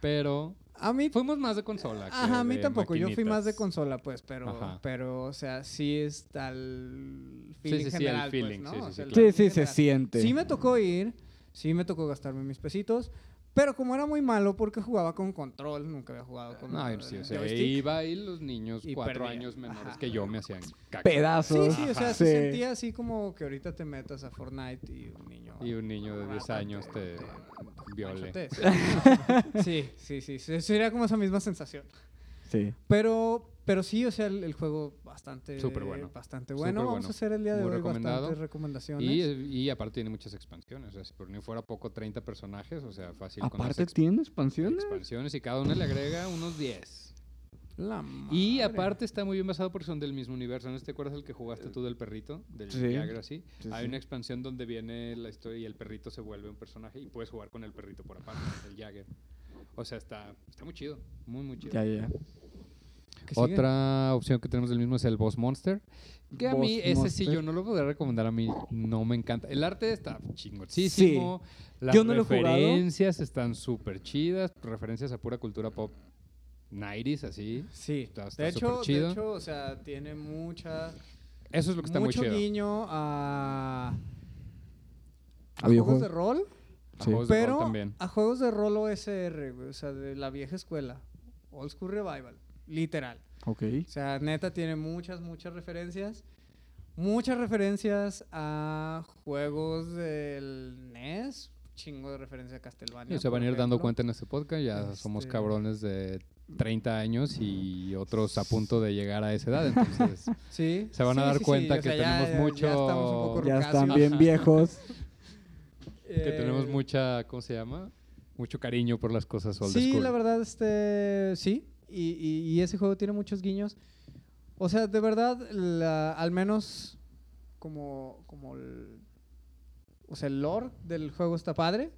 Pero
a mí...
fuimos más de consola. que
Ajá, a mí
de
tampoco. Yo fui más de
maquinitas.
consola, pues, pero,
Ajá.
pero, o sea, sí está el
Sí,
feeling
sí, sí, el
general, pues,
feeling,
¿no?
sí, sí,
O
sí,
sea, el
claro.
feeling
Sí, sí, se
general.
siente.
Sí me tocó ir, sí me tocó gastarme mis pesitos, pero como era muy malo porque jugaba con control, nunca había jugado con
No,
eh,
sí, o sea,
joystick.
iba y los niños
Y
cuatro
perdía.
años menores
Ajá.
que yo me hacían caca.
Sí,
Pedazos.
sí, o sea,
Ajá.
se
Sí.
sentía así como que ahorita te metas a Fortnite y un niño...
Y un niño de 10 años te viole.
manchotes. Sí, sí, sí, se- sería como esa misma sensación.
Sí.
Pero, pero sí, o sea, el, el juego bastante
Súper bueno.
Bastante bueno.
Súper
Vamos
bueno.
a hacer el día de
Muy
hoy
recomendado.
bastantes recomendaciones.
Y, y aparte tiene muchas expansiones. O sea, si por mí fuera poco, 30 personajes. O sea, fácil con las
Aparte
exp-
tiene expansiones.
expansiones y cada una le agrega unos 10.
La
Y
madre.
aparte está muy bien basado porque son del mismo universo. ¿No te acuerdas el que jugaste tú del perrito? Del
Sí.
Viagra, así.
Sí,
Hay
sí.
una expansión donde viene la historia y el perrito se vuelve un personaje y puedes jugar con el perrito por aparte, el Jagger. O sea, está, está muy chido. Muy, muy chido.
Ya, ya.
¿Qué sigue?
Otra opción que tenemos del mismo es el Boss Monster. Que a
Boss
mí, ese sí,
Monster.
yo no lo podría recomendar. A mí no me encanta. El arte está chingoncísimo. Las
Yo no lo he jugado.
referencias están súper chidas. Referencias a pura cultura pop 90s, así.
Sí.
Está- está
de, hecho,
superchido.
de hecho, o sea, tiene mucha.
Eso es lo que está
mucho
muy chido.
guiño a. A juegos
Videojuegos.
de rol,
A
Sí.
juegos de rol
pero
también.
a juegos de rol OSR, güey, o sea, de la vieja escuela, Old School Revival, literal.
Ok.
O sea, neta tiene muchas, muchas referencias. Muchas referencias a juegos del NES. Chingo de referencia a Castlevania.
Y se van a
por
ir dando
ejemplo.
cuenta en este podcast. Ya somos
Este-
cabrones de 30 años y otros a punto de llegar a esa edad. Entonces,
Sí.
se van a
sí,
dar
sí, sí,
cuenta
o
que
sea, ya-
tenemos
ya- ya
mucho-
estamos un poco
Ya
rucazos.
están bien viejos.
que tenemos
Eh,
mucha, ¿cómo se llama? Mucho cariño por las cosas old
Sí,
school.
la verdad, este. Sí. Y, y- y ese juego tiene muchos guiños. O sea, de verdad, la- al menos como. como el, o sea, el lore del juego está padre.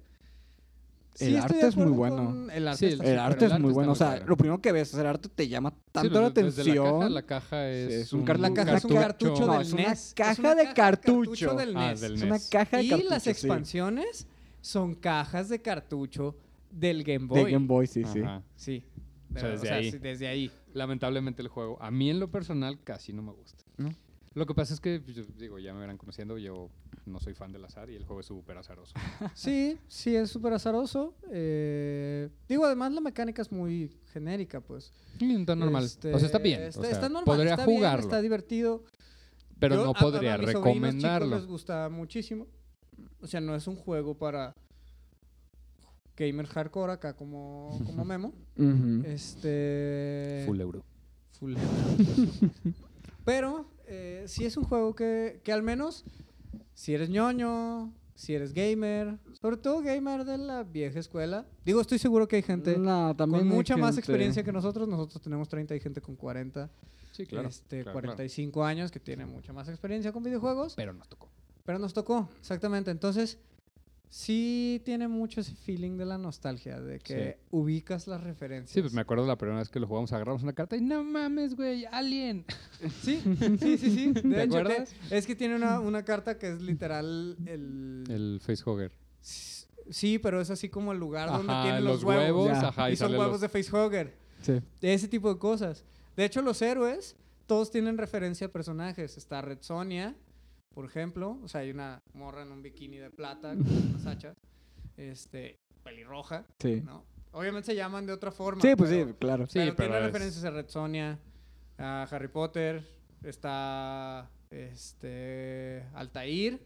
estoy
El
de
arte es muy
acuerdo
bueno.
con El arte,
Sí,
está
El
el
súper
arte
el
es
arte
muy
está
bueno. O
muy
sea,
padre. pues,
lo primero que ves, el arte te llama tanto la
desde- desde
atención.
La caja, la caja es,
es un car-
La caja es un
cartucho.
cartucho
No,
del
es una
NES.
caja
es una
de cartucho.
del
Ah,
NES.
del
es una
NES.
caja de
y
cartuchos,
las
sí.
expansiones son cajas de cartucho del Game Boy.
De Game Boy, sí, sí.
Ajá.
Sí.
O sea,
De-
desde ahí.
sí, desde ahí.
Lamentablemente el juego, a mí en lo personal casi no me gusta.
¿No?
Lo que pasa es que, pues, yo digo, ya me verán conociendo, yo no soy fan del azar y el juego es súper azaroso.
Sí, sí, es súper azaroso. eh, digo, además la mecánica es muy genérica, pues.
Y está normal.
Este,
o sea, está bien.
Está,
o sea,
está normal.
podría
está bien,
jugarlo,
está divertido.
pero
Yo-
no
a- a- a
podría
mis sobrinos chicos
recomendarlo.
les gusta muchísimo. O sea, no es un juego para gamer hardcore acá como, como Memo.
Ujú.
Este.
Full euro.
Full. Pero eh, sí es un juego que, que al menos si eres ñoño, si eres gamer, sobre todo gamer de la vieja escuela. Digo, estoy seguro que hay gente
No, también
con
hay
mucha más
gente.
experiencia que nosotros. Nosotros tenemos 30 y gente con 40,
Sí, claro.
este,
claro,
45 años que tiene mucha más experiencia con videojuegos.
claro. Pero nos tocó.
Pero nos tocó, exactamente. Entonces, sí tiene mucho ese feeling de la nostalgia, de que ubicas las referencias.
Sí, pues me acuerdo la primera vez que lo jugamos, agarramos una carta y no mames, güey, alien.
Sí, sí, sí, sí. De
¿Te
hecho, te-
acuerdas?
es que tiene una, una carta que es literal el...
El facehugger.
S- Sí, pero es así como el lugar donde
Ajá,
tienen los, huevos.
Ya.
ajá, y,
Y son
sale los-
huevos de facehugger.
Sí.
De ese tipo de cosas. De hecho, los héroes, todos tienen referencia a personajes. Está Red Sonia, por ejemplo. O sea, hay una morra en un bikini de plata con unas hachas. Este, pelirroja,
Sí.
¿no? Obviamente se llaman de otra forma.
Sí, pues sí,
pero-
claro.
Sí,
pero,
pero
tiene
es-
referencias a Red Sonia, a Harry Potter, está este Altair,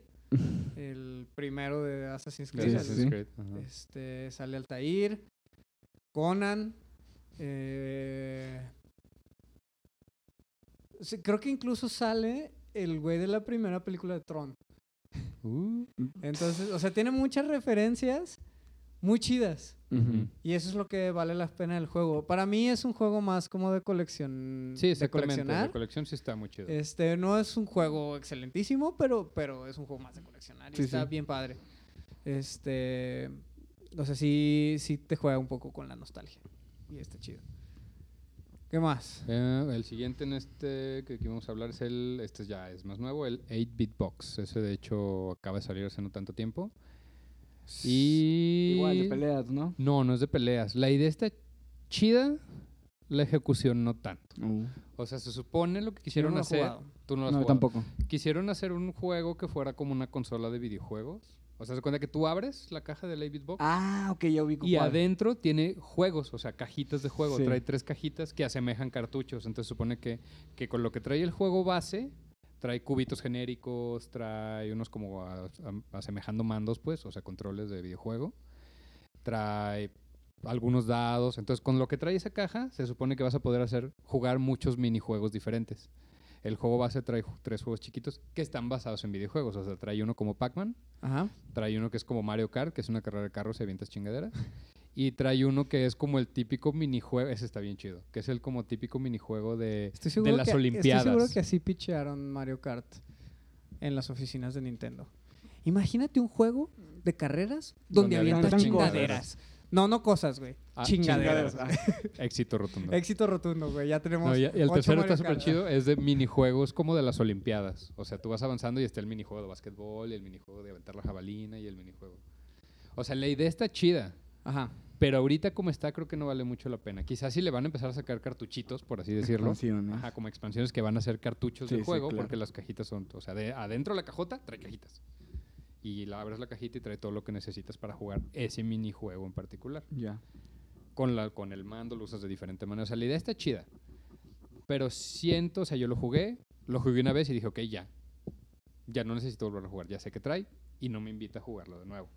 el primero de Assassin's
de
Creed.
sí,
Assassin's
sí.
Creed, ajá.
Este sale Altair, Conan, eh, sí, creo que incluso sale el güey de la primera película de Tron.
Uh,
Entonces, o sea, tiene muchas referencias muy chidas.
Ujú.
Y eso es lo que vale la pena del juego. Para mí es un juego más como de colección.
Sí,
de
exactamente.
coleccionar.
La colección sí está muy chido.
Este, no es un juego excelentísimo, pero, pero es un juego más de coleccionar y
Sí,
está
sí.
bien padre. Este, o sea, sí, sí te juega un poco con la nostalgia y está chido. ¿Qué más?
Eh, el siguiente en este que, que vamos a hablar es el, este ya es más nuevo, el 8-Bit Box. Ese de hecho acaba de salir hace no tanto tiempo. Y...
Igual de peleas, ¿no?
No, no es de peleas. La idea está chida, la ejecución no tanto.
Uh.
O sea, se supone lo que quisieron
no lo he
hacer...
jugado.
Tú no lo
No,
has
yo
jugado.
tampoco.
Quisieron hacer un juego que fuera como una consola de videojuegos. O sea, se cuenta que tú abres la caja del 8-Bit Box.
Ah, ok, ya ubico.
Y
cuál.
adentro tiene juegos, o sea, cajitas de juego.
Sí.
Trae tres cajitas que asemejan cartuchos. Entonces supone que, que con lo que trae el juego base, trae cubitos genéricos, trae unos como a- am- asemejando mandos, pues, o sea, controles de videojuego. Trae algunos dados. Entonces, con lo que trae esa caja, se supone que vas a poder hacer jugar muchos minijuegos diferentes. El juego base trae ju- tres juegos chiquitos que están basados en videojuegos. O sea, trae uno como Pac-Man,
Ajá.
Trae uno que es como Mario Kart, que es una carrera de carros y avientas chingaderas. Y trae uno que es como el típico minijuego, ese está bien chido, que es el como típico minijuego de,
Estoy
de
seguro
las
que,
Olimpiadas.
Estoy seguro que así pichearon Mario Kart en las oficinas de Nintendo. Imagínate un juego de carreras donde,
Donde
avientas
avientan
chingaderas. No, no cosas, güey.
Ah,
chingaderas.
Chingaderas. Ah,
Éxito rotundo.
Éxito rotundo, güey. Ya tenemos.
No, y, y el
ocho
tercero
Mario
está súper
Kart.
chido, es de minijuegos como de las Olimpiadas. O sea, tú vas avanzando y está el minijuego de básquetbol, y el minijuego de aventar la jabalina y el minijuego. O sea, la idea está chida,
Ajá.
pero ahorita como está creo que no vale mucho la pena. Quizás si le van a empezar a sacar cartuchitos, por así decirlo.
expansiones.
Ajá, como expansiones que van a ser cartuchos
Ah. Sí,
de
sí,
juego,
claro.
porque las cajitas son, o sea, de adentro de la cajota trae cajitas. Y la abres la cajita y trae todo lo que necesitas para jugar ese minijuego en particular.
Ya.
Con, la, con el mando lo usas de diferente manera. O sea, la idea está chida. Pero siento, o sea, yo lo jugué, lo jugué una vez y dije, ok, ya. Ya no necesito volver a jugar, ya sé que trae y no me invita a jugarlo de nuevo.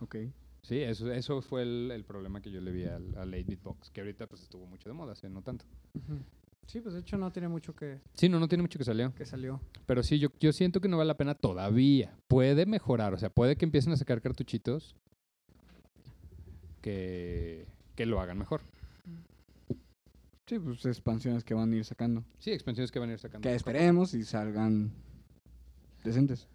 Ok.
Sí, eso, eso fue el, el problema que yo le vi al, al 8-Bit Box, que ahorita pues estuvo mucho de moda, hace no tanto.
Sí, pues de hecho no tiene mucho que,
Sí, no, no tiene mucho que salió.
que salió.
Pero sí, yo, yo siento que no vale la pena todavía. Puede mejorar, o sea, puede que empiecen a sacar cartuchitos que, que lo hagan mejor.
Sí, pues expansiones que van a ir sacando.
Sí, expansiones que van a ir sacando.
Que
mejor.
esperemos y salgan decentes.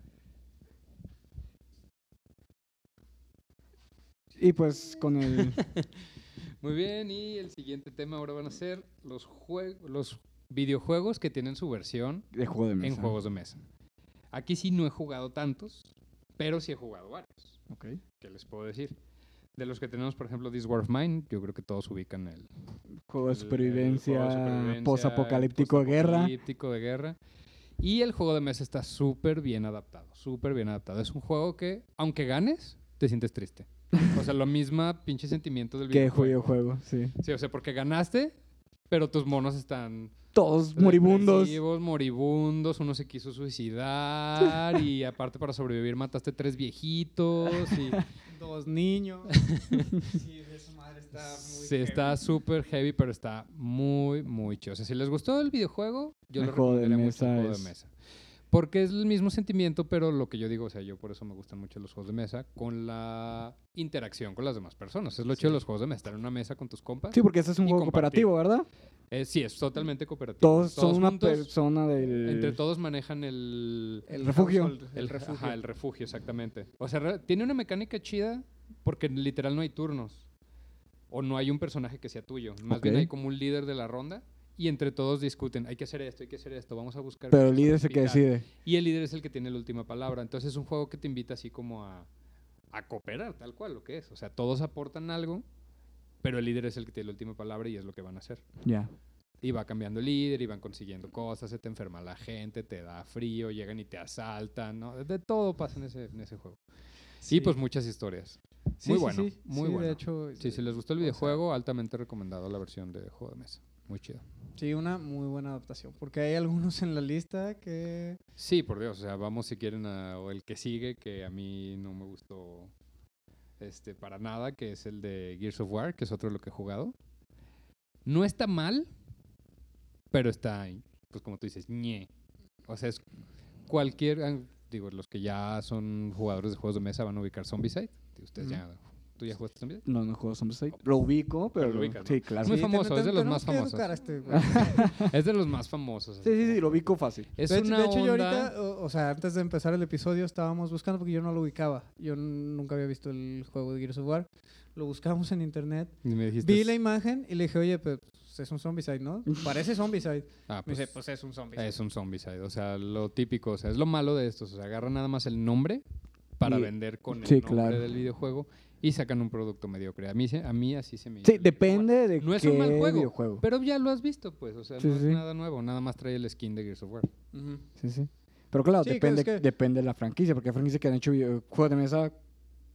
Y pues con el...
Muy bien, y el siguiente tema ahora van a ser los, jue- los videojuegos que tienen su versión
de juego de mesa.
en juegos de mesa. Aquí sí no he jugado tantos, pero sí he jugado varios.
Ok.
¿Qué les puedo decir? De los que tenemos, por ejemplo, This War of Mine, yo creo que todos ubican el,
Juego de
El- el juego de
supervivencia,
supervivencia,
posapocalíptico de guerra.
posapocalíptico de guerra. Y el juego de mesa está súper bien adaptado, súper bien adaptado. Es un juego que, aunque ganes, te sientes triste. O sea, lo misma pinche sentimiento del
Que
videojuego.
videojuego, sí.
Sí, o sea, porque ganaste, pero tus monos están
Todos moribundos.
depresivos, moribundos, uno se quiso suicidar y aparte para sobrevivir mataste tres viejitos y
Dos niños. sí, de su madre está muy.
Sí, está súper heavy, pero está muy, muy chido. O sea, si les gustó el videojuego, yo
El
les
juego de
recomendaría mucho el
mesa
juego
es-
de mesa. Porque es el mismo sentimiento, pero lo que yo digo, o sea, yo por eso me gustan mucho los juegos de mesa, con la interacción con las demás personas. Es lo chido de los juegos de mesa, estar en una mesa con tus compas.
Sí, porque este es un
Y
juego
compartir.
cooperativo, ¿verdad?
Eh, sí, es totalmente cooperativo.
Todos, son una
juntos,
persona del...
Entre todos manejan el...
El refugio.
household, el refugio.
Ajá, el refugio, exactamente. O sea, re- tiene una mecánica chida porque literal no hay turnos. O no hay un personaje que sea tuyo. Más bien
Ok.
hay como un líder de la ronda y entre todos discuten, hay que hacer esto, hay que hacer esto, vamos a buscar...
Pero el
esto,
líder es el que
evitar".
decide.
Y el líder es el que tiene la última palabra. Entonces es un juego que te invita así como a, a cooperar, tal cual lo que es. O sea, todos aportan algo, pero el líder es el que tiene la última palabra y es lo que van a hacer.
Ya.
Y va cambiando el líder, y van consiguiendo cosas, se te enferma la gente, te da frío, llegan y te asaltan, ¿no? De todo pasa en ese, en ese juego. Sí. pues muchas historias. muy bueno, muy
sí,
bueno.
De hecho,
Sí, si les gustó
o
el
sea-
videojuego, altamente recomendado la versión de juego de mesa. Muy chido.
sí, una muy buena adaptación. Porque hay algunos en la lista que.
Sí, por Dios, o sea, vamos si quieren a o el que sigue, que a mí no me gustó este, para nada, que es el de Gears of War, que es otro de lo que he jugado. No está mal, pero está, pues como tú dices, ñe. O sea, es cualquier, ah, digo, los que ya son jugadores de juegos de mesa van a ubicar Zombicide, y ustedes
Ujú.
ya ¿Tú ya jugaste Zombicide?
No, no juego Zombies Lo ubico, pero.
Lo ubicas, ¿no?
Sí, claro.
Muy
Sí,
te-
famoso,
te-
es de los
tenemos
más
que
famosos.
educar a este güey.
Es de los más famosos. así
sí,
como-
sí, lo ubico fácil.
Es
de, hecho-
una
de hecho, yo
onda-
ahorita, o, o sea, antes de empezar el episodio estábamos buscando porque yo no lo ubicaba. Yo n- nunca había visto el juego de Gears of War. Lo buscamos en internet.
Y este me dijiste...
Vi la imagen y le dije, oye, pues es un zombicide, ¿no? Parece zombicide.
Ah,
Me
pues,
dice, pues es un zombicide.
es un zombicide. O sea, lo típico. O sea, es lo malo de estos. O sea, agarran nada más el nombre para
Y-
vender con el
Sí,
nombre
claro.
del videojuego y sacan un producto mediocre. A mí, se- a mí así se me...
Sí, depende de
No es
qué
un mal juego,
videojuego.
Pero ya lo has visto, pues. O sea,
Sí,
no
sí.
es nada nuevo. Nada más trae el skin de Gears of War.
Ujú.
Sí, sí. Pero claro,
Sí, que
depende,
es que-
depende de la franquicia, porque hay franquicias que han hecho video- juegos de mesa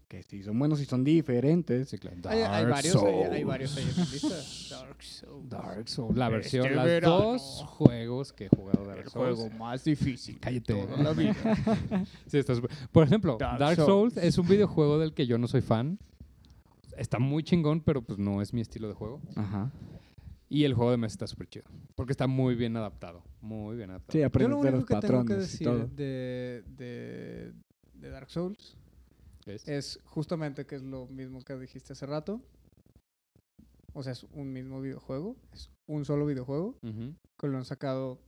que sí son buenos y son diferentes.
Sí, claro.
Hay, hay
Dark
varios, hay, hay
Souls.
varios ahí en la lista. Dark Souls.
Dark Souls. La versión,
Este
las
verano,
dos juegos que he jugado Dark Souls.
más difícil.
Cállate.
toda la vida.
Sí, estás- Por ejemplo,
Dark
Dark, Souls. es un videojuego del que yo no soy fan. Está muy chingón, pero pues no es mi estilo de juego.
Ajá.
Y el juego de mesa está súper chido. Porque está muy bien adaptado. Muy bien adaptado.
Sí,
Yo lo
aprendes de los
único que tengo que
patrones y
decir
todo.
de, de, de Dark Souls
¿Ves?
es justamente que es lo mismo que dijiste hace rato. O sea, es un mismo videojuego. Es un solo videojuego
Ujú.
que lo han sacado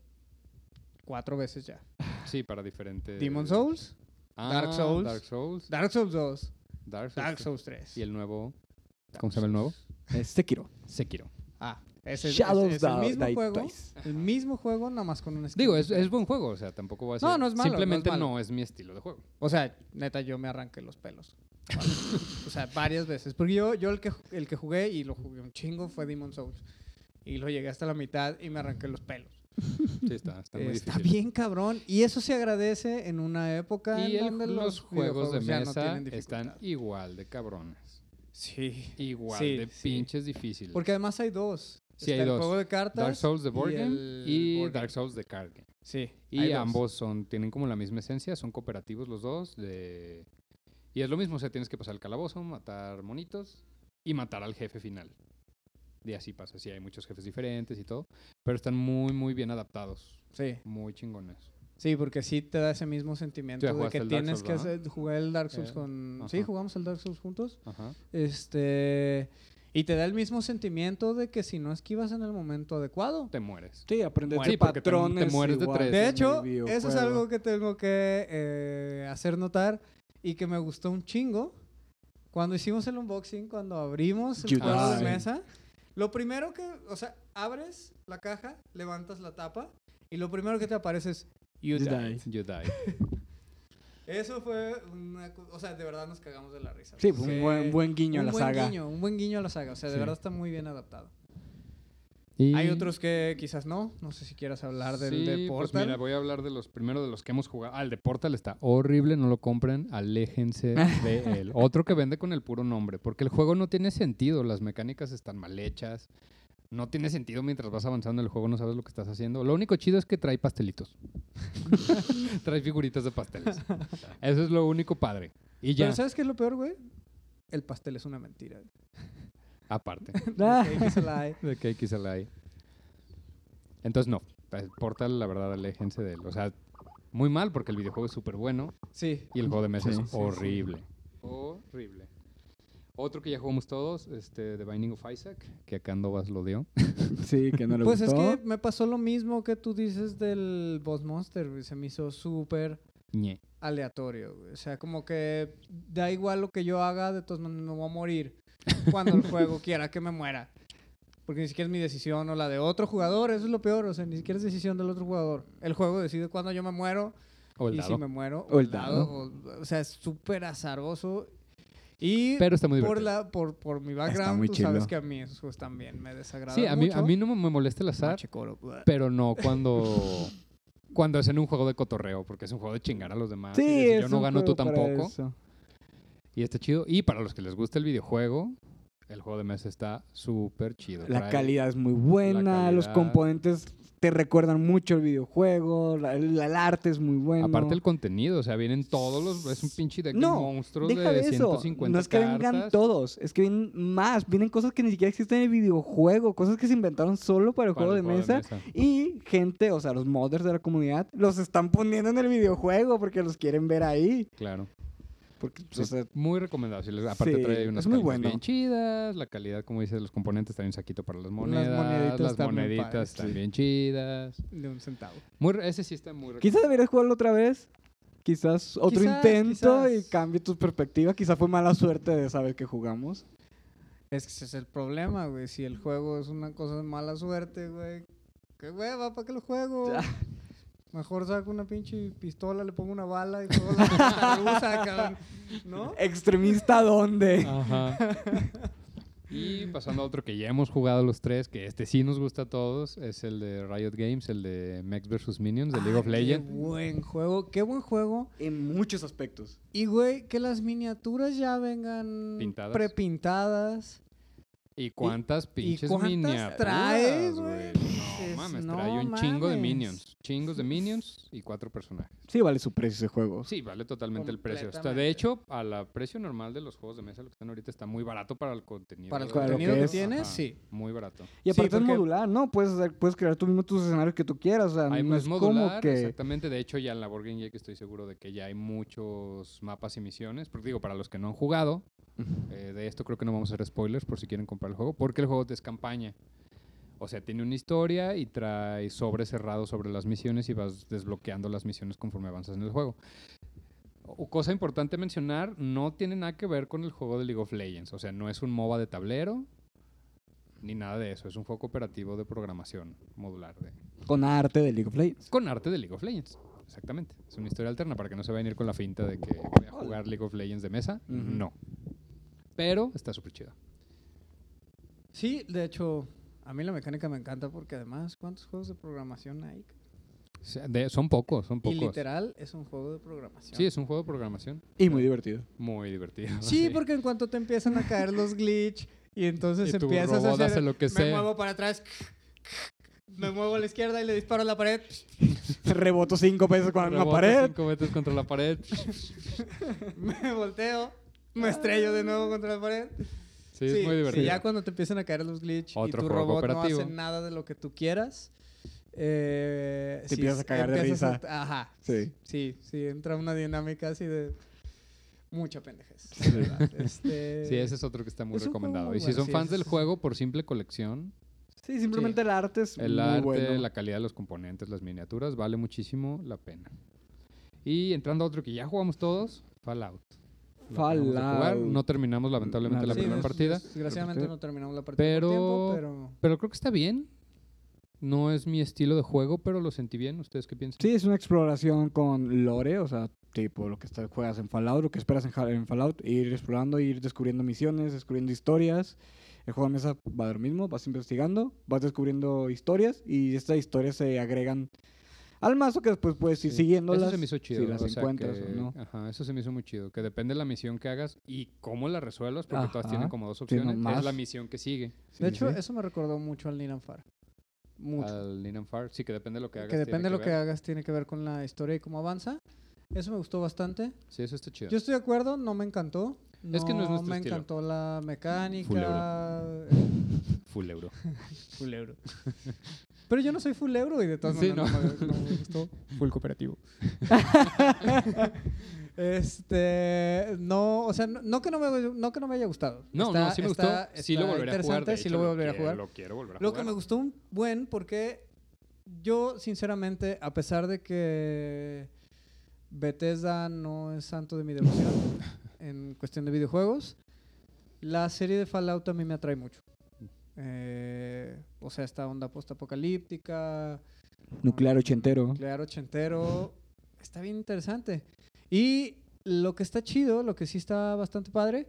cuatro veces ya.
Sí, para diferentes.
Demon Souls,
Ah,
Dark Souls.
Dark Souls.
Dark Souls 2,
Dark Souls.
Dark Souls 3.
Y el nuevo. ¿Cómo se llama el nuevo?
Es Sekiro.
Sekiro.
Ah, es el, es-
Shadows
es el
Die-
mismo
Die
juego.
Twice.
El mismo juego, nada más con un skin.
Digo, es, es buen juego. O sea, tampoco voy a decir.
No, no es malo, no es
Simplemente
malo.
no es mi estilo de juego.
O sea, neta, yo me arranqué los pelos. o sea, varias veces. Porque yo, yo el, que, ju- el que jugué y lo jugué un chingo fue Demon Souls. Y lo llegué hasta la mitad y me arranqué los pelos.
Sí, está, está muy
Está
difícil.
bien cabrón. Y eso se agradece en una época
Y
en
el-
donde
los juegos de
videojuegos ya no
mesa
tienen dificultad.
están igual de cabrones.
Sí.
Igual
Sí,
de
sí.
pinches difíciles.
Porque además hay dos.
Sí, hay
Está
dos.
el juego de cartas.
Dark Souls de board
y
game
el
y
board
Dark
game.
Souls de card game.
Sí. hay
Y
dos.
ambos son tienen como la misma esencia, son cooperativos los dos. de- Y es lo mismo, o sea, tienes que pasar el calabozo, matar monitos y matar al jefe final. Y así pasa, sí, hay muchos jefes diferentes y todo, pero están muy, muy bien adaptados,
Sí.
muy chingones.
Sí, porque sí te da ese mismo sentimiento de
jugaste
que
el Dark
tienes
Souls,
que
¿verdad?
hacer- jugar el Dark Souls
Eh,
con... Sí,
ajá.
jugamos el Dark Souls juntos.
Ajá.
Este. Y te da el mismo sentimiento de que si no esquivas en el momento adecuado.
Te mueres.
Sí, aprendes
Muere-
de
Sí, porque te- te
patrones.
mueres de
igual
tres.
en
De
el
hecho, eso es
videojuego.
algo que tengo que eh, hacer notar y que me gustó un chingo. Cuando hicimos el unboxing, cuando abrimos el
You
juego de
die.
mesa, lo primero que, o sea, abres la caja, levantas la tapa y lo primero que te aparece es You
You
die.
die.
You die.
Eso fue una, co- o sea, de verdad nos cagamos de la risa.
Sí,
porque-
un buen, buen guiño
un
a la
buen
saga.
guiño, un buen guiño a la saga, o sea, de
Sí.
verdad está muy bien adaptado.
Y-
Hay otros que quizás no. No sé si quieras hablar del
Sí,
de
pues
Portal.
mira, voy a hablar de los primero de los que hemos jugado. Ah, el de Portal está horrible, no lo compren, aléjense de él. Otro que vende con el puro nombre, porque el juego no tiene sentido, las mecánicas están mal hechas. No tiene sentido mientras vas avanzando en el juego, no sabes lo que estás haciendo. Lo único chido es que trae pastelitos. trae figuritas de pasteles. Eso es lo único padre. Y ya,
Pero ¿sabes qué es lo peor, güey? El pastel es una mentira.
aparte
Ah.
Ok, que se la hay.
de que hay que hacerla ahí. Entonces, no. el Portal, la verdad, aléjense de él. O sea, muy mal porque el videojuego es súper bueno.
Sí.
Y el juego de mesa
Sí,
es
sí,
horrible. Horrible. Otro que ya jugamos todos, este, The Binding of Isaac, que acá Andovas lo dio.
Sí, que no le
Pues es
gustó.
que me pasó lo mismo que tú dices del Boss Monster, güey. Se me hizo súper
Ñe.
aleatorio, güey. O sea, como que da igual lo que yo haga, de todas maneras me voy a morir cuando el juego quiera que me muera. Porque ni siquiera es mi decisión o la de otro jugador, eso es lo peor, o sea, ni siquiera es decisión del otro jugador. El juego decide cuándo yo me muero,
O el
y
dado.
si me muero,
O el dado.
o, o sea, es súper azaroso. Y
Pero está muy
por,
divertido.
la, por, por mi background,
muy
tú sabes
chilo.
que a mí esos juegos también me desagradan.
Sí, a mí, a mí no me- me molesta el azar, pero no cuando, cuando es en un juego de cotorreo, porque es un juego de chingar a los demás. y de si
es
yo no
un
gano, tú
juego para
tampoco.
eso.
Y está chido. Y para los que les gusta el videojuego, el juego de mesa está súper chido.
La
Trae-
calidad es muy buena, los
calidad.
componentes te recuerdan mucho el videojuego, la- el, el arte es muy bueno.
Aparte el contenido, o sea, vienen todos los... Es un pinche deck
No,
de monstruos
Deja
de,
de eso.
150
No es que vengan
cartas.
todos, es que vienen más, vienen cosas que ni siquiera existen en el videojuego, cosas que se inventaron solo para el
para
juego,
el
de, mesa,
mesa.
Y gente, o sea, los modders de la comunidad, los están poniendo en el videojuego porque los quieren ver ahí.
Claro.
Porque, pues,
Sí,
o sea,
muy recomendado. si les- aparte
Sí,
trae unas
es muy
cajas
bueno.
bien chidas, la calidad, como dices, de los componentes trae un saquito para las monedas, las
moneditas
moneditas,
también padres,
están
sí.
bien chidas.
De un centavo.
Muy, re- ese sí está muy
Quizás
recomendado.
deberías jugarlo otra vez. Quizás otro
Quizás,
intento
quizás.
y cambie tu perspectiva. Quizás fue mala suerte de saber que jugamos.
Es que ese es el problema, güey. Si el juego es una cosa de mala suerte, güey. Qué hueva, ¿para qué lo juego?
Ya.
Mejor saco una pinche pistola, le pongo una bala y juego la ruleta rusa, cabrón. ¿No?
Extremista, ¿dónde?
Ah. Ajá. Y pasando a otro que ya hemos jugado los tres, que este sí nos gusta a todos, es el de Riot Games, el de Max vs. Minions, de League
Ah,
of Legends.
Qué buen juego, qué buen juego.
En muchos aspectos.
Y, güey, que las miniaturas ya vengan
Pintadas.
prepintadas.
¿Y cuántas pinches
cuántas
miniaturas,
trae, güey?
No
Dices,
mames,
"No
trae un chingo de
mames".
minions. Chingos de minions y cuatro personajes.
Sí, vale su precio ese juego.
Sí, vale totalmente el precio. Está,
Completamente.
de hecho, a la precio normal de los juegos de mesa, lo que están ahorita, está muy barato para el contenido.
Para el
Para lo
contenido
que
que,
es.
tienes,
Ajá,
sí.
Muy barato.
Sí,
Y aparte es
pues
porque-
modular, ¿no? Puedes, hacer- puedes crear tú mismo tus escenarios que tú quieras. O sea,
Hay
no
más
es como
modular,
que...
exactamente. De hecho, ya en la Board Game Geek estoy seguro de que ya hay muchos mapas y misiones. Porque digo, para los que no han jugado, eh, de esto creo que no vamos a hacer spoilers por si quieren comprar el juego, porque el juego es campaña. O sea, tiene una historia y trae sobre cerrado sobre las misiones y vas desbloqueando las misiones conforme avanzas en el juego. O- cosa importante mencionar, no tiene nada que ver con el juego de League of Legends. O sea, no es un MOBA de tablero ni nada de eso. Es un juego cooperativo de programación modular de,
Con arte de League of Legends.
con arte de League of Legends. Exactamente. Es una historia alterna para que no se vayan a ir con la finta de que voy a jugar League of Legends de mesa.
Ujú.
No. Pero está súper chido.
Sí, de hecho, a mí la mecánica me encanta porque además, ¿cuántos juegos de programación hay?
O sea, de- son pocos, son
Y
pocos.
literal es un juego de programación.
Sí, es un juego de programación
Y muy divertido.
muy divertido.
Sí, porque en cuanto te empiezan a caer los glitch y entonces
Y tu
empiezas a
robot
hacer
hace lo que
me
sea".
muevo para atrás, me muevo a la izquierda y le disparo a la pared.
Reboto cinco veces con una
Rebota
pared.
cinco veces contra la pared.
me volteo, me estrello de nuevo contra la pared.
Sí, es muy divertido.
ya cuando te empiezan a caer los glitch
Otro
y tu
juego
robot no hace
cooperativo.
nada de lo que tú quieras, eh,
Te
sí,
empiezas a cagar de
empiezas a-
risa.
ajá.
Sí.
Sí, sí, entra una dinámica así de mucha pendejez.
Sí.
la verdad. Este,
Sí, ese es otro que está muy
es un juego
recomendado.
muy
Y si
bueno,
son
sí,
fans
ese
del
sí.
juego por simple colección,
Sí, simplemente el arte es
el
muy
arte,
bueno.
la calidad de los componentes, las miniaturas, vale muchísimo la pena. Y entrando a otro que ya jugamos todos, Fallout. Lo acabamos de jugar,
Fallout.
No terminamos lamentablemente la
Sí,
primera
des-
partida,
Desgraciadamente no terminamos la partida
Pero-
por tiempo, pero
pero creo que está bien. No es mi estilo de juego, pero lo sentí bien. ¿Ustedes qué piensan?
Sí, es una exploración con lore, o sea, tipo lo que está- juegas en Fallout, lo que esperas en, Ja- en Fallout, ir explorando, ir descubriendo misiones, descubriendo historias. El juego de mesa va a lo mismo, vas investigando, vas descubriendo historias y estas historias se agregan al mazo que después puedes ir
Sí.
siguiéndolas.
Eso se me hizo chido.
Si las
o sea
encuentras
que-
o no.
Ajá, eso se me hizo muy chido. Que depende de la misión que hagas y cómo la resuelvas, porque todas
Ajá.
tienen como dos
Tienen
opciones. Es
más.
la misión que sigue
Sí,
de hecho
sí.
eso me recordó mucho al Ninan Far. Mucho.
al Lean and Far. Sí, que depende de lo que hagas.
que
tiene
depende de lo que
ver.
hagas tiene que ver con la historia y cómo avanza. Eso me gustó bastante.
Sí, eso está chido.
Yo estoy de acuerdo, no me encantó.
Es que no es nuestro
me
estilo.
encantó la mecánica. Eh,
Fulebro. Full euro.
Full euro. Pero yo no soy full euro y de todas
Sí,
maneras no, me, no me gustó. Full cooperativo. este, no, o sea, no, no que no me, no que no me haya gustado.
No,
Está-
no, sí me gustó.
está-
sí lo
está
volveré a jugar.
interesante,
de
sí
hecho,
lo voy a volver a
quiero-
jugar.
Lo quiero volver a
Lo que
jugar.
me gustó un buen porque yo, sinceramente, a pesar de que Bethesda no es santo de mi devoción en cuestión de videojuegos, la serie de Fallout a mí me atrae mucho. Eh, o sea, esta onda postapocalíptica,
Nuclear ochentero.
nuclear ochentero, está bien interesante. Y lo que está chido, lo que sí está bastante padre,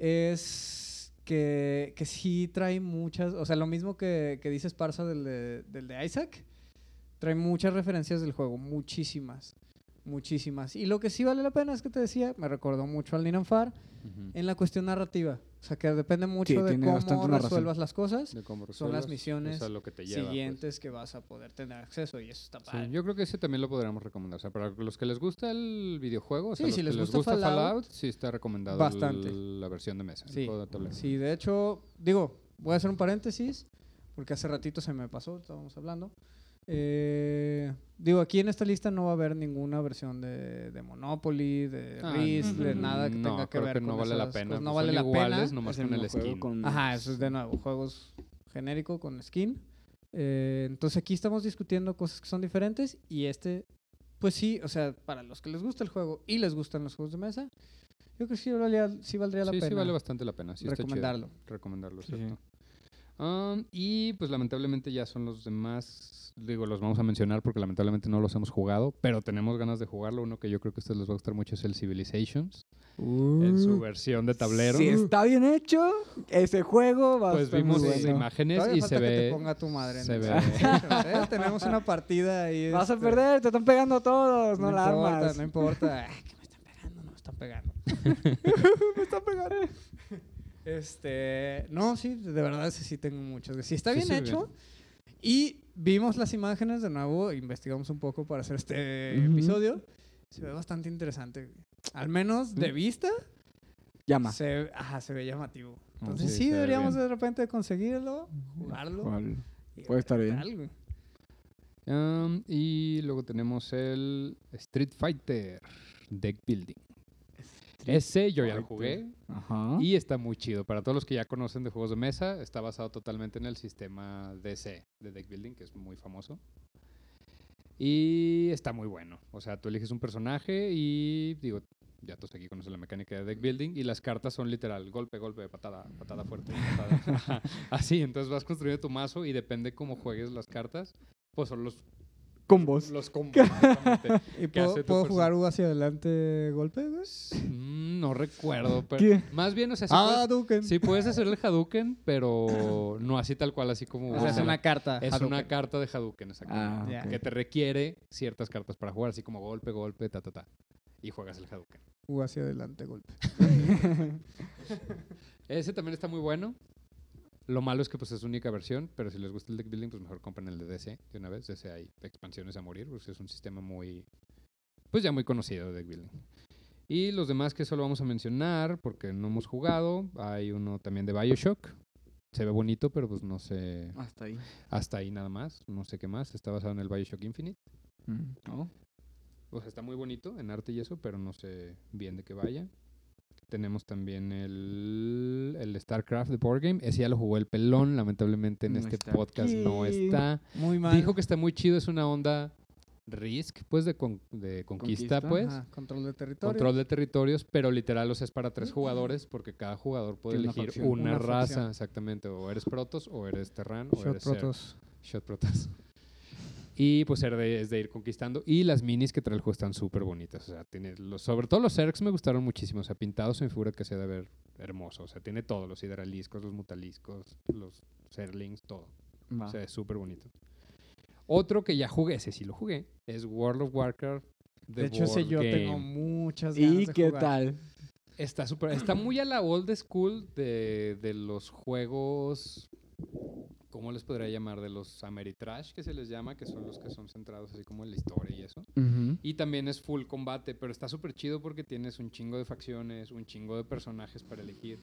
es que, que sí trae muchas, o sea, lo mismo que, que dice Esparza del de, del de Isaac, trae muchas referencias del juego, muchísimas, muchísimas. Y lo que sí vale la pena es que te decía, me recordó mucho al Ninan Far,
Ujú.
en la cuestión narrativa, o sea, que depende mucho
Sí,
de
tiene bastante
cómo
narración.
resuelvas las cosas.
De cómo
Son las
resuelvas,
misiones
o sea, lo que te lleva, pues.
siguientes que vas a poder tener acceso y eso está
Sí,
padre.
yo creo que ese también lo podríamos recomendar. O sea, para los que les gusta el videojuego, o sea,
Sí,
los
si
que
les
les
gusta
gusta,
Fallout,
Fallout, sí está recomendado
bastante.
el- la versión de mesa. el
Sí,
juego de tablero.
Sí, de hecho, digo, voy a hacer un paréntesis, porque hace ratito se me pasó, estábamos hablando. Eh, digo, aquí en esta lista no va a haber ninguna versión de, de Monopoly, de
Ah,
Risk, de
ujú.
nada que
no,
tenga que
creo
ver
que
con
no vale la
esas
pena.
cosas.
pues
No
son
vale la
iguales,
pena.
nomás
el
con el
mismo juego
skin.
con-
Ajá, eso es de nuevo, juegos genérico con skin. Eh, entonces aquí estamos discutiendo cosas que son diferentes y este, pues sí, o sea, para los que les gusta el juego y les gustan los juegos de mesa, yo creo que sí valía- sí valdría la
sí,
pena.
sí vale bastante la pena. Sí está chido.
recomendarlo.
Recomendarlo,
Sí, sí.
¿cierto? Am, y pues lamentablemente ya son los demás, digo, los vamos a mencionar porque lamentablemente no los hemos jugado, pero tenemos ganas de jugarlo. Uno que yo creo que a ustedes les va a gustar mucho es el Civilizations, en
Uh.
su versión de tablero.
Si está bien hecho, ese juego va a
pues
estar
vimos
muy
las
bueno.
imágenes
Todavía
y
falta
se
que
ve...
te ponga tu madre. en
se
el
ve-
Civilizations, ¿eh? Tenemos una partida ahí.
Vas a
este,
perder, te están pegando a todos, no, la
importa,
armas.
No importa. Ay, que me están pegando, no me están pegando. me están pegando. Este, no, sí, de verdad ese sí tengo muchos. Sí está
Sí,
bien
sí,
hecho. Y vimos las imágenes de nuevo, investigamos un poco para hacer este
Ujú.
episodio. Se ve bastante interesante. Al menos de
Sí.
vista
Llama.
se, ajá, se ve llamativo. Entonces
Ah, sí,
sí,
se ve
deberíamos de
bien.
repente conseguirlo, jugarlo.
¿Cuál?
y
puede
ver
estar
qué
bien.
tal, güey.
Am, y luego tenemos el Street Fighter Deck Building. Ese yo ya lo
Fighter.
jugué
Ajá.
y está muy chido. Para todos los que ya conocen de juegos de mesa, está basado totalmente en el sistema DC de Deck Building, que es muy famoso. Y está muy bueno. O sea, tú eliges un personaje y digo, ya todos aquí conocen la mecánica de deck building y las cartas son literal, golpe, golpe, patada, patada fuerte, patada. Así, entonces vas construyendo tu mazo y depende cómo juegues las cartas, pues son los
Combos.
los combos. exactamente.
¿Y
¿Qué
puedo,
hace tu
puedo
persona?
jugar U hacia adelante golpe, güey?
Mm, no recuerdo, pero
¿Qué?
más bien, o sea, sí,
Ah, Duken.
puedes, sí puedes hacer el Hadouken, pero no así tal cual, así como
O sea, es
Ursula.
una carta.
Es
Hadouken.
una carta de Hadouken,
Ah,
exactamente.
Ya.
ok.
Que te requiere ciertas cartas para jugar, así como golpe, golpe, ta, ta, ta. Y juegas el Hadouken.
U hacia adelante, golpe.
Ese también está muy bueno. Lo malo es que pues es su única versión, pero si les gusta el deck building, pues mejor compren el de DC de una vez. DC hay expansiones a morir, porque es un sistema muy, pues ya muy conocido de deck building. Y los demás que solo vamos a mencionar, porque no hemos jugado, hay uno también de Bioshock. Se ve bonito, pero pues no sé,
Hasta ahí.
hasta ahí nada más, no sé qué más. Está basado en el Bioshock Infinite.
¿No?
O sea, está muy bonito en arte y eso, pero no sé bien de qué vaya. Tenemos también el, el StarCraft de Board Game. Ese ya lo jugó el pelón, lamentablemente en
No
este
está
podcast no
aquí.
está.
Muy mal.
Dijo que está muy chido, es una onda Risk, pues de, con- de
Conquista,
conquista, pues.
Ajá, control de territorio.
Control de territorios, pero literal, o sea, es para tres jugadores porque cada jugador puede
Tiene una
elegir
facción.
una,
Mm. Una
raza,
facción.
exactamente. O eres Protoss, o eres Terran, o
Shot
eres Zerg.
protos.
Shot Protas. Y pues era de- es de ir conquistando. Y las minis que trae el juego están súper bonitas. O sea, tiene los, sobre todo los Zergs me gustaron muchísimo. O sea, pintados en figura que se debe ver hermoso. O sea, tiene todos los hidraliscos, los mutaliscos, los Zerlings, todo.
Ah.
O sea, es súper bonito. Otro que ya jugué, ese sí lo jugué, es World of Warcraft. The
De hecho, ese
Board
yo tengo
Game.
muchas ganas
¿Y
de
qué
jugar.
tal?
Está súper. Está muy a la old school de, de los juegos. ¿Cómo les podría llamar? De los Ameritrash que se les llama, que son los que son centrados así como en la historia y eso. Y también es full combate, pero está súper chido porque tienes un chingo de facciones, un chingo de personajes para elegir.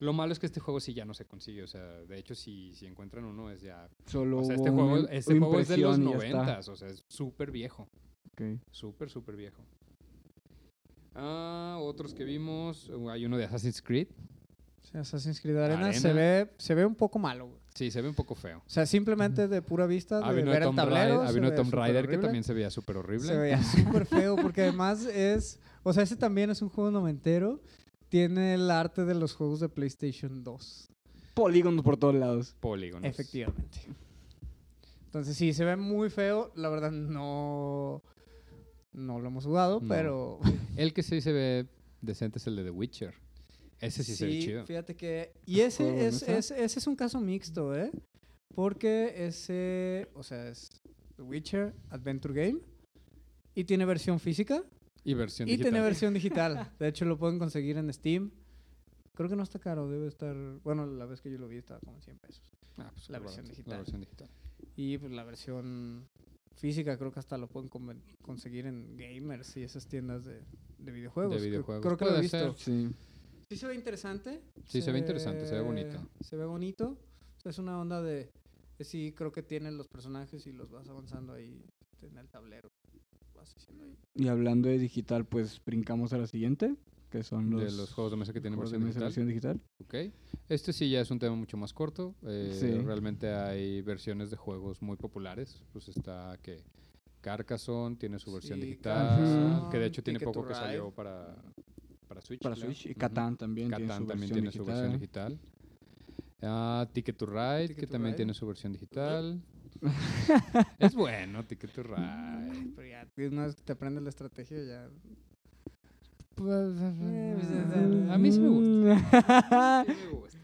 Lo malo es que este juego sí ya no se consigue. O sea, de hecho, si, si encuentran uno es ya.
Solo
O sea, este
hubo
juego,
una-
este
una
juego es de los
impresión y ya está.
noventas. O sea, es súper viejo.
Ok.
Súper, súper viejo. Ah, otros que vimos. uh, Hay uno de Assassin's Creed.
Sí, Assassin's Creed Arena,
Arena.
Se, ve, se ve un poco malo. güey.
Sí, se ve un poco feo.
O sea, simplemente de pura vista, de
Había uno de
ver el
Tomb
tablero.
Raider,
se
había uno de
ve
Tomb
súper
Raider que
horrible.
también se veía súper horrible.
Se veía súper feo porque además es... O sea, ese también es un juego noventero. Tiene el arte de los juegos de PlayStation 2.
Polígonos por todos lados.
Polígonos.
Efectivamente. Entonces sí, se ve muy feo. La verdad no, no lo hemos jugado,
No.
pero
El que sí se ve decente es el de The Witcher. Ese sí, se ve chido.
fíjate que... Y ese
¿Juego de
es,
mesa?
es- ese es un caso mixto, ¿eh? Porque ese, o sea, es The Witcher Adventure Game. Y tiene versión física
Y versión
y
digital.
tiene versión digital. De hecho, lo pueden conseguir en Steam. Creo que no está caro, debe estar... Bueno, la vez que yo lo vi estaba como en 100 pesos.
Ah, pues,
la
qué
versión
barato,
digital.
La versión digital.
Y pues, la versión física creo que hasta lo pueden conven- conseguir en gamers y esas tiendas de, de videojuegos. Creo-
videojuegos.
Creo, que lo he
Puede
visto.
ser.
Sí.
Sí se ve interesante.
Sí, se ve interesante, se ve bonito.
Se ve bonito. O sea, es una onda de Sí, creo que tienes los personajes y los vas avanzando ahí en el tablero. Vas haciendo ahí.
Y hablando de digital, pues brincamos a la siguiente, que son los,
de los juegos de mesa que tienen
juegos de
versión
mesa
digital.
versión digital.
Ok. Este sí ya es un tema mucho más corto. eh,
Sí.
Realmente hay versiones de juegos muy populares. Pues está que Carcassonne tiene su versión
Sí,
digital.
Carcassonne,
Que de hecho tiene
Ticket to
poco que salió
Ride.
para, para Switch.
Para
creo.
Switch. Y
Ujú.
Catán también tiene su
Catán también
versión
tiene su
digital.
versión digital. Ah, Ticket to Ride,
Ticket
que
to
también
Ride.
tiene su versión digital. es bueno, Ticket to Ride.
Pero ya, una vez que te aprendes la estrategia, ya.
Pues, eh,
A mí sí me
gusta.
Sí me gusta.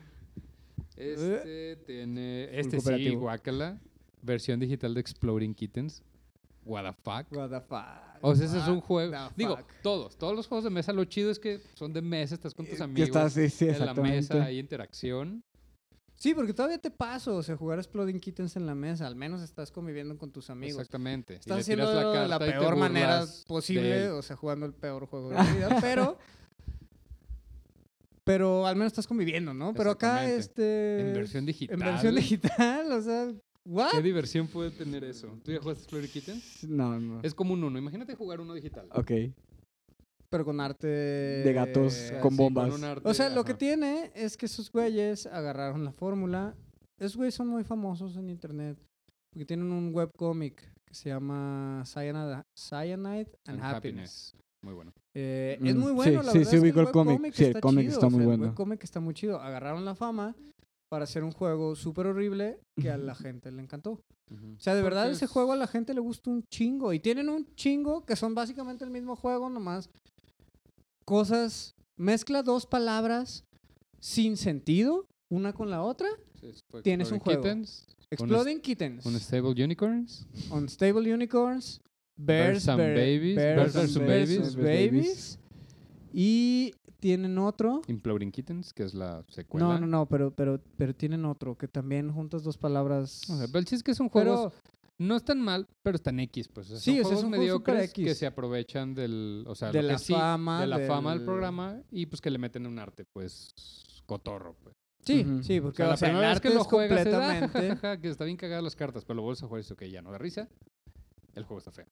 Este tiene. Este sí,
cooperativo.
guácala. Versión digital de Exploding Kittens. What the fuck.
What the fuck.
O sea, ese es un
What
juego.
the
Digo,
fuck.
todos, todos los juegos de mesa, lo chido es que son de mesa, estás con tus
que
amigos.
está, sí, sí,
en la mesa
exactamente.
hay interacción.
Sí, porque todavía te paso, o sea, jugar Exploding Kittens en la mesa, al menos estás conviviendo con tus amigos.
Exactamente. Y
Estás
le
haciendo
tiras
la, de la
carta y te
peor manera
burlas de
posible,
él.
o sea, jugando el peor juego de la vida, pero... Pero al menos estás conviviendo, ¿no? Pero acá,
Exactamente.
este...
En versión digital.
En versión digital, o sea, ¿what?
¿Qué diversión puede tener eso? ¿Tú ya jugaste Exploding Kittens?
No, no.
Es como un uno. Imagínate jugar uno digital.
Ok.
Pero con arte...
De gatos
eh,
con
Así,
bombas.
un arte,
O sea, lo que
ajá.
tiene es que esos güeyes agarraron la fórmula. Esos güeyes son muy famosos en internet porque tienen un webcomic que se llama Cyanide, Cyanide and, Happiness.
And happiness. Muy bueno.
Eh, es
Mm,
muy bueno,
sí,
la
sí,
verdad.
sí
es que
ubico el cómic, sí, el cómic
chido,
está
o sea,
muy
el
bueno.
webcomic está muy chido. Agarraron la fama para hacer un juego súper horrible que a la gente le encantó. O sea, de verdad
Porque
ese
es-
juego a la gente le gusta un chingo. Y tienen un chingo que son básicamente el mismo juego, nomás cosas. Mezcla dos palabras sin sentido, una con la otra.
Sí, eso fue
Tienes
Exploding
un juego.
Kittens,
Exploding Kittens,
Unstable Unicorns.
Unstable Unicorns, Bears,
Bears and
ver-
Babies,
Bears
Bears
and
versus
versus
Babies.
Babies. Y tienen otro.
Imploding Kittens, que es la secuela.
No, no, no, pero, pero, pero tienen otro que también juntas dos palabras.
O sea, pero el chiste es que son
Pero
juegos no están mal, pero están X, pues. O sea,
Sí, o
son
sea,
juegos
son juegos súper
mediocres
X.
que se aprovechan del, o sea,
De
lo
la
que sí,
fama
de la fama del
del-
programa y pues que le meten un arte, pues cotorro, pues.
sí,
Ujú.
sí,
O
porque
sea,
o
la
sea, el
primera vez que
arte
lo
es
juegas es, "Ah, ja, ja,
completamente.
ja, que está bien cagadas las cartas, pero lo vuelves a jugar y dices, ok, ya no da risa. El juego está feo.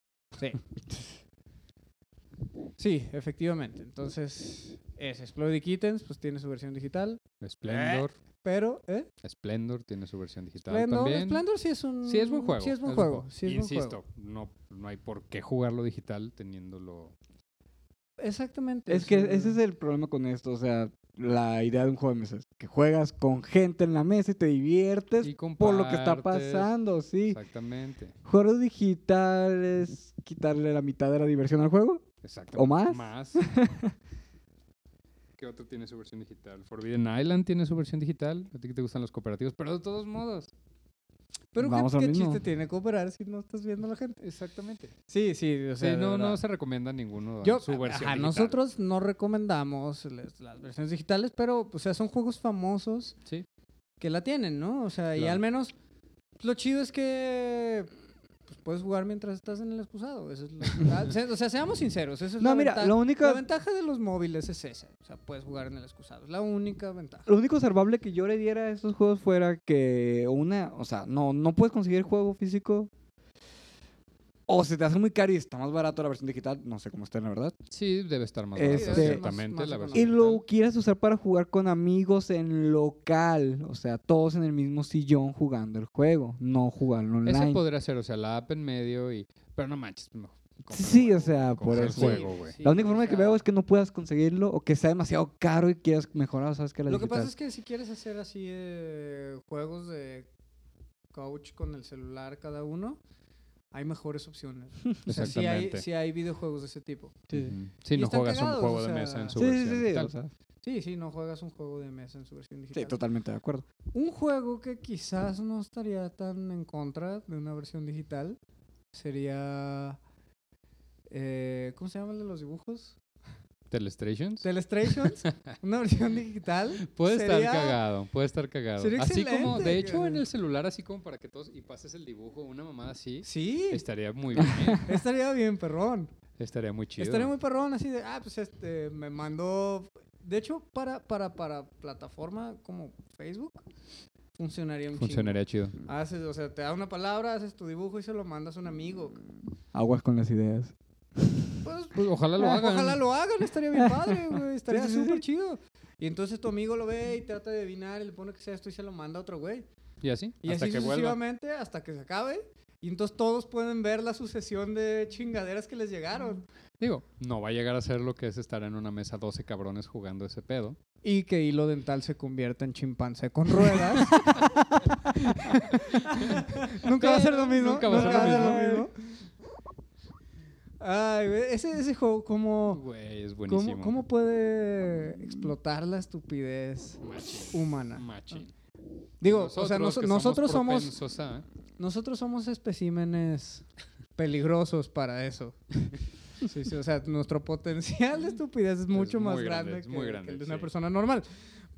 Sí, efectivamente. Entonces, es Exploding Kittens, pues tiene su versión digital.
Splendor.
Pero, ¿eh?
Splendor tiene su versión digital
Splendor,
también.
Splendor sí es un.
Sí, es
Mm,
buen juego.
Sí, es buen juego. Sí, es
Y
buen
insisto,
juego.
No, no hay por qué jugarlo digital teniéndolo.
Exactamente.
Es
o
que
sea,
ese es el problema con esto, o sea, la idea de un juego de mesa es que juegas con gente en la mesa y te diviertes
Y
por lo que está
compartes,
pasando, sí.
Exactamente.
Juego digital es quitarle la mitad de la diversión al juego.
Exacto.
¿O más?
Más. ¿Qué otro tiene su versión digital? Forbidden Island tiene su versión digital. A ti que te gustan los cooperativos, pero de todos modos.
Pero,
Vamos
¿qué,
a lo
qué
mismo.
chiste tiene cooperar si no estás viendo a la gente?
Exactamente.
Sí, sí, o sea. de
no,
verdad.
no se recomienda ninguno
Yo,
su versión
ajá,
digital.
nosotros no recomendamos les- las versiones digitales, pero, o sea, son juegos famosos
Sí.
que la tienen, ¿no? O sea, y
Claro.
al menos lo chido es que pues, puedes jugar mientras estás en el excusado. Eso es la verdad. Se- o sea, seamos sinceros. Esa es
No,
la
mira,
ventaja.
lo
La
único,
ventaja de los móviles es esa. O sea, puedes jugar en el excusado. Es la única ventaja.
lo único salvable que yo le diera a estos juegos fuera que una, o sea, no, no puedes conseguir juego físico. O se te hace muy caro y está más barato la versión digital, no sé cómo está la verdad.
Sí, debe estar más barata,
Este-
ciertamente.
Más- más
la versión
Y lo
digital.
quieres usar para jugar con amigos en local, o sea, todos en el mismo sillón jugando el juego, no jugarlo
Eso
online.
podría ser, o sea, la app en medio y. Pero no manches. mejor compra el
Sí,
juego,
o sea,
compra
por
el
eso.
juego, güey.
Sí,
la única
o
forma de que
sea,
veo es que no puedas conseguirlo o que sea demasiado caro y quieras mejorar, ¿sabes? Que la
Lo que
digital.
pasa es que si quieres hacer así eh, juegos de couch con el celular cada uno, hay mejores opciones. O sea, sí Pues hay,
Exactamente.
sí hay videojuegos de ese tipo.
Ujú. Sí,
Y
no
están
juegas un
cagados,
juego
o
de
sea,
mesa en su
Sí, sí,
versión
sí, sí,
digital.
o sea,
Sí, sí, no juegas un juego de mesa en su versión digital.
sí, totalmente de acuerdo.
Un juego que quizás no estaría tan en contra de una versión digital sería... eh, ¿Cómo se llama el de los dibujos?
Telestrations.
Telestrations, una versión digital.
Puede
sería-
estar cagado, puede estar cagado.
sería
así como, de
excelente,
hecho, en
cabrón.
el celular, así como para que todos y pases el dibujo, una mamada así,
Sí,
estaría muy bien, ¿eh?
estaría bien, perrón.
estaría muy chido.
Estaría muy perrón, así de, ah, pues este, me mandó. De hecho, para, para, para plataforma como Facebook, funcionaría un
Funcionaría chido.
chingo. Haces, o sea, te da una palabra, haces tu dibujo y se lo mandas a un amigo.
Aguas con las ideas.
Pues,
Pues, ojalá lo hagan.
ojalá lo hagan, estaría bien padre, güey, estaría
sí, sí.
súper chido. Y entonces tu amigo lo ve y trata de adivinar, y le pone que sea esto y se lo manda a otro güey.
Y así.
Y
hasta
así
que vuelva.
sucesivamente hasta que se acabe. Y entonces todos pueden ver la sucesión de chingaderas que les llegaron.
Digo, no va a llegar a ser lo que es estar en una mesa 12 cabrones jugando ese pedo.
Y que hilo dental se convierta en chimpancé con ruedas. nunca va a ser lo mismo.
Nunca va a ser lo
mismo. Ay, güey, ese, ese juego, ¿cómo,
Güey, es
cómo,
buenísimo.
cómo puede explotar la estupidez
Machín.
humana?
Machín.
Digo, o sea,
Nosotros
nos-
que
nosotros somos
propensos a-
Nosotros somos especímenes peligrosos para eso. Sí, sí, o sea, nuestro potencial de estupidez es mucho más
muy grande,
grande,
es
que,
muy grande,
que el de una
sí.
persona normal.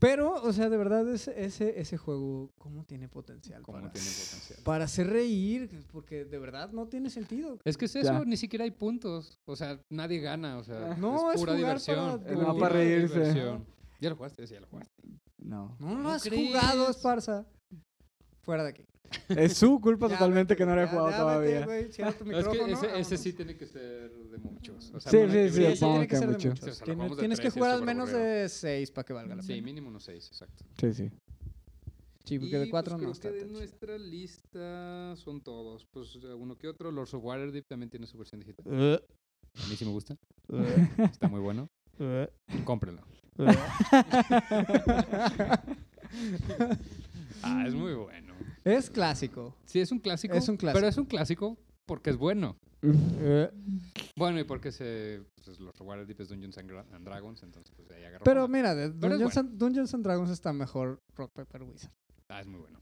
Pero, o sea, de verdad, es- ese, ese juego, ¿cómo tiene potencial?
¿Cómo
para,
tiene potencial?
para hacer reír, porque de verdad no tiene sentido.
Es que es eso,
Ya.
ni siquiera hay puntos. O sea, nadie gana. O sea,
No,
Ah, es
es
pura
jugar
diversión.
para
Es más
pura
para reírse.
diversión. Ya lo jugaste, sí, ya lo jugaste.
No.
No lo
¿Cómo
has jugado,
crees?
esparza. Fuera de aquí.
Es su culpa
Ya,
pues totalmente
vete,
que no lo he
ya-
jugado
ya
todavía.
Vete, güey, cierra tu
No, es que
micrófono,
ese, ese
vámonos.
sí tiene que ser de muchos. O sea,
Sí,
para
sí,
que
sí,
brille.
sí, tiene que ser de
mucho.
muchos.
Sí, o sea,
Tienes-
lo jugamos de
tienes que
tres, sí, es
jugar al
súper
menos
aburrido.
de 6 para que valga la pena.
Sí, mínimo unos seis, exacto.
Sí, sí.
Sí, porque de
Y,
4 no
pues, creo
está
que de
tan chido.
nuestra lista son todos. Pues eh, uno que otro. Lords of Waterdeep también tiene su versión digital.
Eh,
A mí sí me gusta. Está muy bueno.
eh,
Cómprenlo. Ah, es muy bueno.
Es clásico.
Sí, es un clásico.
Es un clásico.
Pero es un clásico porque es bueno.
Eh.
Bueno, y porque se, pues, los Waterdeep es Dungeons and, Gra- and Dragons, entonces pues de ahí agarró.
Pero
fama.
mira, de
Pero es
Dungeons, and, Dungeons and Dragons está mejor Rock Paper Wizard.
Ah, es muy bueno.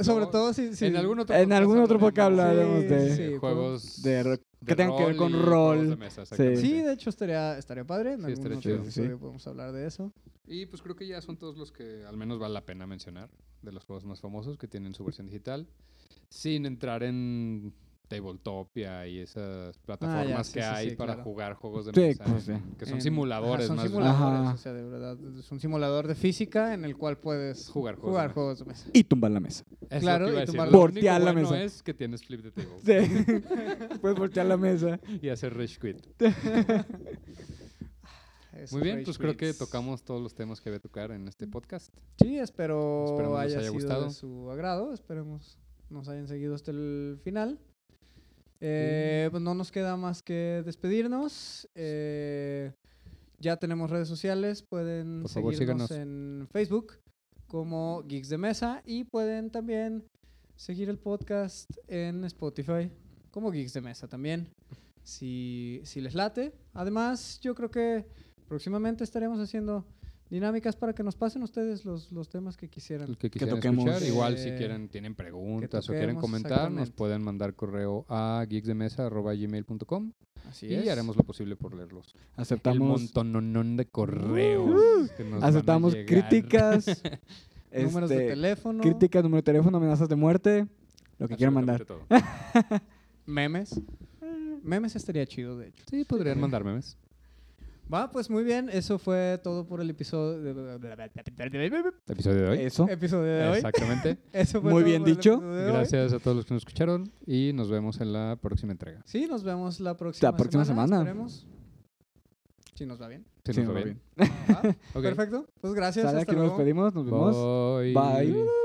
Sobre
No,
todo si... si
En algún otro
En algún otro
hablaremos
podcast hablaremos
Sí,
de,
sí.
de juegos
de ro- que
de
tengan que ver con
y juegos de
rol.
mesa,
Sí.
exactamente.
Sí, de hecho estaría, estaría padre. En
Sí,
algún
estaría
otro
chido.
episodio
Sí.
podemos hablar de eso.
Y pues creo que ya son todos los que al menos vale la pena mencionar de los juegos más famosos que tienen su versión digital, sin entrar en Tabletopia y esas
Ah,
plataformas
sí,
que
sí,
hay
sí,
para
claro.
jugar juegos de
Sí,
mesa,
pues, sí.
que son
En- Ajá,
simuladores
son
más bien.
simuladores,
Ajá.
o sea, de verdad. Es un simulador de física en el cual puedes
Jugar juegos
jugar
de
juegos de mesa.
Y tumbar la mesa.
Es
Claro,
lo que
y
iba a decir.
tomar-
Lo único
Voltear la
bueno
mesa.
es que tienes flip de table
Sí. Puedes voltear la mesa.
y hacer rage quit.
Es
Muy bien,
Rage
pues creo que
Quits.
tocamos todos los temas que voy a tocar en este podcast.
Sí, espero,
Esperemos les
haya,
haya
sido
gustado.
de su agrado. Esperemos nos hayan seguido hasta el final. Eh, Pues no nos queda más que despedirnos. Eh, ya tenemos redes sociales. Pueden
Por favor,
seguirnos
síganos.
en Facebook como Geeks de Mesa y pueden también seguir el podcast en Spotify como Geeks de Mesa también. Si, si les late. Además, yo creo que próximamente estaremos haciendo dinámicas para que nos pasen ustedes los, los temas que quisieran.
El que quisieran
toquemos.
escuchar. Igual si
Eh,
quieren, tienen preguntas o quieren
toquemos,
comentar, nos
exactamente.
pueden mandar correo a geeksdemesa.gmail.com
Así
y
es.
haremos lo posible por leerlos. El
Aceptamos,
montononón de correos
Uh,
que nos van a
aceptamos
llegar.
críticas.
números de
este,
teléfono,
Críticas, número de teléfono, amenazas de muerte. Lo que quieran mandar.
Absolutamente todo.
memes. Memes estaría chido, de hecho.
Sí, podrían mandar memes.
Va, pues muy bien. Eso fue todo por el episodio de,
Episodio de hoy.
Eso.
episodio de hoy.
Exactamente.
Eso fue
Muy
todo
bien
por el
dicho.
episodio de hoy.
Gracias a todos los que nos escucharon y nos vemos en la próxima entrega.
Sí, nos vemos la próxima,
próxima semana.
esperemos. Si nos va bien.
Si
Sí,
nos va
muy
bien.
Va,
Ok.
Perfecto. Pues gracias.
Sale,
hasta
aquí nos
luego.
despedimos, nos vemos.
Bye.
Bye.